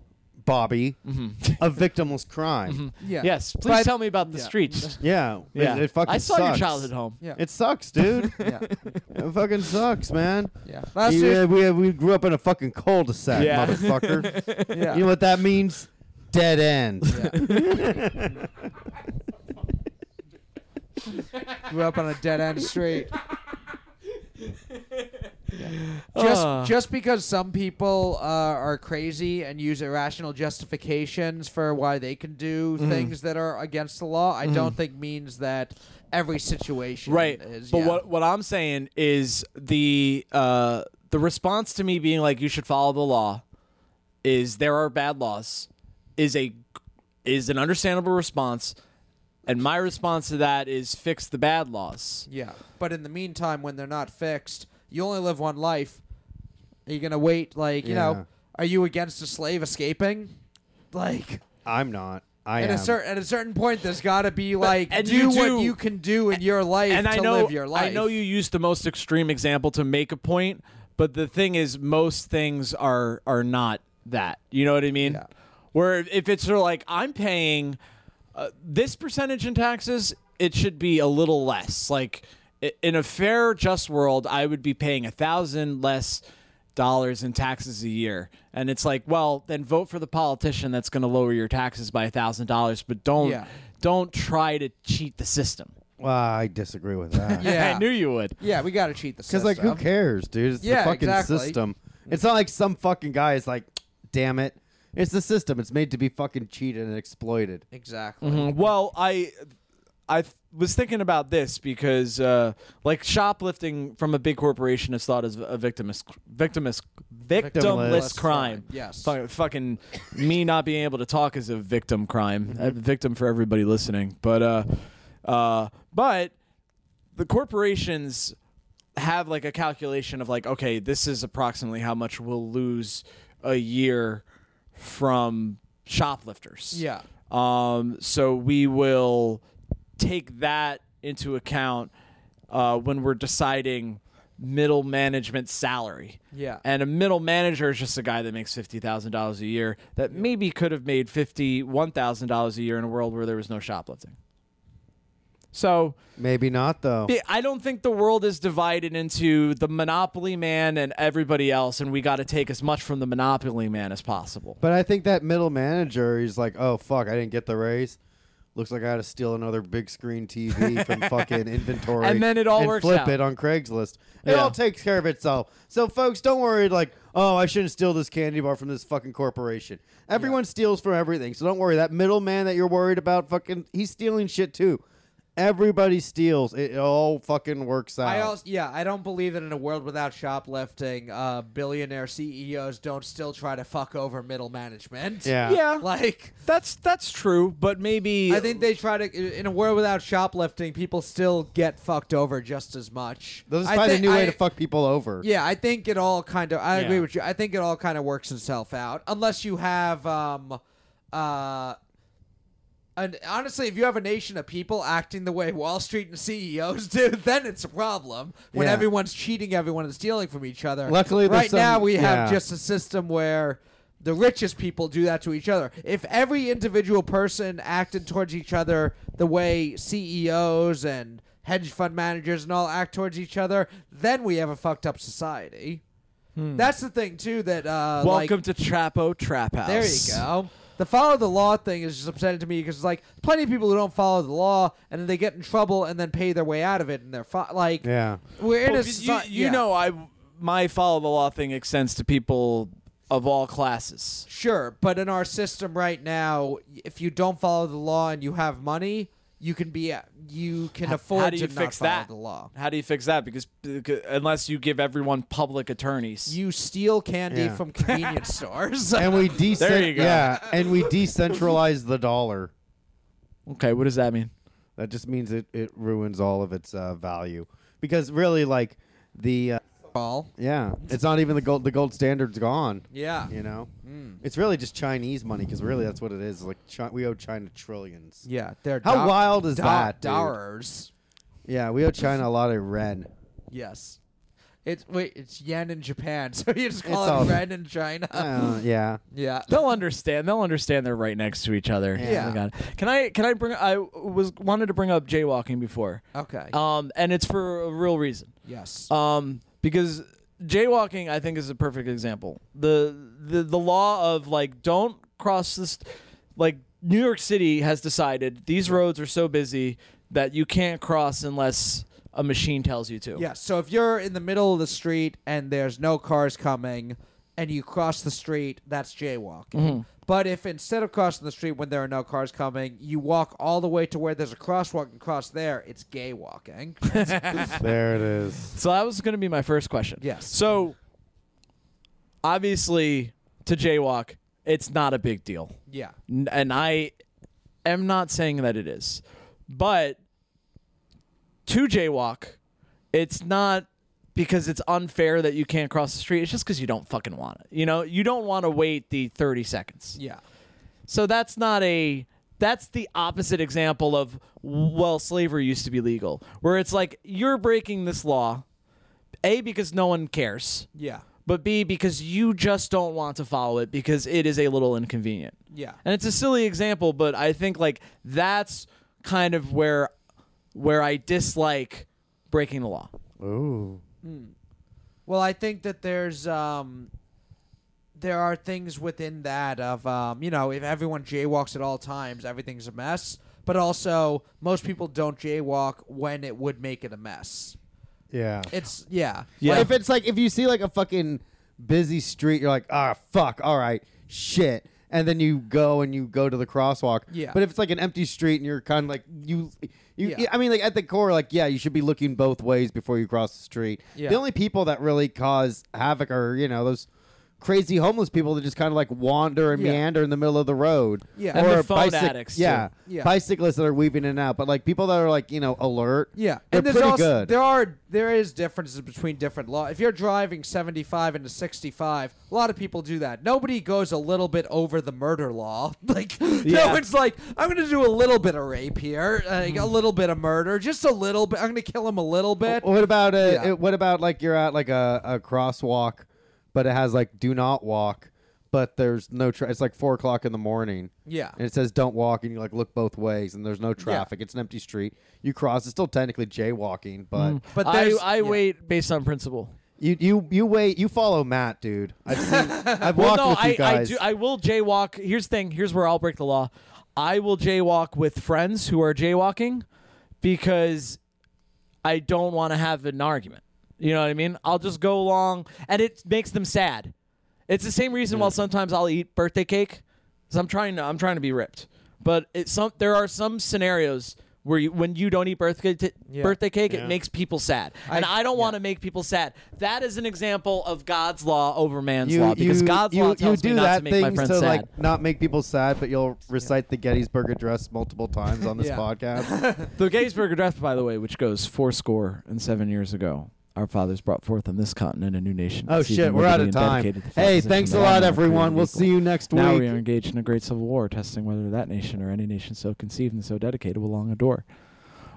[SPEAKER 1] Bobby,
[SPEAKER 2] Mm-hmm.
[SPEAKER 1] a victimless crime.
[SPEAKER 3] Yeah.
[SPEAKER 2] Yes. Please
[SPEAKER 1] But-
[SPEAKER 2] tell me about the
[SPEAKER 3] Yeah.
[SPEAKER 2] streets.
[SPEAKER 1] Yeah, it-
[SPEAKER 2] Mm-hmm. Yeah.
[SPEAKER 1] It, fucking
[SPEAKER 2] I saw your
[SPEAKER 1] sucks.
[SPEAKER 2] childhood home.
[SPEAKER 3] Yeah.
[SPEAKER 1] It sucks, dude.
[SPEAKER 3] yeah.
[SPEAKER 1] it fucking sucks, man.
[SPEAKER 3] Yeah. Last
[SPEAKER 1] You-
[SPEAKER 3] year-
[SPEAKER 1] we, we grew up in a fucking cul-de-sac,
[SPEAKER 2] Yeah.
[SPEAKER 1] motherfucker.
[SPEAKER 3] Yeah.
[SPEAKER 1] You know what that means? Dead end.
[SPEAKER 3] Grew up on a dead end street. Just
[SPEAKER 2] Ah.
[SPEAKER 3] just because some people uh, are crazy and use irrational justifications for why they can do
[SPEAKER 2] Mm-hmm.
[SPEAKER 3] things that are against the law, I don't think means that every situation
[SPEAKER 2] Right.
[SPEAKER 3] is.
[SPEAKER 2] but
[SPEAKER 3] yeah.
[SPEAKER 2] what what I'm saying is the uh, the response to me being like you should follow the law is there are bad laws is a is an understandable response and my response to that is fix the bad laws.
[SPEAKER 3] Yeah. But in the meantime, when they're not fixed, you only live one life. Are you gonna wait? Like you
[SPEAKER 1] Yeah.
[SPEAKER 3] know, are you against a slave escaping? Like
[SPEAKER 1] I'm not. I
[SPEAKER 3] at
[SPEAKER 1] am.
[SPEAKER 3] a certain at a certain point, there's gotta be like
[SPEAKER 2] and
[SPEAKER 3] do
[SPEAKER 2] you
[SPEAKER 3] what
[SPEAKER 2] do-
[SPEAKER 3] you can do in your life
[SPEAKER 2] and
[SPEAKER 3] to
[SPEAKER 2] I know
[SPEAKER 3] live your life.
[SPEAKER 2] I know you used the most extreme example to make a point, but the thing is, most things are are not that. You know what I mean?
[SPEAKER 3] Yeah.
[SPEAKER 2] Where if it's sort of like I'm paying uh, this percentage in taxes, it should be a little less. Like i- in a fair, just world, I would be paying a thousand less dollars in taxes a year and it's like well then vote for the politician that's going to lower your taxes by a thousand dollars but don't
[SPEAKER 3] Yeah.
[SPEAKER 2] don't try to cheat the system
[SPEAKER 1] Well, I disagree with that.
[SPEAKER 3] Yeah.
[SPEAKER 2] i knew you would
[SPEAKER 3] Yeah, we gotta cheat the system.
[SPEAKER 1] Because like, who cares, dude? It's
[SPEAKER 3] Yeah,
[SPEAKER 1] the fucking
[SPEAKER 3] exactly.
[SPEAKER 1] system. It's not like some fucking guy is like, damn it. It's the system. It's made to be fucking cheated and exploited.
[SPEAKER 3] Exactly.
[SPEAKER 2] Well, I I th- was thinking about this because uh, like shoplifting from a big corporation is thought as a victimist victimist victimless,
[SPEAKER 1] Victimless
[SPEAKER 2] crime.
[SPEAKER 3] crime, yes.
[SPEAKER 2] Fu- fucking me not being able to talk is a victim crime. A victim for everybody listening. But uh uh but the corporations have like a calculation of like okay, this is approximately how much we'll lose a year from shoplifters.
[SPEAKER 3] Yeah.
[SPEAKER 2] Um, so we will take that into account uh, when we're deciding middle management salary.
[SPEAKER 3] Yeah.
[SPEAKER 2] And a middle manager is just a guy that makes fifty thousand dollars a year that maybe could have made fifty one thousand dollars a year in a world where there was no shoplifting. So
[SPEAKER 1] Maybe not though.
[SPEAKER 2] yeah, I don't think the world is divided into the monopoly man and everybody else, and we got to take as much from the monopoly man as possible.
[SPEAKER 1] But I think that middle manager is like, oh fuck, I didn't get the raise. Looks like I had to steal another big screen TV from fucking inventory,
[SPEAKER 2] And then it all
[SPEAKER 1] and
[SPEAKER 2] works
[SPEAKER 1] flip
[SPEAKER 2] out.
[SPEAKER 1] it on Craigslist. It
[SPEAKER 2] Yeah.
[SPEAKER 1] all takes care of itself. So folks, don't worry. Like, oh, I shouldn't steal this candy bar from this fucking corporation. Everyone steals from everything, so don't worry. That middleman that you're worried about, fucking, he's stealing shit too. Everybody steals. It, it all fucking works out.
[SPEAKER 3] I also yeah, I don't believe that in a world without shoplifting, uh, billionaire CEOs don't still try to fuck over middle management.
[SPEAKER 1] yeah.
[SPEAKER 2] Yeah.
[SPEAKER 3] Like
[SPEAKER 2] That's that's true, but maybe
[SPEAKER 3] I think they try to in a world without shoplifting, people still get fucked over just as much.
[SPEAKER 1] They'll just
[SPEAKER 3] I
[SPEAKER 1] find a
[SPEAKER 3] thi-
[SPEAKER 1] new way
[SPEAKER 3] I-
[SPEAKER 1] to fuck people over.
[SPEAKER 3] Yeah, I think it all kind of. I agree
[SPEAKER 2] Yeah.
[SPEAKER 3] with you. I think it all kind of works itself out, unless you have um, uh, And honestly, if you have a nation of people acting the way Wall Street and CEOs do, then it's a problem. When
[SPEAKER 1] Yeah.
[SPEAKER 3] everyone's cheating, everyone is stealing from each other.
[SPEAKER 1] Luckily, there's
[SPEAKER 3] right now
[SPEAKER 1] some-
[SPEAKER 3] we have
[SPEAKER 1] yeah.
[SPEAKER 3] just a system where the richest people do that to each other. If every individual person acted towards each other the way CEOs and hedge fund managers and all act towards each other, then we have a fucked up society. That's the thing too that uh, like-
[SPEAKER 2] Hmm. Welcome to Trapo Trap House.
[SPEAKER 3] there you go. The follow the law thing is just upsetting to me because it's like plenty of people who don't follow the law and then they get in trouble and then pay their way out of it and they're fi- like
[SPEAKER 1] Yeah.
[SPEAKER 3] we're in
[SPEAKER 2] Well,
[SPEAKER 3] a
[SPEAKER 2] but you,
[SPEAKER 3] soci-
[SPEAKER 2] you
[SPEAKER 3] yeah.
[SPEAKER 2] know, I my follow the law thing extends to people of all classes.
[SPEAKER 3] sure but in our system right now if you don't follow the law and you have money you can be you can afford
[SPEAKER 2] How do you
[SPEAKER 3] to
[SPEAKER 2] fix
[SPEAKER 3] not follow
[SPEAKER 2] that?
[SPEAKER 3] the law
[SPEAKER 2] How do you fix that? Because because- unless you give everyone public attorneys,
[SPEAKER 3] you steal candy
[SPEAKER 1] Yeah.
[SPEAKER 3] from convenience stores
[SPEAKER 1] And we
[SPEAKER 2] There you
[SPEAKER 1] decent
[SPEAKER 2] go.
[SPEAKER 1] yeah, and we decentralize the dollar.
[SPEAKER 2] okay, what does that mean?
[SPEAKER 1] That just means it, it ruins all of its uh, value because really like the uh,
[SPEAKER 3] all
[SPEAKER 1] yeah, it's not even the gold the gold standard's gone.
[SPEAKER 3] yeah
[SPEAKER 1] You know,
[SPEAKER 2] Hmm.
[SPEAKER 1] it's really just Chinese money because really that's what it is. Like chi- we owe China trillions.
[SPEAKER 3] yeah they're
[SPEAKER 1] How
[SPEAKER 3] do-
[SPEAKER 1] wild is
[SPEAKER 3] do-
[SPEAKER 1] that, dude?
[SPEAKER 3] dollars
[SPEAKER 1] Yeah, we owe China a lot of ren.
[SPEAKER 3] Yes. It's wait, it's yen in Japan, so you just call
[SPEAKER 1] It's all-
[SPEAKER 3] it yen in China.
[SPEAKER 1] Uh, yeah,
[SPEAKER 3] yeah.
[SPEAKER 2] They'll understand. They'll understand. They're right next to each other.
[SPEAKER 3] Yeah.
[SPEAKER 2] Oh my God. Can I? Can I bring? I was wanted to bring up jaywalking before.
[SPEAKER 3] Okay.
[SPEAKER 2] Um, and it's for a real reason.
[SPEAKER 3] yes.
[SPEAKER 2] Um, because jaywalking, I think, is a perfect example. The the the law of like don't cross this, like New York City has decided these roads are so busy that you can't cross unless a machine tells you to.
[SPEAKER 3] yeah. So if you're in the middle of the street and there's no cars coming and you cross the street, that's jaywalking. But if instead of crossing the street when there are no cars coming, you walk all the way to where there's a crosswalk and cross there, it's gay walking.
[SPEAKER 1] there it is.
[SPEAKER 2] So that was going to be my first question.
[SPEAKER 3] Yes.
[SPEAKER 2] So obviously, to jaywalk, it's not a big deal.
[SPEAKER 3] yeah.
[SPEAKER 2] N- and I am not saying that it is, but to jaywalk, it's not because it's unfair that you can't cross the street. It's just because you don't fucking want it. You know, you don't want to wait the thirty seconds.
[SPEAKER 3] Yeah.
[SPEAKER 2] So that's not a. That's the opposite example of well, slavery used to be legal, where it's like you're breaking this law, a because no one cares,
[SPEAKER 3] Yeah.
[SPEAKER 2] but b because you just don't want to follow it because it is a little inconvenient.
[SPEAKER 3] Yeah.
[SPEAKER 2] And it's a silly example, but I think like that's kind of where where I dislike breaking the law.
[SPEAKER 1] Ooh,
[SPEAKER 3] Well, I think that there's um there are things within that of um, you know, if everyone jaywalks at all times, everything's a mess. But also most people don't jaywalk when it would make it a mess.
[SPEAKER 1] yeah.
[SPEAKER 3] It's yeah.
[SPEAKER 1] Like,
[SPEAKER 2] Yeah.
[SPEAKER 1] if it's like if you see like a fucking busy street, you're like, ah, fuck, all right, shit. And then you go and you go to the crosswalk.
[SPEAKER 3] Yeah.
[SPEAKER 1] But if it's like an empty street and you're kind of like you, you,
[SPEAKER 3] Yeah.
[SPEAKER 1] I mean, like at the core, like yeah, you should be looking both ways before you cross the street.
[SPEAKER 3] Yeah.
[SPEAKER 1] The only people that really cause havoc are you know those crazy homeless people that just kind of like wander and
[SPEAKER 3] Yeah.
[SPEAKER 1] meander in the middle of the road.
[SPEAKER 3] Yeah.
[SPEAKER 2] And
[SPEAKER 1] Or
[SPEAKER 2] the phone
[SPEAKER 1] bicyc-
[SPEAKER 2] addicts, too.
[SPEAKER 1] Yeah.
[SPEAKER 3] Yeah.
[SPEAKER 1] Bicyclists that are weaving in and out, but like people that are like you know alert.
[SPEAKER 3] Yeah,
[SPEAKER 1] They're
[SPEAKER 3] and there's
[SPEAKER 1] pretty
[SPEAKER 3] also
[SPEAKER 1] good.
[SPEAKER 3] there are there is differences between different law. If you're driving 75 into 65, a lot of people do that. Nobody goes a little bit over the murder law. Like no
[SPEAKER 2] Yeah. Mm-hmm.
[SPEAKER 3] one's like I'm going to do a little bit of rape here, like, a little bit of murder, just a little bit. I'm going to kill him a little bit.
[SPEAKER 2] Oh,
[SPEAKER 1] What about a,
[SPEAKER 3] Yeah.
[SPEAKER 1] What about like you're at like a, a crosswalk, but it has like do not walk, but there's no. Tra- it's like four o'clock in the morning,
[SPEAKER 3] Yeah.
[SPEAKER 1] and it says don't walk, and you like look both ways, and there's no traffic. It's an empty street. You cross. It's still technically jaywalking, but
[SPEAKER 2] Mm.
[SPEAKER 3] But
[SPEAKER 2] I,
[SPEAKER 3] there's-
[SPEAKER 2] I
[SPEAKER 3] yeah.
[SPEAKER 2] wait based on principle.
[SPEAKER 1] you you you wait. You follow Matt, dude. I've seen. I've walked
[SPEAKER 2] Well, no,
[SPEAKER 1] with you
[SPEAKER 2] I, I
[SPEAKER 1] guys.
[SPEAKER 2] do. I will jaywalk. Here's the thing. Here's where I'll break the law. I will jaywalk with friends who are jaywalking because I don't want to have an argument. You know what I mean? I'll just go along, and it makes them sad. It's the same reason why sometimes I'll eat birthday cake. Cause I'm trying to. I'm trying to be ripped. But it, some there are some scenarios where you, when you don't eat birthday t-
[SPEAKER 3] Yeah.
[SPEAKER 2] birthday cake,
[SPEAKER 1] Yeah.
[SPEAKER 2] it makes people sad, and I don't want to make people sad. That is an example of God's law over man's
[SPEAKER 1] you,
[SPEAKER 2] law because
[SPEAKER 1] you,
[SPEAKER 2] God's
[SPEAKER 1] you,
[SPEAKER 2] law tells
[SPEAKER 1] you do
[SPEAKER 2] me not
[SPEAKER 1] that
[SPEAKER 2] to make my
[SPEAKER 1] things
[SPEAKER 2] friends
[SPEAKER 1] to
[SPEAKER 2] sad.
[SPEAKER 1] like not make people sad, but you'll recite the Gettysburg Address multiple times on this
[SPEAKER 3] Yeah.
[SPEAKER 1] podcast.
[SPEAKER 2] the Gettysburg Address, by the way, which goes four score and seven years ago, our fathers brought forth on this continent a new nation.
[SPEAKER 1] Oh
[SPEAKER 2] conceived
[SPEAKER 1] shit,
[SPEAKER 2] in
[SPEAKER 1] we're
[SPEAKER 2] liberty
[SPEAKER 1] out of
[SPEAKER 2] and
[SPEAKER 1] time.
[SPEAKER 2] dedicated to the
[SPEAKER 1] Hey,
[SPEAKER 2] proposition
[SPEAKER 1] thanks a
[SPEAKER 2] that
[SPEAKER 1] lot,
[SPEAKER 2] all men are
[SPEAKER 1] everyone.
[SPEAKER 2] created
[SPEAKER 1] We'll
[SPEAKER 2] equal.
[SPEAKER 1] see you next
[SPEAKER 2] Now
[SPEAKER 1] week.
[SPEAKER 2] we are engaged in a great civil war, testing whether that nation or any nation so conceived and so dedicated will long endure.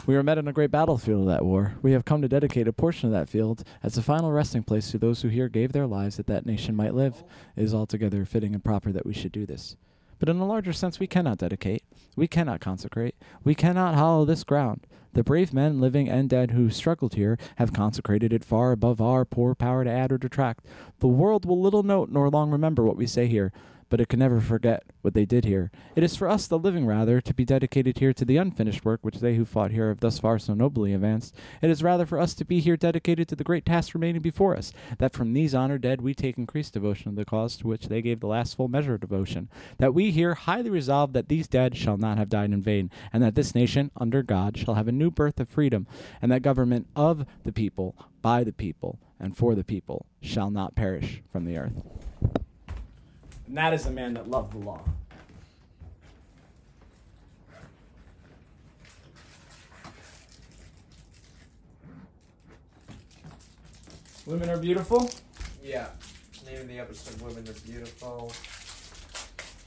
[SPEAKER 2] We are met on a great battlefield of that war. We have come to dedicate a portion of that field as a final resting place to those who here gave their lives that that nation might live. It is altogether fitting and proper that we should do this. But in a larger sense, we cannot dedicate, we cannot consecrate, we cannot hallow this ground. The brave men, living and dead, who struggled here have consecrated it far above our poor power to add or detract. The world will little note nor long remember what we say here, but it can never forget what they did here. It is for us, the living, rather, to be dedicated here to the unfinished work which they who fought here have thus far so nobly advanced. It is rather for us to be here dedicated to the great task remaining before us, that from these honored dead we take increased devotion to the cause to which they gave the last full measure of devotion, that we here highly resolve that these dead shall not have died in vain, and that this nation, under God, shall have a new birth of freedom, and that government of the people, by the people, and for the people shall not perish from the earth. And that is the man that loved the law. Women are beautiful.
[SPEAKER 3] Yeah. Name of the episode Women Are Beautiful.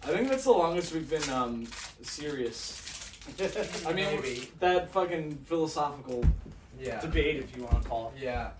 [SPEAKER 2] I think that's the longest we've been um, serious. I mean,
[SPEAKER 3] Maybe.
[SPEAKER 2] that fucking philosophical
[SPEAKER 3] Yeah.
[SPEAKER 2] debate, if you want to call it.
[SPEAKER 3] Yeah.